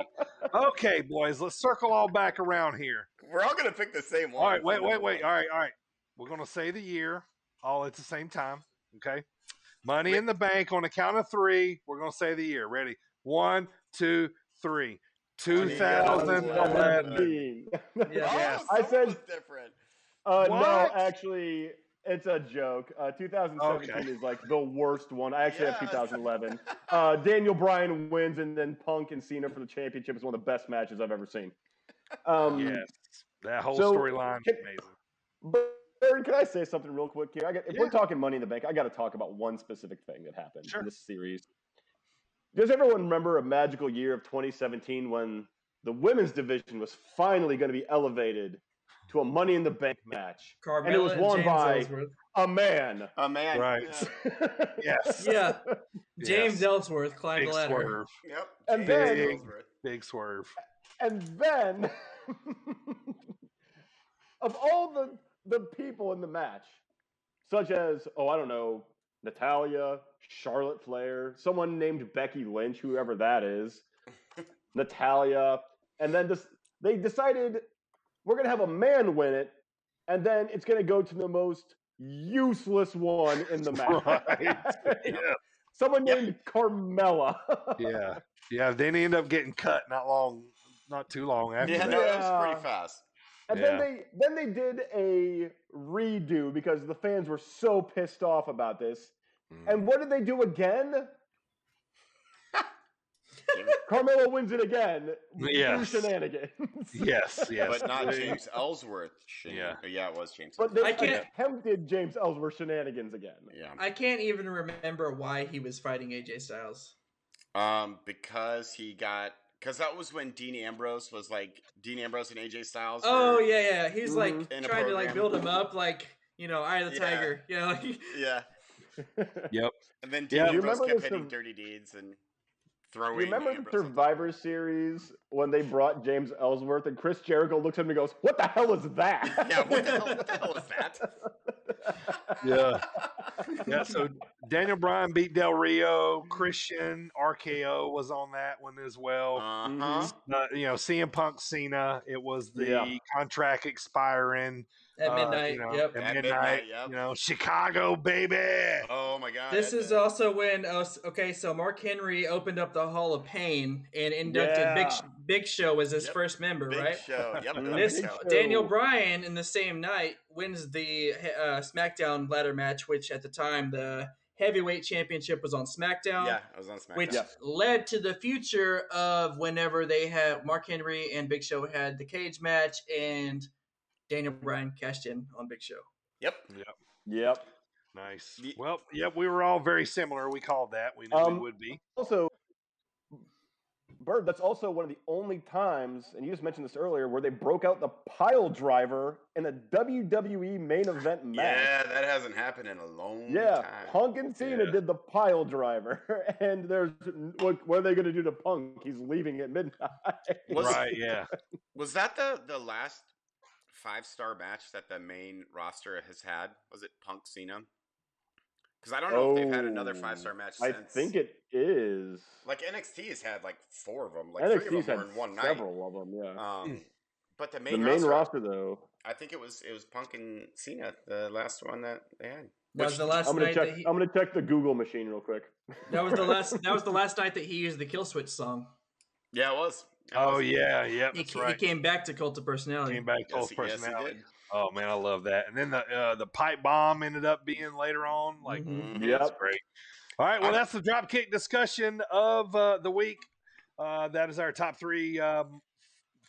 A: Okay, boys, let's circle all back around here.
B: We're all gonna pick the same one.
A: All right, wait,
B: Number
A: wait, wait.
B: one.
A: All right, all right. We're gonna say the year all at the same time. Okay. Money in the bank on the count of three. We're gonna say the year. Ready? One, two, three.
B: Money in the Bank.
A: 2011.
C: 2011.
D: Yeah.
A: Yes.
B: Oh,
C: I
B: someone
C: said-
B: was different.
C: Uh, no,
A: What?
C: actually, it's a joke. Uh, 2017
A: Okay.
C: is like the worst one. I actually
B: Yes.
C: have 2011. Uh, Daniel Bryan wins, and then Punk and Cena for the championship is one of the best matches I've ever seen. Um,
A: Yes. That whole
C: So,
A: storyline
C: can-
A: amazing.
C: But Bird, can I say something real quick here? I got, if we're
A: Yeah.
C: talking Money in the Bank, I got to talk about one specific thing that happened
A: Sure.
C: in this series. Does everyone remember a magical year of 2017 when the women's division was finally going to be elevated to a Money in the Bank match?
D: Carmella
C: it was won
D: James
C: by-
D: Ellsworth.
C: A man.
B: Oh man.
A: Right.
B: Yeah.
A: Yes.
D: Yeah,
A: Yes.
D: James Ellsworth climbed
A: Big
D: the ladder.
A: swerve.
B: Yep.
C: And
B: James
A: then-
B: Ellsworth.
A: Big swerve.
C: and then, of all the the people in the match, such as oh I don't know Natalia, Charlotte Flair, someone named Becky Lynch, whoever that is, Natalia, and then just they decided we're gonna have a man win it, and then it's gonna go to the most useless one in the match.
A: Right. Yeah.
C: Someone
B: Yep.
C: named Carmella.
A: Yeah. Yeah. Then he ended up getting cut not long, not too long after
B: Yeah,
A: that.
B: no, that was pretty
C: Yeah.
B: fast.
C: And
A: Yeah.
C: then they then they did a redo because the fans were so pissed off about this.
A: Mm.
C: And what did they do again? Carmelo wins it again. through
A: Yes.
C: Shenanigans.
A: yes. Yes.
B: But not
A: They-
B: James Ellsworth. Shane.
A: Yeah.
B: Yeah, it was James.
C: But they
D: I can't-
C: attempted James Ellsworth shenanigans again.
B: Ellsworth.
D: I can't even remember why he was fighting AJ Styles.
B: yeah. Um, because he got because that was when Dean Ambrose was like Dean Ambrose and AJ Styles.
D: Oh
B: were-
D: yeah, yeah. He's like
A: Mm-hmm.
C: Mhm.
B: In a
D: trying to like
B: program.
D: build him up, like you know, Eye of the
B: Yeah.
D: Tiger. Yeah, like
B: yeah. And then Dean
A: Yeah. Do
C: you
B: Ambrose
C: remember
B: kept
C: this
B: hitting
C: of-
B: dirty deeds and
C: You
B: throwing.
C: remember the
B: Ambrose on top.
C: Survivor Series when they brought James Ellsworth and Chris Jericho looks at him and goes, "What the hell is that?"
B: Yeah. What the hell? What the hell is that?
A: Yeah. Yeah. So Daniel Bryan beat Del Rio. Christian RKO was on that one as well.
B: Uh huh.
A: Uh, you know, CM Punk Cena. It was the
C: Yeah.
A: contract expiring
D: at
A: uh,
D: midnight.
A: you know,
D: yep.
A: At,
B: At
A: midnight.
B: midnight, yep.
A: You know, Chicago, baby.
B: Oh my god.
D: This
B: that-
D: is also when uh, s- okay, so Mark Henry opened up the Hall of Pain and inducted
C: Yeah.
D: Big Sh- Big Show as his
B: Yep.
D: first member,
B: Big
D: right?
B: show. Yep.
C: Mhm.
B: the
D: This-
B: big show.
D: Daniel
C: Show.
D: Bryan in the same night wins the uh, SmackDown ladder match, which at the time the heavyweight championship was on SmackDown,
B: Yeah, I was on SmackDown.
D: which
C: Yeah.
D: led to the future of whenever they had Mark Henry and Big Show had the cage match and Daniel Bryan cashed in on Big Show.
B: Yep.
C: Yep.
A: Nice.
B: Ye-
A: Well, yep, we were all very similar. We called that. We knew we
C: Um,
A: would be.
C: also bird that's also one of the only times and you just mentioned this earlier where they broke out the pile driver in a wwe main event match
B: Yeah, that hasn't happened in a long
C: yeah
B: time.
C: punk and cena
A: Yeah.
C: did the pile driver and there's what, what are they going to do to punk he's leaving at midnight
B: Was-
A: right, yeah.
B: Was that the the last five star match that the main roster has had? Was it Punk Cena? Because I don't know if they've had another five star
C: Oh,
B: match.
C: i
B: Since.
C: think it is
B: like NXT has had like four of them. Like three of
C: nxt's
B: them
C: had
B: were in one
C: several of them yeah
B: night. Um, but the main,
C: the main
B: roster,
C: roster though
B: I think it was it was Punk and Cena, the last one that they had.
D: That was the last
C: i'm gonna
D: night.
C: check
D: that he,
C: i'm gonna check the google machine real quick
D: That was the last. That was the last night that he used the Kill Switch song.
B: Yeah, it was. It
A: Oh
B: was.
A: yeah, yeah,
D: He,
A: that's
D: ca- he
A: right.
D: came back to cult of personality.
A: Came back
B: Yes,
A: close
B: he- yes, he
A: personality.
B: did.
A: oh man, I love that. And then the uh, the pipe bomb ended up being later on. Like
D: Mhm.
B: Mhm.
A: Yeah, That's
C: Yep.
A: great. All right. Well,
B: I-
A: that's the dropkick discussion of uh, the week. Uh, that is our top three um,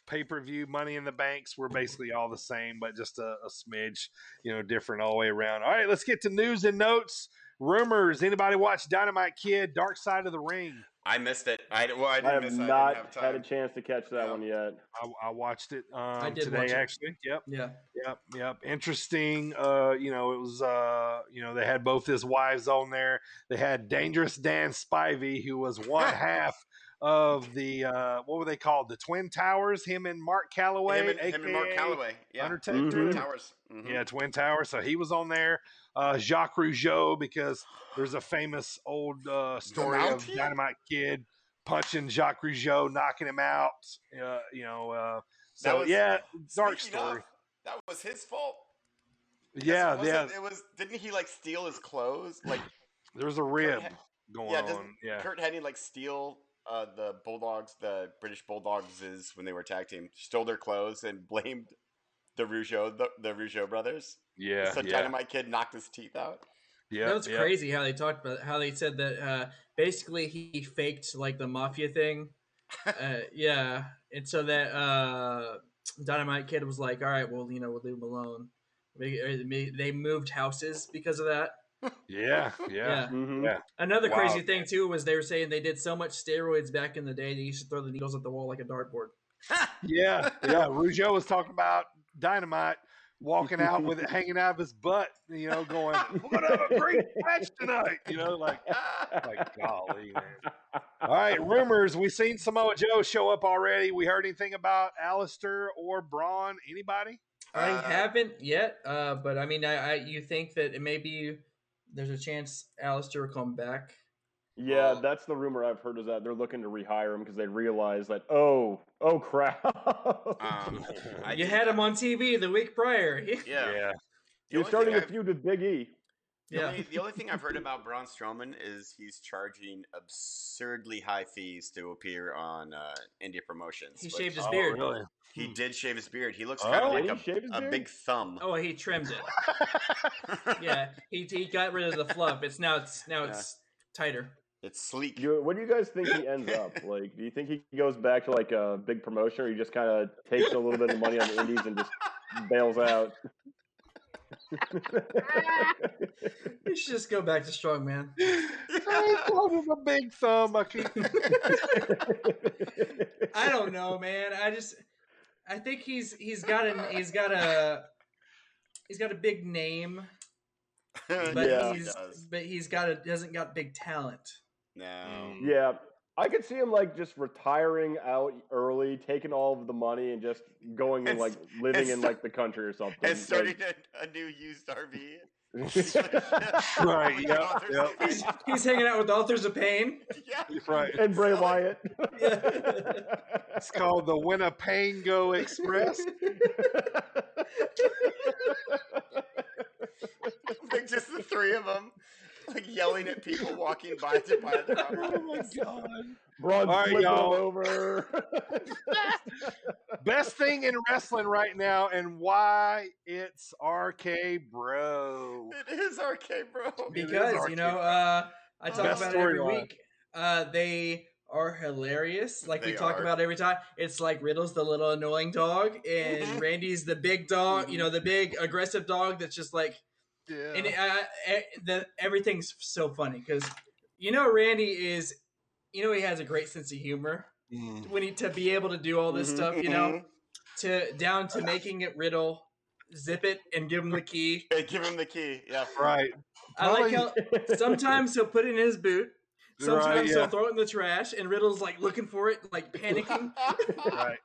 A: pay per view money in the banks. We're basically all the same, but just a, a smidge, you know, different all the way around. All right. Let's get to news and notes. Rumors. Anybody watch Dynamite Kid, Dark Side of the Ring?
B: I missed it. I well, I,
C: I
B: didn't
C: have
B: miss it. I
C: not
B: didn't have
C: had a
B: time.
C: chance to catch that
B: Yeah.
C: one yet.
A: I, I watched it um,
D: did
A: today,
D: watch it.
A: actually. Yep.
D: Yeah.
A: Yep, yep. Interesting. Uh, you know, it was uh, you know, they had both his wives on there. They had Dangerous Dan Spivey, who was one half of the uh what were they called? The Twin Towers, him and Mark Calloway.
B: Him and, him and Mark
A: aka
B: Calloway. Yeah.
A: Undertaker.
C: Mhm.
B: Towers. Mhm.
A: Yeah, Twin Towers. So he was on there. Uh Jacques Rougeau, because there's a famous old uh story of
B: Mountie?
A: Dynamite Kid punching Jacques Rougeau, knocking him out. Uh, you know, uh so
B: was-
A: yeah, dark
B: Speaking
A: story.
B: of, that was his fault.
A: yeah,
B: was
A: yeah.
B: It, it was. Didn't he like steal his clothes? Like
A: There's a rib
B: Hen-
A: going
B: yeah, doesn't
A: on. Yeah.
B: Kurt Hennig like steal uh, the Bulldogs, the British Bulldogs, is when they were attack team, stole their clothes and blamed the Rougeau, the, the Rougeau brothers.
A: Yeah.
B: so
A: yeah.
B: Dynamite Kid knocked his teeth out.
A: yeah.
D: that was
A: yeah.
D: crazy how they talked about how they said that uh, basically he faked like the mafia thing. uh, yeah, and so that uh, Dynamite Kid was like, "All right, well, you know, we'll leave him alone." They- or They they moved houses because of that.
A: Yeah. Yeah.
C: Mhm.
A: Yeah.
D: Another
A: Wow.
D: crazy thing too was they were saying they did so much steroids back in the day they used to throw the needles at the wall like a dartboard.
A: Yeah. Yeah. Rougeau was talking about dynamite walking out with it hanging out of his butt, you know, going, What a great match tonight. You know, like like golly, man. All right, rumors. We've seen Samoa Joe show up already. We heard anything about Alistair or Braun? Anybody?
D: I
B: Uh,
D: haven't yet, uh, but I mean, I, I you think that maybe there's a chance Alistair will come back.
C: Yeah,
B: Well-
C: that's the rumor I've heard is that they're looking to rehire him because they realize that oh, oh crap.
B: Um, I
D: you
B: did-
D: had him on TV the week prior.
B: Yeah. The
C: You're
B: only thing
C: starting a
B: I've-
C: feud with Big E.
B: The,
D: yeah.
B: only, the only thing I've heard about Braun Strowman is he's charging absurdly high fees to appear on uh, India promotions.
D: He
B: which-
D: shaved his
A: Oh,
D: beard.
A: really?
B: He
A: Hmm.
B: did shave his beard. He looks
A: Oh,
B: kind of
C: did
B: like
C: he shave his
B: a, a
C: beard?
B: big thumb.
D: Oh, he trimmed it. Yeah, he, he got rid of the fluff. It's now it's now
B: Yeah.
D: it's tighter.
B: It's sleek.
C: You, what do you guys think he ends up like? Do you think he goes back to like a big promotion, or he just kind of takes a little bit of money on the indies and just bails out?
D: You should just go back to strongman.
A: I told him a big thumb. I keep
B: Ah.
D: I don't know, man. I just I think he's he's got an he's got a he's got a big name, but
B: Yes, Uh, he
D: he's
B: does.
D: but he's got a hasn't got big talent.
B: No.
A: Mm.
C: yeah, I could see him like just retiring out early, taking all of the money, and just going and like
B: It's-
C: living
B: it's-
C: in like the country or something.
B: And starting
C: like-
B: a, a new used RV.
A: Right,
B: With
A: yep,
B: authors
A: yep.
B: of-
D: He's, he's hanging out with authors of pain.
B: yeah.
A: right.
C: and Bray
B: Selling-
C: Wyatt.
A: It's called the Winnepango Express.
B: Like just the three of them, like yelling at people walking by to buy the property.
A: my god.
C: Braun
A: All right,
C: flipping him
A: y'all.
C: over.
A: Best thing in wrestling right now and why it's RK bro.
B: It is RK, bro.
A: It is
D: because you
A: arcade.
D: know uh, I talk
B: Best
D: about it every
A: storyline.
D: week. Uh, they are hilarious, like we
B: They
D: talk
B: are.
D: about every time. It's like Riddle's the little annoying dog, and
B: Mhm.
D: Randy's the big dog. You know,
B: Mm-hmm.
D: the big aggressive dog that's just like,
A: Yeah.
D: and uh, e- the everything's so funny because you know Randy is, you know he has a great sense of humor
A: Mm.
D: when he to be able to do all this
B: Mm-hmm.
C: Mhm,
D: stuff. You know, to down to making it Riddle, zip it and give him the key.
B: Hey, give him the key. Yeah.
A: Right.
D: I
A: Probably-
D: like how Sometimes he'll put it in his boot.
A: Right,
D: Sometimes
A: yeah.
D: he'll throw it in the trash, and Riddle's like looking for it, like panicking.
A: Right.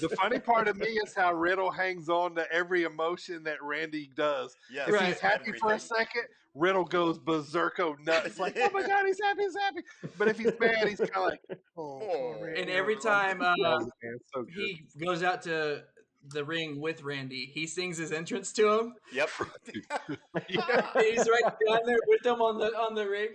A: The funny part of me is how Riddle hangs on to every emotion that Randy does.
B: Yes,
A: If
D: Right.
A: he's happy for a
B: everything.
A: second, Riddle goes berserko nuts. Like, oh my god, he's happy, he's happy. But if he's mad, he's kind of like, oh, poor
B: Oh.
A: Randy."
D: and every time uh,
A: Oh, man, it's so good.
D: he goes out to the ring with Randy, he sings his entrance to him.
B: Yep.
D: He's right down there with them on the on the ring.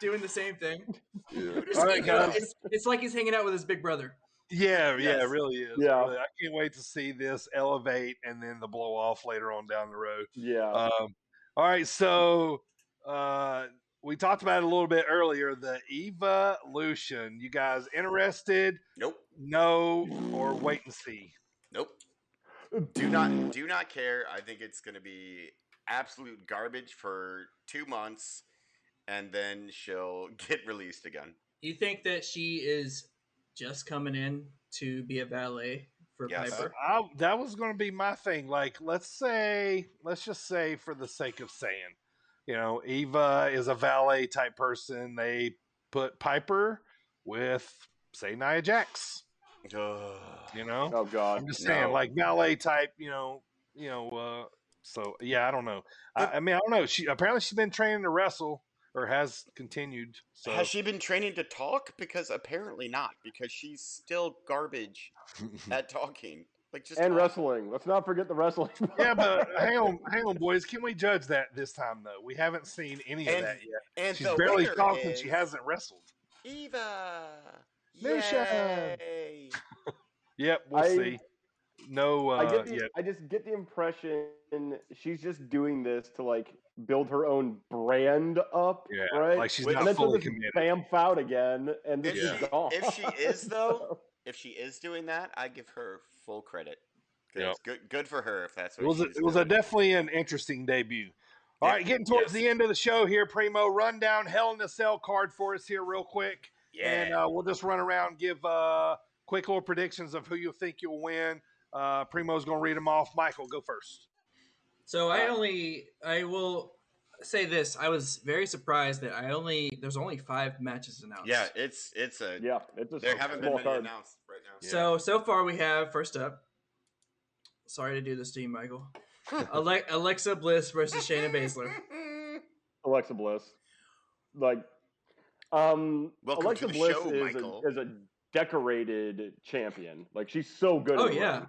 D: doing the same thing.
C: Yeah.
D: We're just
A: All right,
D: hanging
A: guys.
D: out. It's, it's like he's hanging out with his big brother.
A: Yeah, yeah,
B: Yes.
A: it really is.
C: Yeah.
A: Really, I can't wait to see this elevate and then the blow off later on down the road.
C: Yeah.
A: Um, all right, so uh, we talked about it a little bit earlier. The evolution. You guys interested?
B: Nope.
A: No, or wait and see.
B: Nope. Do not do not care. I think it's going to be absolute garbage for 2 months and then she'll get released again.
D: You think that she is just coming in to be a valet for
B: Yes.
D: Piper?
A: I, that was going to be my thing. Like, let's say, let's just say, for the sake of saying, you know, Eva is a valet type person. They put Piper with, say, Nia Jax.
B: Ugh.
A: You know,
C: oh God.
A: I'm just saying,
B: No.
A: like valet type, you know, you know. Uh, so yeah, I don't know. I, I mean, I don't know. She apparently she's been training to wrestle or has continued. So
B: Has she been training to talk? Because apparently not. Because she's still garbage
A: Hmm.
B: at talking. Like just
C: And
B: talk.
C: wrestling. Let's not forget the wrestling.
A: yeah, but hang on, hang on, boys. Can we judge that this time though? We haven't seen any of
B: And
A: that yet.
B: And
A: She's
B: the
A: barely
B: winner
A: talked and she
B: is
A: hasn't wrestled.
B: Eva.
A: Lucia.
B: Yay.
A: Yep, we'll
C: I-
A: see. No, uh,
C: I get the,
A: yeah,
C: I just get the impression she's just doing this to like build her own brand up,
A: Yeah,
C: right?
A: like she's
B: Wait,
A: not
C: and then she'll
A: fully
C: just
A: committed.
C: bam out again, and then
B: If
C: she's
B: she-
C: gone.
B: if she is, though,
C: So-
B: If she is doing that, I give her full credit. 'Cause
A: Yep.
B: Good, good for her if that's what
A: It was, a,
B: she's
A: it was a
B: doing.
A: definitely an interesting debut. All
B: Yeah,
A: right, getting towards
B: yes.
A: the end of the show here, Primo. Run down Hell in a Cell card for us here, real quick.
B: yeah.
A: And uh, we'll just run around, give uh, quick little predictions of who you think you'll win. Uh, Primo's going to read them off. Michael, go first.
D: So I
B: Uh,
D: only I will say this. I was very surprised that I only there's only five matches announced.
B: yeah, it's it's a.
C: yeah, it's just
B: There
C: a
B: haven't been
C: small
B: many
C: card.
B: announced right now.
D: So so far we have first up. Sorry to do this to you, Michael.
C: Hmm.
D: Ale- Alexa Bliss versus Shayna Baszler.
C: Alexa Bliss. Like, um,
B: Welcome to
C: Alexa
B: the
C: Bliss
B: show,
C: is,
B: Michael.
C: a, is a decorated champion. Like, she's so good.
D: Oh
C: in the
D: yeah,
C: ring.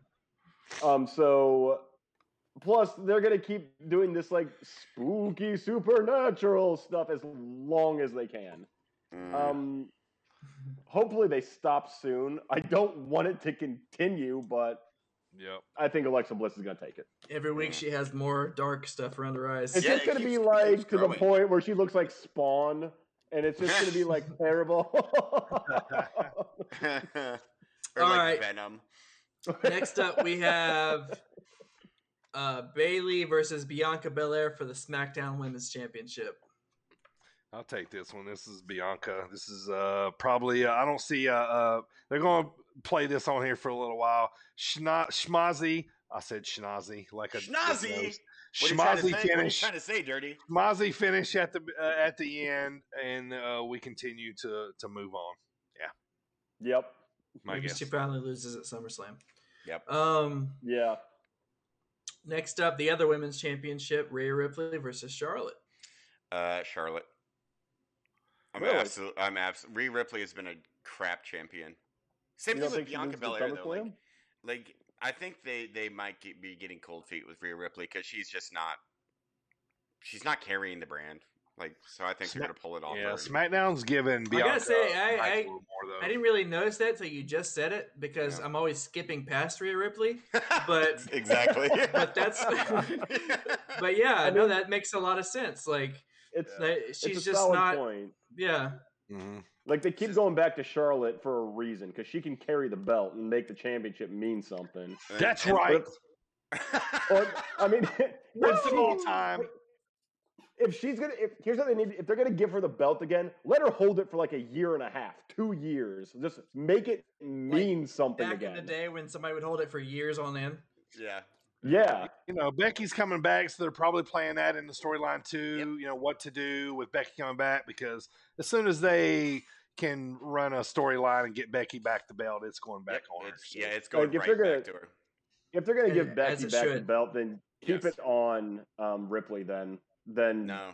C: Um. So, plus they're gonna keep doing this like spooky supernatural stuff as long as they can.
B: Mm.
C: Um. Hopefully they stop soon. I don't want it to continue, but
A: Yep.
C: I think Alexa Bliss is gonna take it.
D: every week she has more dark stuff around her eyes.
C: It's
B: Yeah,
C: just
B: it
C: gonna
B: keeps-
C: be
B: it keeps
C: like to the
B: growing.
C: point where she looks like Spawn, and it's just gonna be like terrible.
B: or
D: All
B: like
D: right.
B: Venom.
D: Next up we have uh, Bailey versus Bianca Belair for the SmackDown Women's Championship.
A: I'll take this one. This is Bianca. This is uh, probably, uh, I don't see, uh, uh, they're going to play this on here for a little while. Schna- Schmazzy. I said Schnazi. Like a
B: Schnozzy. What are
A: Schmazzy
B: you trying to say? What are you
A: finish.
B: trying to say, Dirty?
A: Mozzie finish at the uh, at the end, and uh, we continue to to move on.
C: yep.
A: My
D: Maybe
A: guess.
D: she finally loses at SummerSlam.
B: Yep.
D: Um,
C: Yeah.
D: next up, the other women's championship: Rhea Ripley versus Charlotte.
B: Uh, Charlotte. I'm
C: Really?
B: absolutely. I'm absolutely. Rhea Ripley has been a crap champion. Same thing
C: You don't
B: with
C: think she
B: Bianca
C: loses to
B: Belair though. Like,
C: SummerSlam?
B: like I think they they might get, be getting cold feet with Rhea Ripley because she's just not she's not carrying the brand. Like so, I think
A: Smack-
B: they're gonna pull it off.
A: Yeah,
B: her.
A: SmackDown's given
D: gotta
A: Bianca.
D: say, I-
A: a nice
D: I-
A: little more, though.
D: I didn't really notice that till you just said it because
B: Yeah.
D: I'm always skipping past Rhea Ripley. but-
B: exactly.
D: but that's- But yeah,
C: I
D: no,
C: mean-
D: that makes a lot of sense. Like
C: It's
D: that-
C: it's
D: she's
C: a
D: just
C: solid
D: not.
C: point.
D: Yeah,
A: Mhm.
C: Like they keep going back to Charlotte for a reason because she can carry the belt and make the championship mean something.
A: That's right.
C: Or I mean, if
A: Once of
C: she-
A: all time.
C: If she's gonna, if here's what they need: if they're gonna give her the belt again, let her hold it for like a year and a half, two years. Just make it mean something
D: back
C: again.
D: in the day when somebody would hold it for years on end.
B: yeah.
C: Yeah,
A: You know, Becky's coming back, so they're probably playing that in the storyline too. You know what to do with Becky coming back because as soon as they can run a storyline and get Becky back the belt, it's going back
B: Yep,
A: on her.
B: it's,
A: so.
B: yeah, it's going
C: Like, if
B: right
C: you're
B: back to
C: gonna-
B: her.
C: if they're gonna
D: As
C: give Becky
D: it
C: back the
D: should.
C: belt, then keep
B: Yes.
C: it on um, Ripley. Then, then
B: No.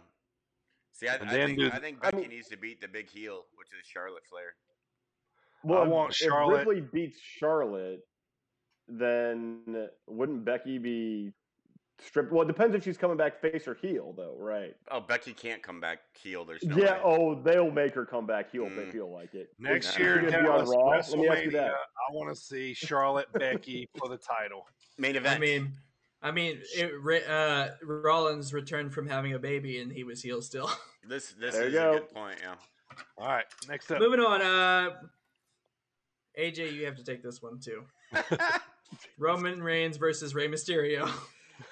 B: See, I,
A: And
B: I
A: then
B: think
A: do-
B: I think
C: I
B: Becky
C: mean-
B: needs to beat the big heel, which is Charlotte Flair.
A: I want
C: if
A: Charlotte-
C: Ripley beats Charlotte, then wouldn't Becky be stripped. Well, it depends if she's coming back face or heel, though, right?
B: Oh, Becky can't come back healed. There's no
C: yeah.
B: way.
C: Oh, they'll make her come back heel if
B: Mm.
C: they feel like it.
A: Next
B: Nah.
A: year,
C: She's gonna be on
A: Dallas,
C: Raw. Let me ask you
A: WrestleMania.
C: that.
A: I want to see Charlotte Becky for the title.
B: main event.
D: I mean, I mean, it, re- uh, Rollins returned from having a baby and he was heel still.
B: this this
C: There
B: is
C: you
B: a
C: go.
B: good point. Yeah.
A: All right, next up.
D: Moving on. Uh, AJ, you have to take this one too. Roman Reigns versus Rey Mysterio.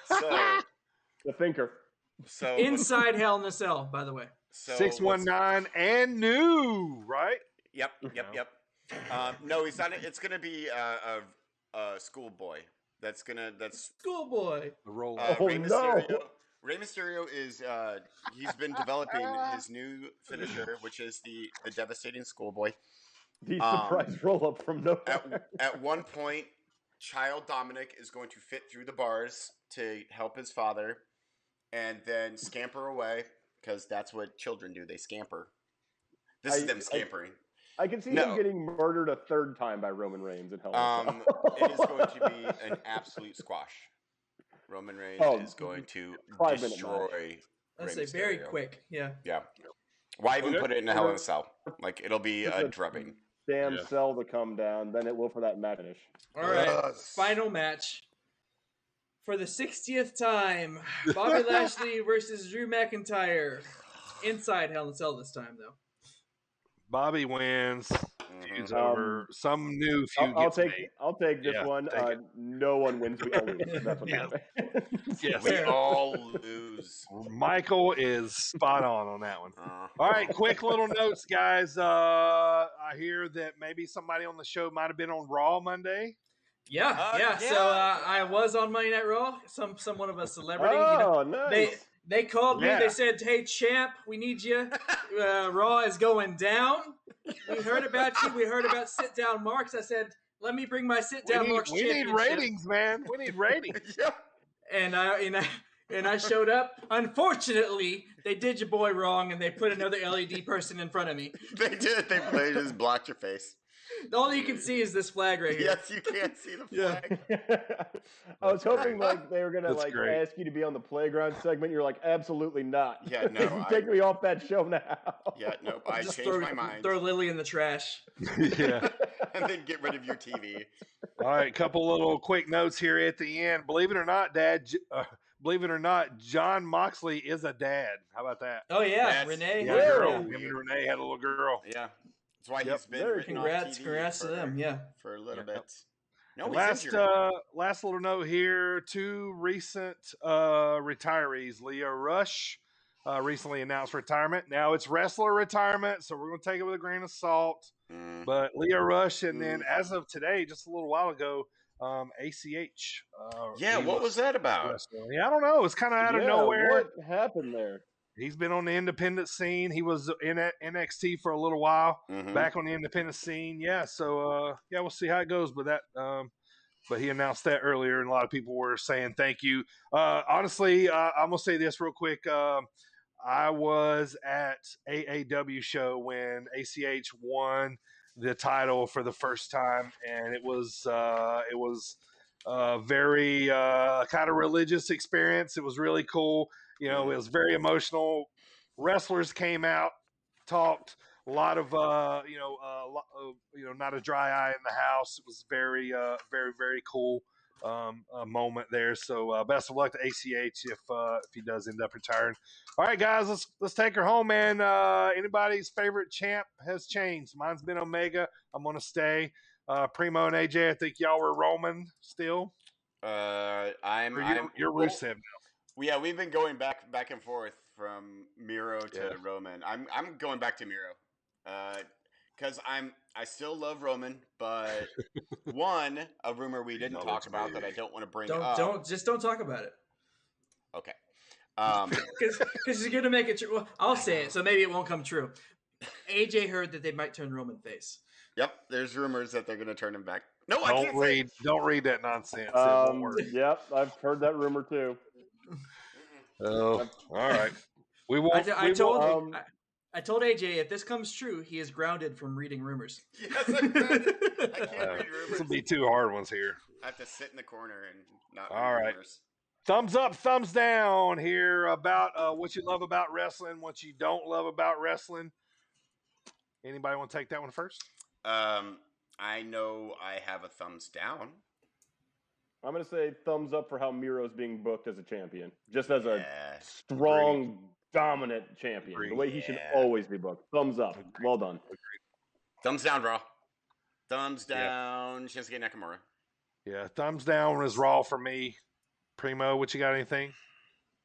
B: So
C: The thinker.
B: so
D: Inside Hell in a Cell, by the way.
B: so
A: Six one
B: what's-
A: nine and new, right?
B: Yep, yep,
A: No.
B: yep. Um, no, he's not. It's gonna be uh, a, a schoolboy. That's gonna. That's
D: Schoolboy.
A: The roll.
B: uh,
C: Oh,
B: Rey
C: no.
B: Mysterio. Rey Mysterio is. Uh, he's been developing his new finisher, which is the the devastating schoolboy.
C: The
B: Um,
C: surprise roll up from nowhere.
B: At at one point, child Dominic is going to fit through the bars to help his father, and then scamper away because that's what children do. They scamper. This is
C: I-
B: them
C: I-
B: scampering.
C: I can see
B: No.
C: him getting murdered a third time by Roman Reigns in Hell. in a
B: Um,
C: Cell.
B: it is going to be an absolute squash. Roman Reigns
C: Oh,
B: is going to
C: five-minute match.
B: destroy.
D: Let's
B: Rey
D: say very
B: Mysterio.
D: quick. Yeah.
B: Yeah. Why even
C: Okay.
B: put it in a Hell in a
C: Okay.
B: Cell? Like it'll be
C: Just
B: a
C: a-
B: drubbing.
C: damn
A: Yeah.
C: cell to come down than it will for that match finish.
B: Uh,
D: All right.
B: Yes.
D: Final match. For the 60th time, Bobby Lashley versus Drew McIntyre. Inside Hell in a Cell this time, though.
A: Bobby wins.
B: Mhm.
A: Feud's over. Some new feud
C: Um, I'll, I'll
A: gets
C: take
A: made.
C: I'll take this
A: Yeah,
C: one.
A: take
C: uh, No one wins, we all lose. That's what
A: Yeah.
C: happens.
A: Yes.
B: We
D: Fair.
B: all lose.
A: Michael is spot on on that one.
B: Uh,
A: All right, quick little notes, guys. Uh, I hear that maybe somebody on the show might have been on Raw Monday.
D: Yeah,
B: Uh,
D: yeah. So uh,
B: yeah.
D: I was on Monday Night Raw. Some, somewhat of a celebrity. you know.
C: oh,
D: They
C: nice.
D: they called
A: Yeah.
D: me. They said, "Hey, champ, we need you. Uh, Raw is going down. We heard about you. We heard about sit down marks." I said, "Let me bring my sit
A: We
D: down
A: need,
D: marks
A: we need
D: championship."
A: ratings, man. We need ratings.
D: And I and I and I showed up. Unfortunately, they did your boy wrong, and they put another LED person in front of me.
B: they did. They, they just blocked your face.
D: All you can see is this flag right here.
B: Yes, you can't see the
D: Yeah.
B: flag.
C: I was
A: That's great.
C: hoping like they were gonna
A: That's
C: like
A: great.
C: ask you to be on the playground segment. You're like, absolutely not.
B: Yeah, no, I-
C: take me off that show now.
B: Yeah, nope. I
D: Just
B: changed
D: throw,
B: my mind.
D: throw Lily in the trash.
A: yeah.
B: and then get rid of your TV.
A: All right, couple little quick notes here at the end. Believe it or not, Dad. J- Uh, believe it or not, John Moxley is a dad. How about that?
D: Oh yeah,
B: That's-
D: Renee.
A: Yeah,
C: Whoa.
A: girl. Him and Renee had a little girl.
B: Yeah. That's why
A: Yep.
B: he's been
C: Very
B: written off
D: Congrats,
B: TV
D: congrats to
B: for-
D: them. Yeah.
B: For a little
A: Yeah.
B: bit. No, Oh, he's
A: last
B: injured.
A: uh, last little note here: two recent uh, retirees, Leah Rush. Uh, recently announced retirement. Now it's wrestler retirement, so we're going to take it with a grain of salt.
B: Mm.
A: But Leah Rush, and then as of today, just a little while ago, um, ACH. Uh,
B: Yeah,
A: he
B: what was that about?
A: wrestling. Yeah, I don't know. It's kind of out of
C: Yeah,
A: nowhere.
C: What happened there?
A: He's been on the independent scene. He was in at NXT for a little while,
B: Mhm.
A: back on the independent scene. Yeah, so uh, yeah, we'll see how it goes. But that, um, but he announced that earlier, and a lot of people were saying thank you. Uh, honestly, uh, I'm gonna say this real quick. Um, I was at AAW show when ACH won the title for the first time, and it was uh, it was a very uh, kind of religious experience. It was really cool. You know, it was very emotional. Wrestlers came out, talked a lot of uh, you know uh, lo- uh, you know not a dry eye in the house. It was very uh, very very cool um, uh, moment there. So uh, best of luck to ACH if uh, if he does end up retiring. All right, guys, let's let's take her home, man. Uh, anybody's favorite champ has changed. Mine's been Omega. I'm gonna stay. Uh, Primo and AJ, I think y'all were Roman still.
B: Uh, I'm,
A: Or
B: I'm
A: you're, you're
B: well,
A: Rusev.
B: Yeah, we've been going back back and forth from Miro to
A: Yeah.
B: Roman. I'm I'm going back to Miro. because I'm I still love Roman, but one, a rumor we didn't
A: Love
B: talk
A: it,
B: about that
A: baby.
B: I don't want to bring
D: Don't
B: up.
D: don't just don't talk about it
B: Okay. Um,
D: because you're gonna make it true. Well, I'll say it, so maybe it won't come true. AJ heard that they might turn Roman face.
B: yep, there's rumors that they're gonna turn him back. No, Oh, I
A: Don't
B: can't say
A: read, don't read that nonsense. It won't
C: Um,
A: work.
C: yep, I've heard that rumor too.
A: Oh, all right. We won't.
D: I, t- I
A: we
D: told
A: won't-
C: um,
D: I, I told AJ if this comes true, he is grounded from reading rumors.
B: Yes, I can. I can't
A: Uh,
B: read
A: This will
B: rumors.
A: be two hard ones here.
B: I have to sit in the corner and not read
A: All right.
B: rumors.
A: thumbs up, thumbs down here about uh, what you love about wrestling, what you don't love about wrestling. Anybody want to take that one first?
B: Um, I know I have a thumbs down.
C: I'm gonna say thumbs up for how Miro's being booked as a champion, just as a
B: Yeah.
C: strong, dominant champion, the
A: Agreed.
C: way he should
B: Yeah.
C: always be booked. Thumbs up. Well done.
B: Thumbs down, Raw. Thumbs
A: Yeah.
B: down, Shinsuke Nakamura.
A: Yeah, thumbs down is raw for me. Primo, what you got? Anything?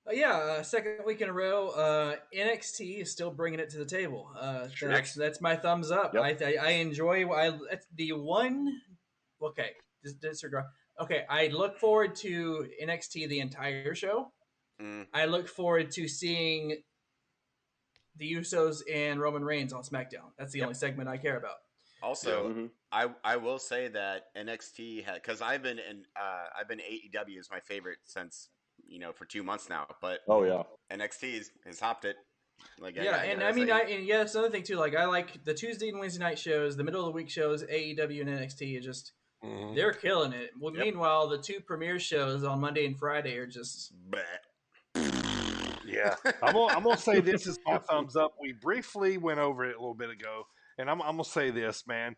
D: Uh, yeah, uh, second week in a row, uh, NXT is still bringing it to the table. Uh,
B: Sure.
D: that's, that's my thumbs up.
C: Yep.
D: I, I, I enjoy. I that's the one. Okay, dis- disregard. Okay, I look forward to NXT the entire show.
B: Mm.
D: I look forward to seeing the Usos and Roman Reigns on SmackDown. That's the only segment I care about.
B: Also,
A: Mm-hmm.
C: Mhm.
B: I I will say that NXT because I've been in uh, I've been AEW is my favorite since you know for two months now, but
C: Oh yeah.
B: NXT has, has hopped it. Like
D: Yeah,
B: gotta-
D: and
B: gotta
D: I mean,
B: say.
D: I, and yeah, that's another thing too. Like, I like the Tuesday and Wednesday night shows, the middle of the week shows, AEW and NXT. It just
A: Mm-hmm.
D: They're killing it. Well,
B: Yep.
D: meanwhile, the two premiere shows on Monday and Friday are just
B: Bleh.
A: Yeah, I'm gonna, I'm gonna say this is my thumbs up. We briefly went over it a little bit ago, and I'm, I'm gonna say this, man.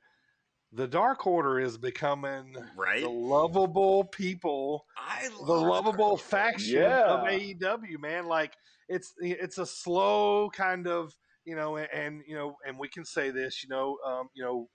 A: The Dark Order is becoming
B: right.
A: the lovable people
B: I
A: the
B: love
A: lovable
B: Dark Order.
A: faction of
C: Yeah.
A: AEW, man. Like it's it's a slow kind of you know, and, you know, and we can say this, you know, um, you know,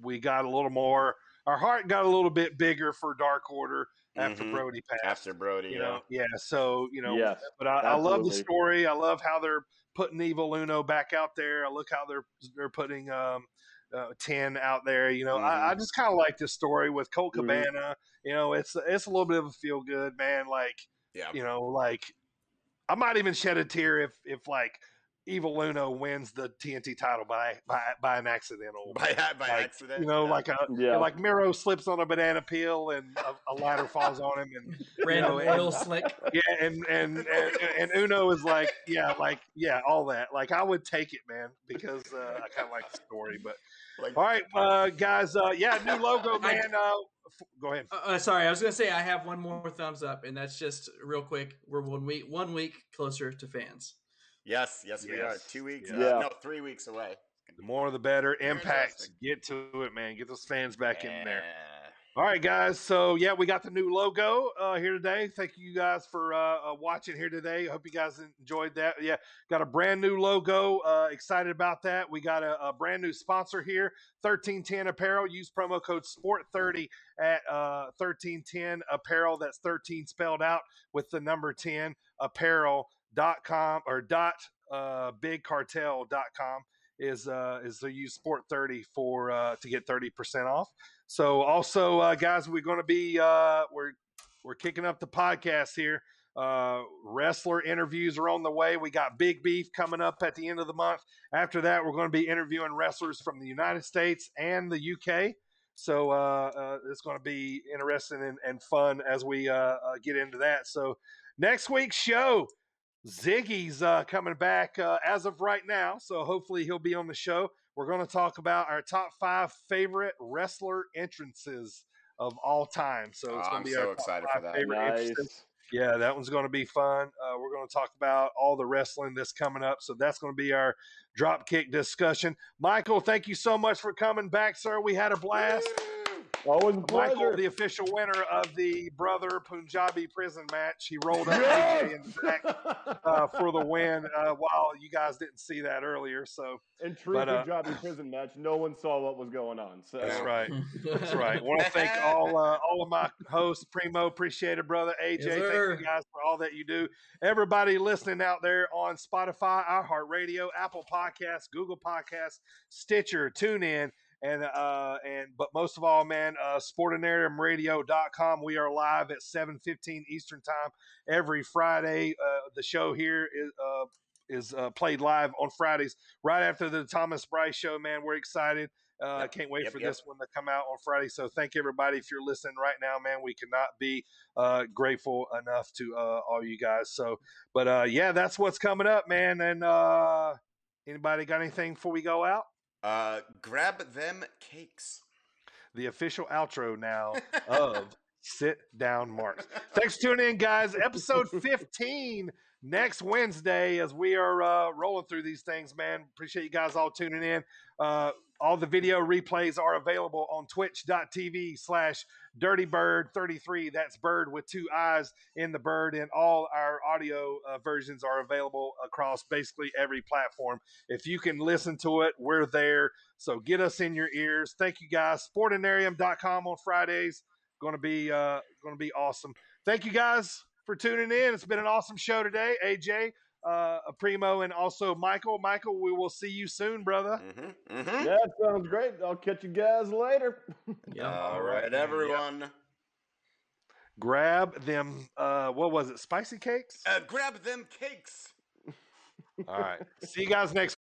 A: we got a little more. Our heart got a little bit bigger for Dark Order after
B: Mhm.
A: Brody passed.
B: after Brody.
A: you
B: yeah.
A: know, yeah. So you know,
C: yes.
A: but I, I love the
C: Absolutely.
A: story. I love how they're putting Evil Uno back out there. I look how they're they're putting um, uh, Ten out there. You know, I, I just kind of like this story with Colt
C: Mhm.
A: Cabana. You know, it's it's a little bit of a feel good man. Like
B: Yeah.
A: you know, like I might even shed a tear if if like Evil Uno wins the TNT title by by by an accidental.
B: By by
A: Like,
B: accident.
A: you know,
B: yeah.
A: like a
C: Yeah.
A: like Miro slips on a banana peel and a, a ladder falls on him, and
D: random
A: know,
D: oil slick.
A: yeah, and and and, and Uno is like, yeah, like yeah, all that. Like I would take it, man, because uh, I kind of like the story. But
B: Like-
A: all right, uh, guys, uh, yeah, new logo,
D: I-
A: man. Uh, f- go ahead.
D: Uh, uh, sorry, I was gonna say I have one more thumbs up, and that's just real quick. We're one week one week closer to fans.
B: yes, yes, we are.
A: Yes.
B: Two weeks.
A: Yeah.
B: uh,
C: Yeah.
B: no, three weeks away.
A: The more the better. Impact.
B: Fantastic.
A: Get to it, man. Get those fans back in there.
B: Yeah.
A: All right, guys. So yeah, we got the new logo uh, here today. Thank you guys for uh, uh, watching here today. I hope you guys enjoyed that. Yeah, got a brand new logo. Uh, excited about that. We got a, a brand new sponsor here, thirteen ten apparel. Use promo code Sport thirty at uh, thirteen ten apparel. That's thirteen spelled out with the number ten apparel dot com or dot uh, bigcartel dot com is uh, is to use Sport thirty for uh, to get thirty percent off. So also, uh, guys, we're going to be uh, we're we're kicking up the podcast here. Uh, wrestler interviews are on the way. We got Big Beef coming up at the end of the month. After that, we're going to be interviewing wrestlers from the United States and the UK. So uh, uh, it's going to be interesting and, and fun as we uh, uh, get into that. So next week's show, Ziggy's uh, coming back uh, as of right now. So hopefully he'll be on the show. We're going to talk about our top five favorite wrestler entrances of all time. So it's
B: Oh,
A: going
B: I'm
A: to be
B: so
A: our top
B: excited for
A: five
B: that.
A: favorite
C: Nice.
A: entrances. Yeah, that one's going to be fun. Uh, we're going to talk about all the wrestling that's coming up. So that's going to be our dropkick discussion. Michael, thank you so much for coming back, sir. We had a blast.
B: Woo!
C: Always a
A: Michael,
C: pleasure.
A: the official winner of the brother Punjabi prison match, he rolled up AJ in
C: Yes!
A: the back uh, for the win. Uh, while you guys didn't see that earlier, so
C: In true
A: But, uh,
C: Punjabi prison match, no one saw what was going on. So
A: that's
B: Yeah.
A: right. That's right. Want to thank all uh, all of my hosts, Primo, appreciate it, brother AJ.
D: Yes,
A: thank
D: sir.
A: you guys for all that you do. Everybody listening out there on Spotify, iHeartRadio, Apple Podcasts, Google Podcasts, Stitcher, TuneIn, and uh and but most of all, man, uh sportinariumradio.com. We are live at 7:15 Eastern Time every Friday. Uh the show here is uh is uh, played live on Fridays right after the Thomas Bryce show, man. We're excited. Uh, I
B: Yep,
A: can't wait
B: yep,
A: for
B: yep.
A: this one to come out on Friday. So thank everybody if you're listening right now, man. We cannot be uh, grateful enough to uh, all you guys. So, but uh, yeah, that's what's coming up, man. And uh, anybody got anything before we go out?
B: Uh, grab them cakes.
A: Oh, The official outro now of Sit down, Marks. Thanks for tuning in, guys. Episode 15 next Wednesday as we are uh, rolling through these things, man. Appreciate you guys all tuning in. Uh, all the video replays are available on twitch.tv slash dirtybird33. That's bird with two eyes in the bird. And all our audio uh, versions are available across basically every platform. If you can listen to it, we're there. So get us in your ears. Thank you guys. Sportinarium.com on Fridays. Going to be uh, going to be awesome. Thank you guys for tuning in. It's been an awesome show today. AJ, uh, Primo, and also Michael. Michael, we will see you soon, brother.
B: Mm-hmm, mm-hmm.
C: That sounds great. I'll catch you guys later.
B: All right, everyone.
A: Grab them. Uh, what was it? Spicy cakes.
B: Uh, grab them cakes.
A: All right. see you guys next.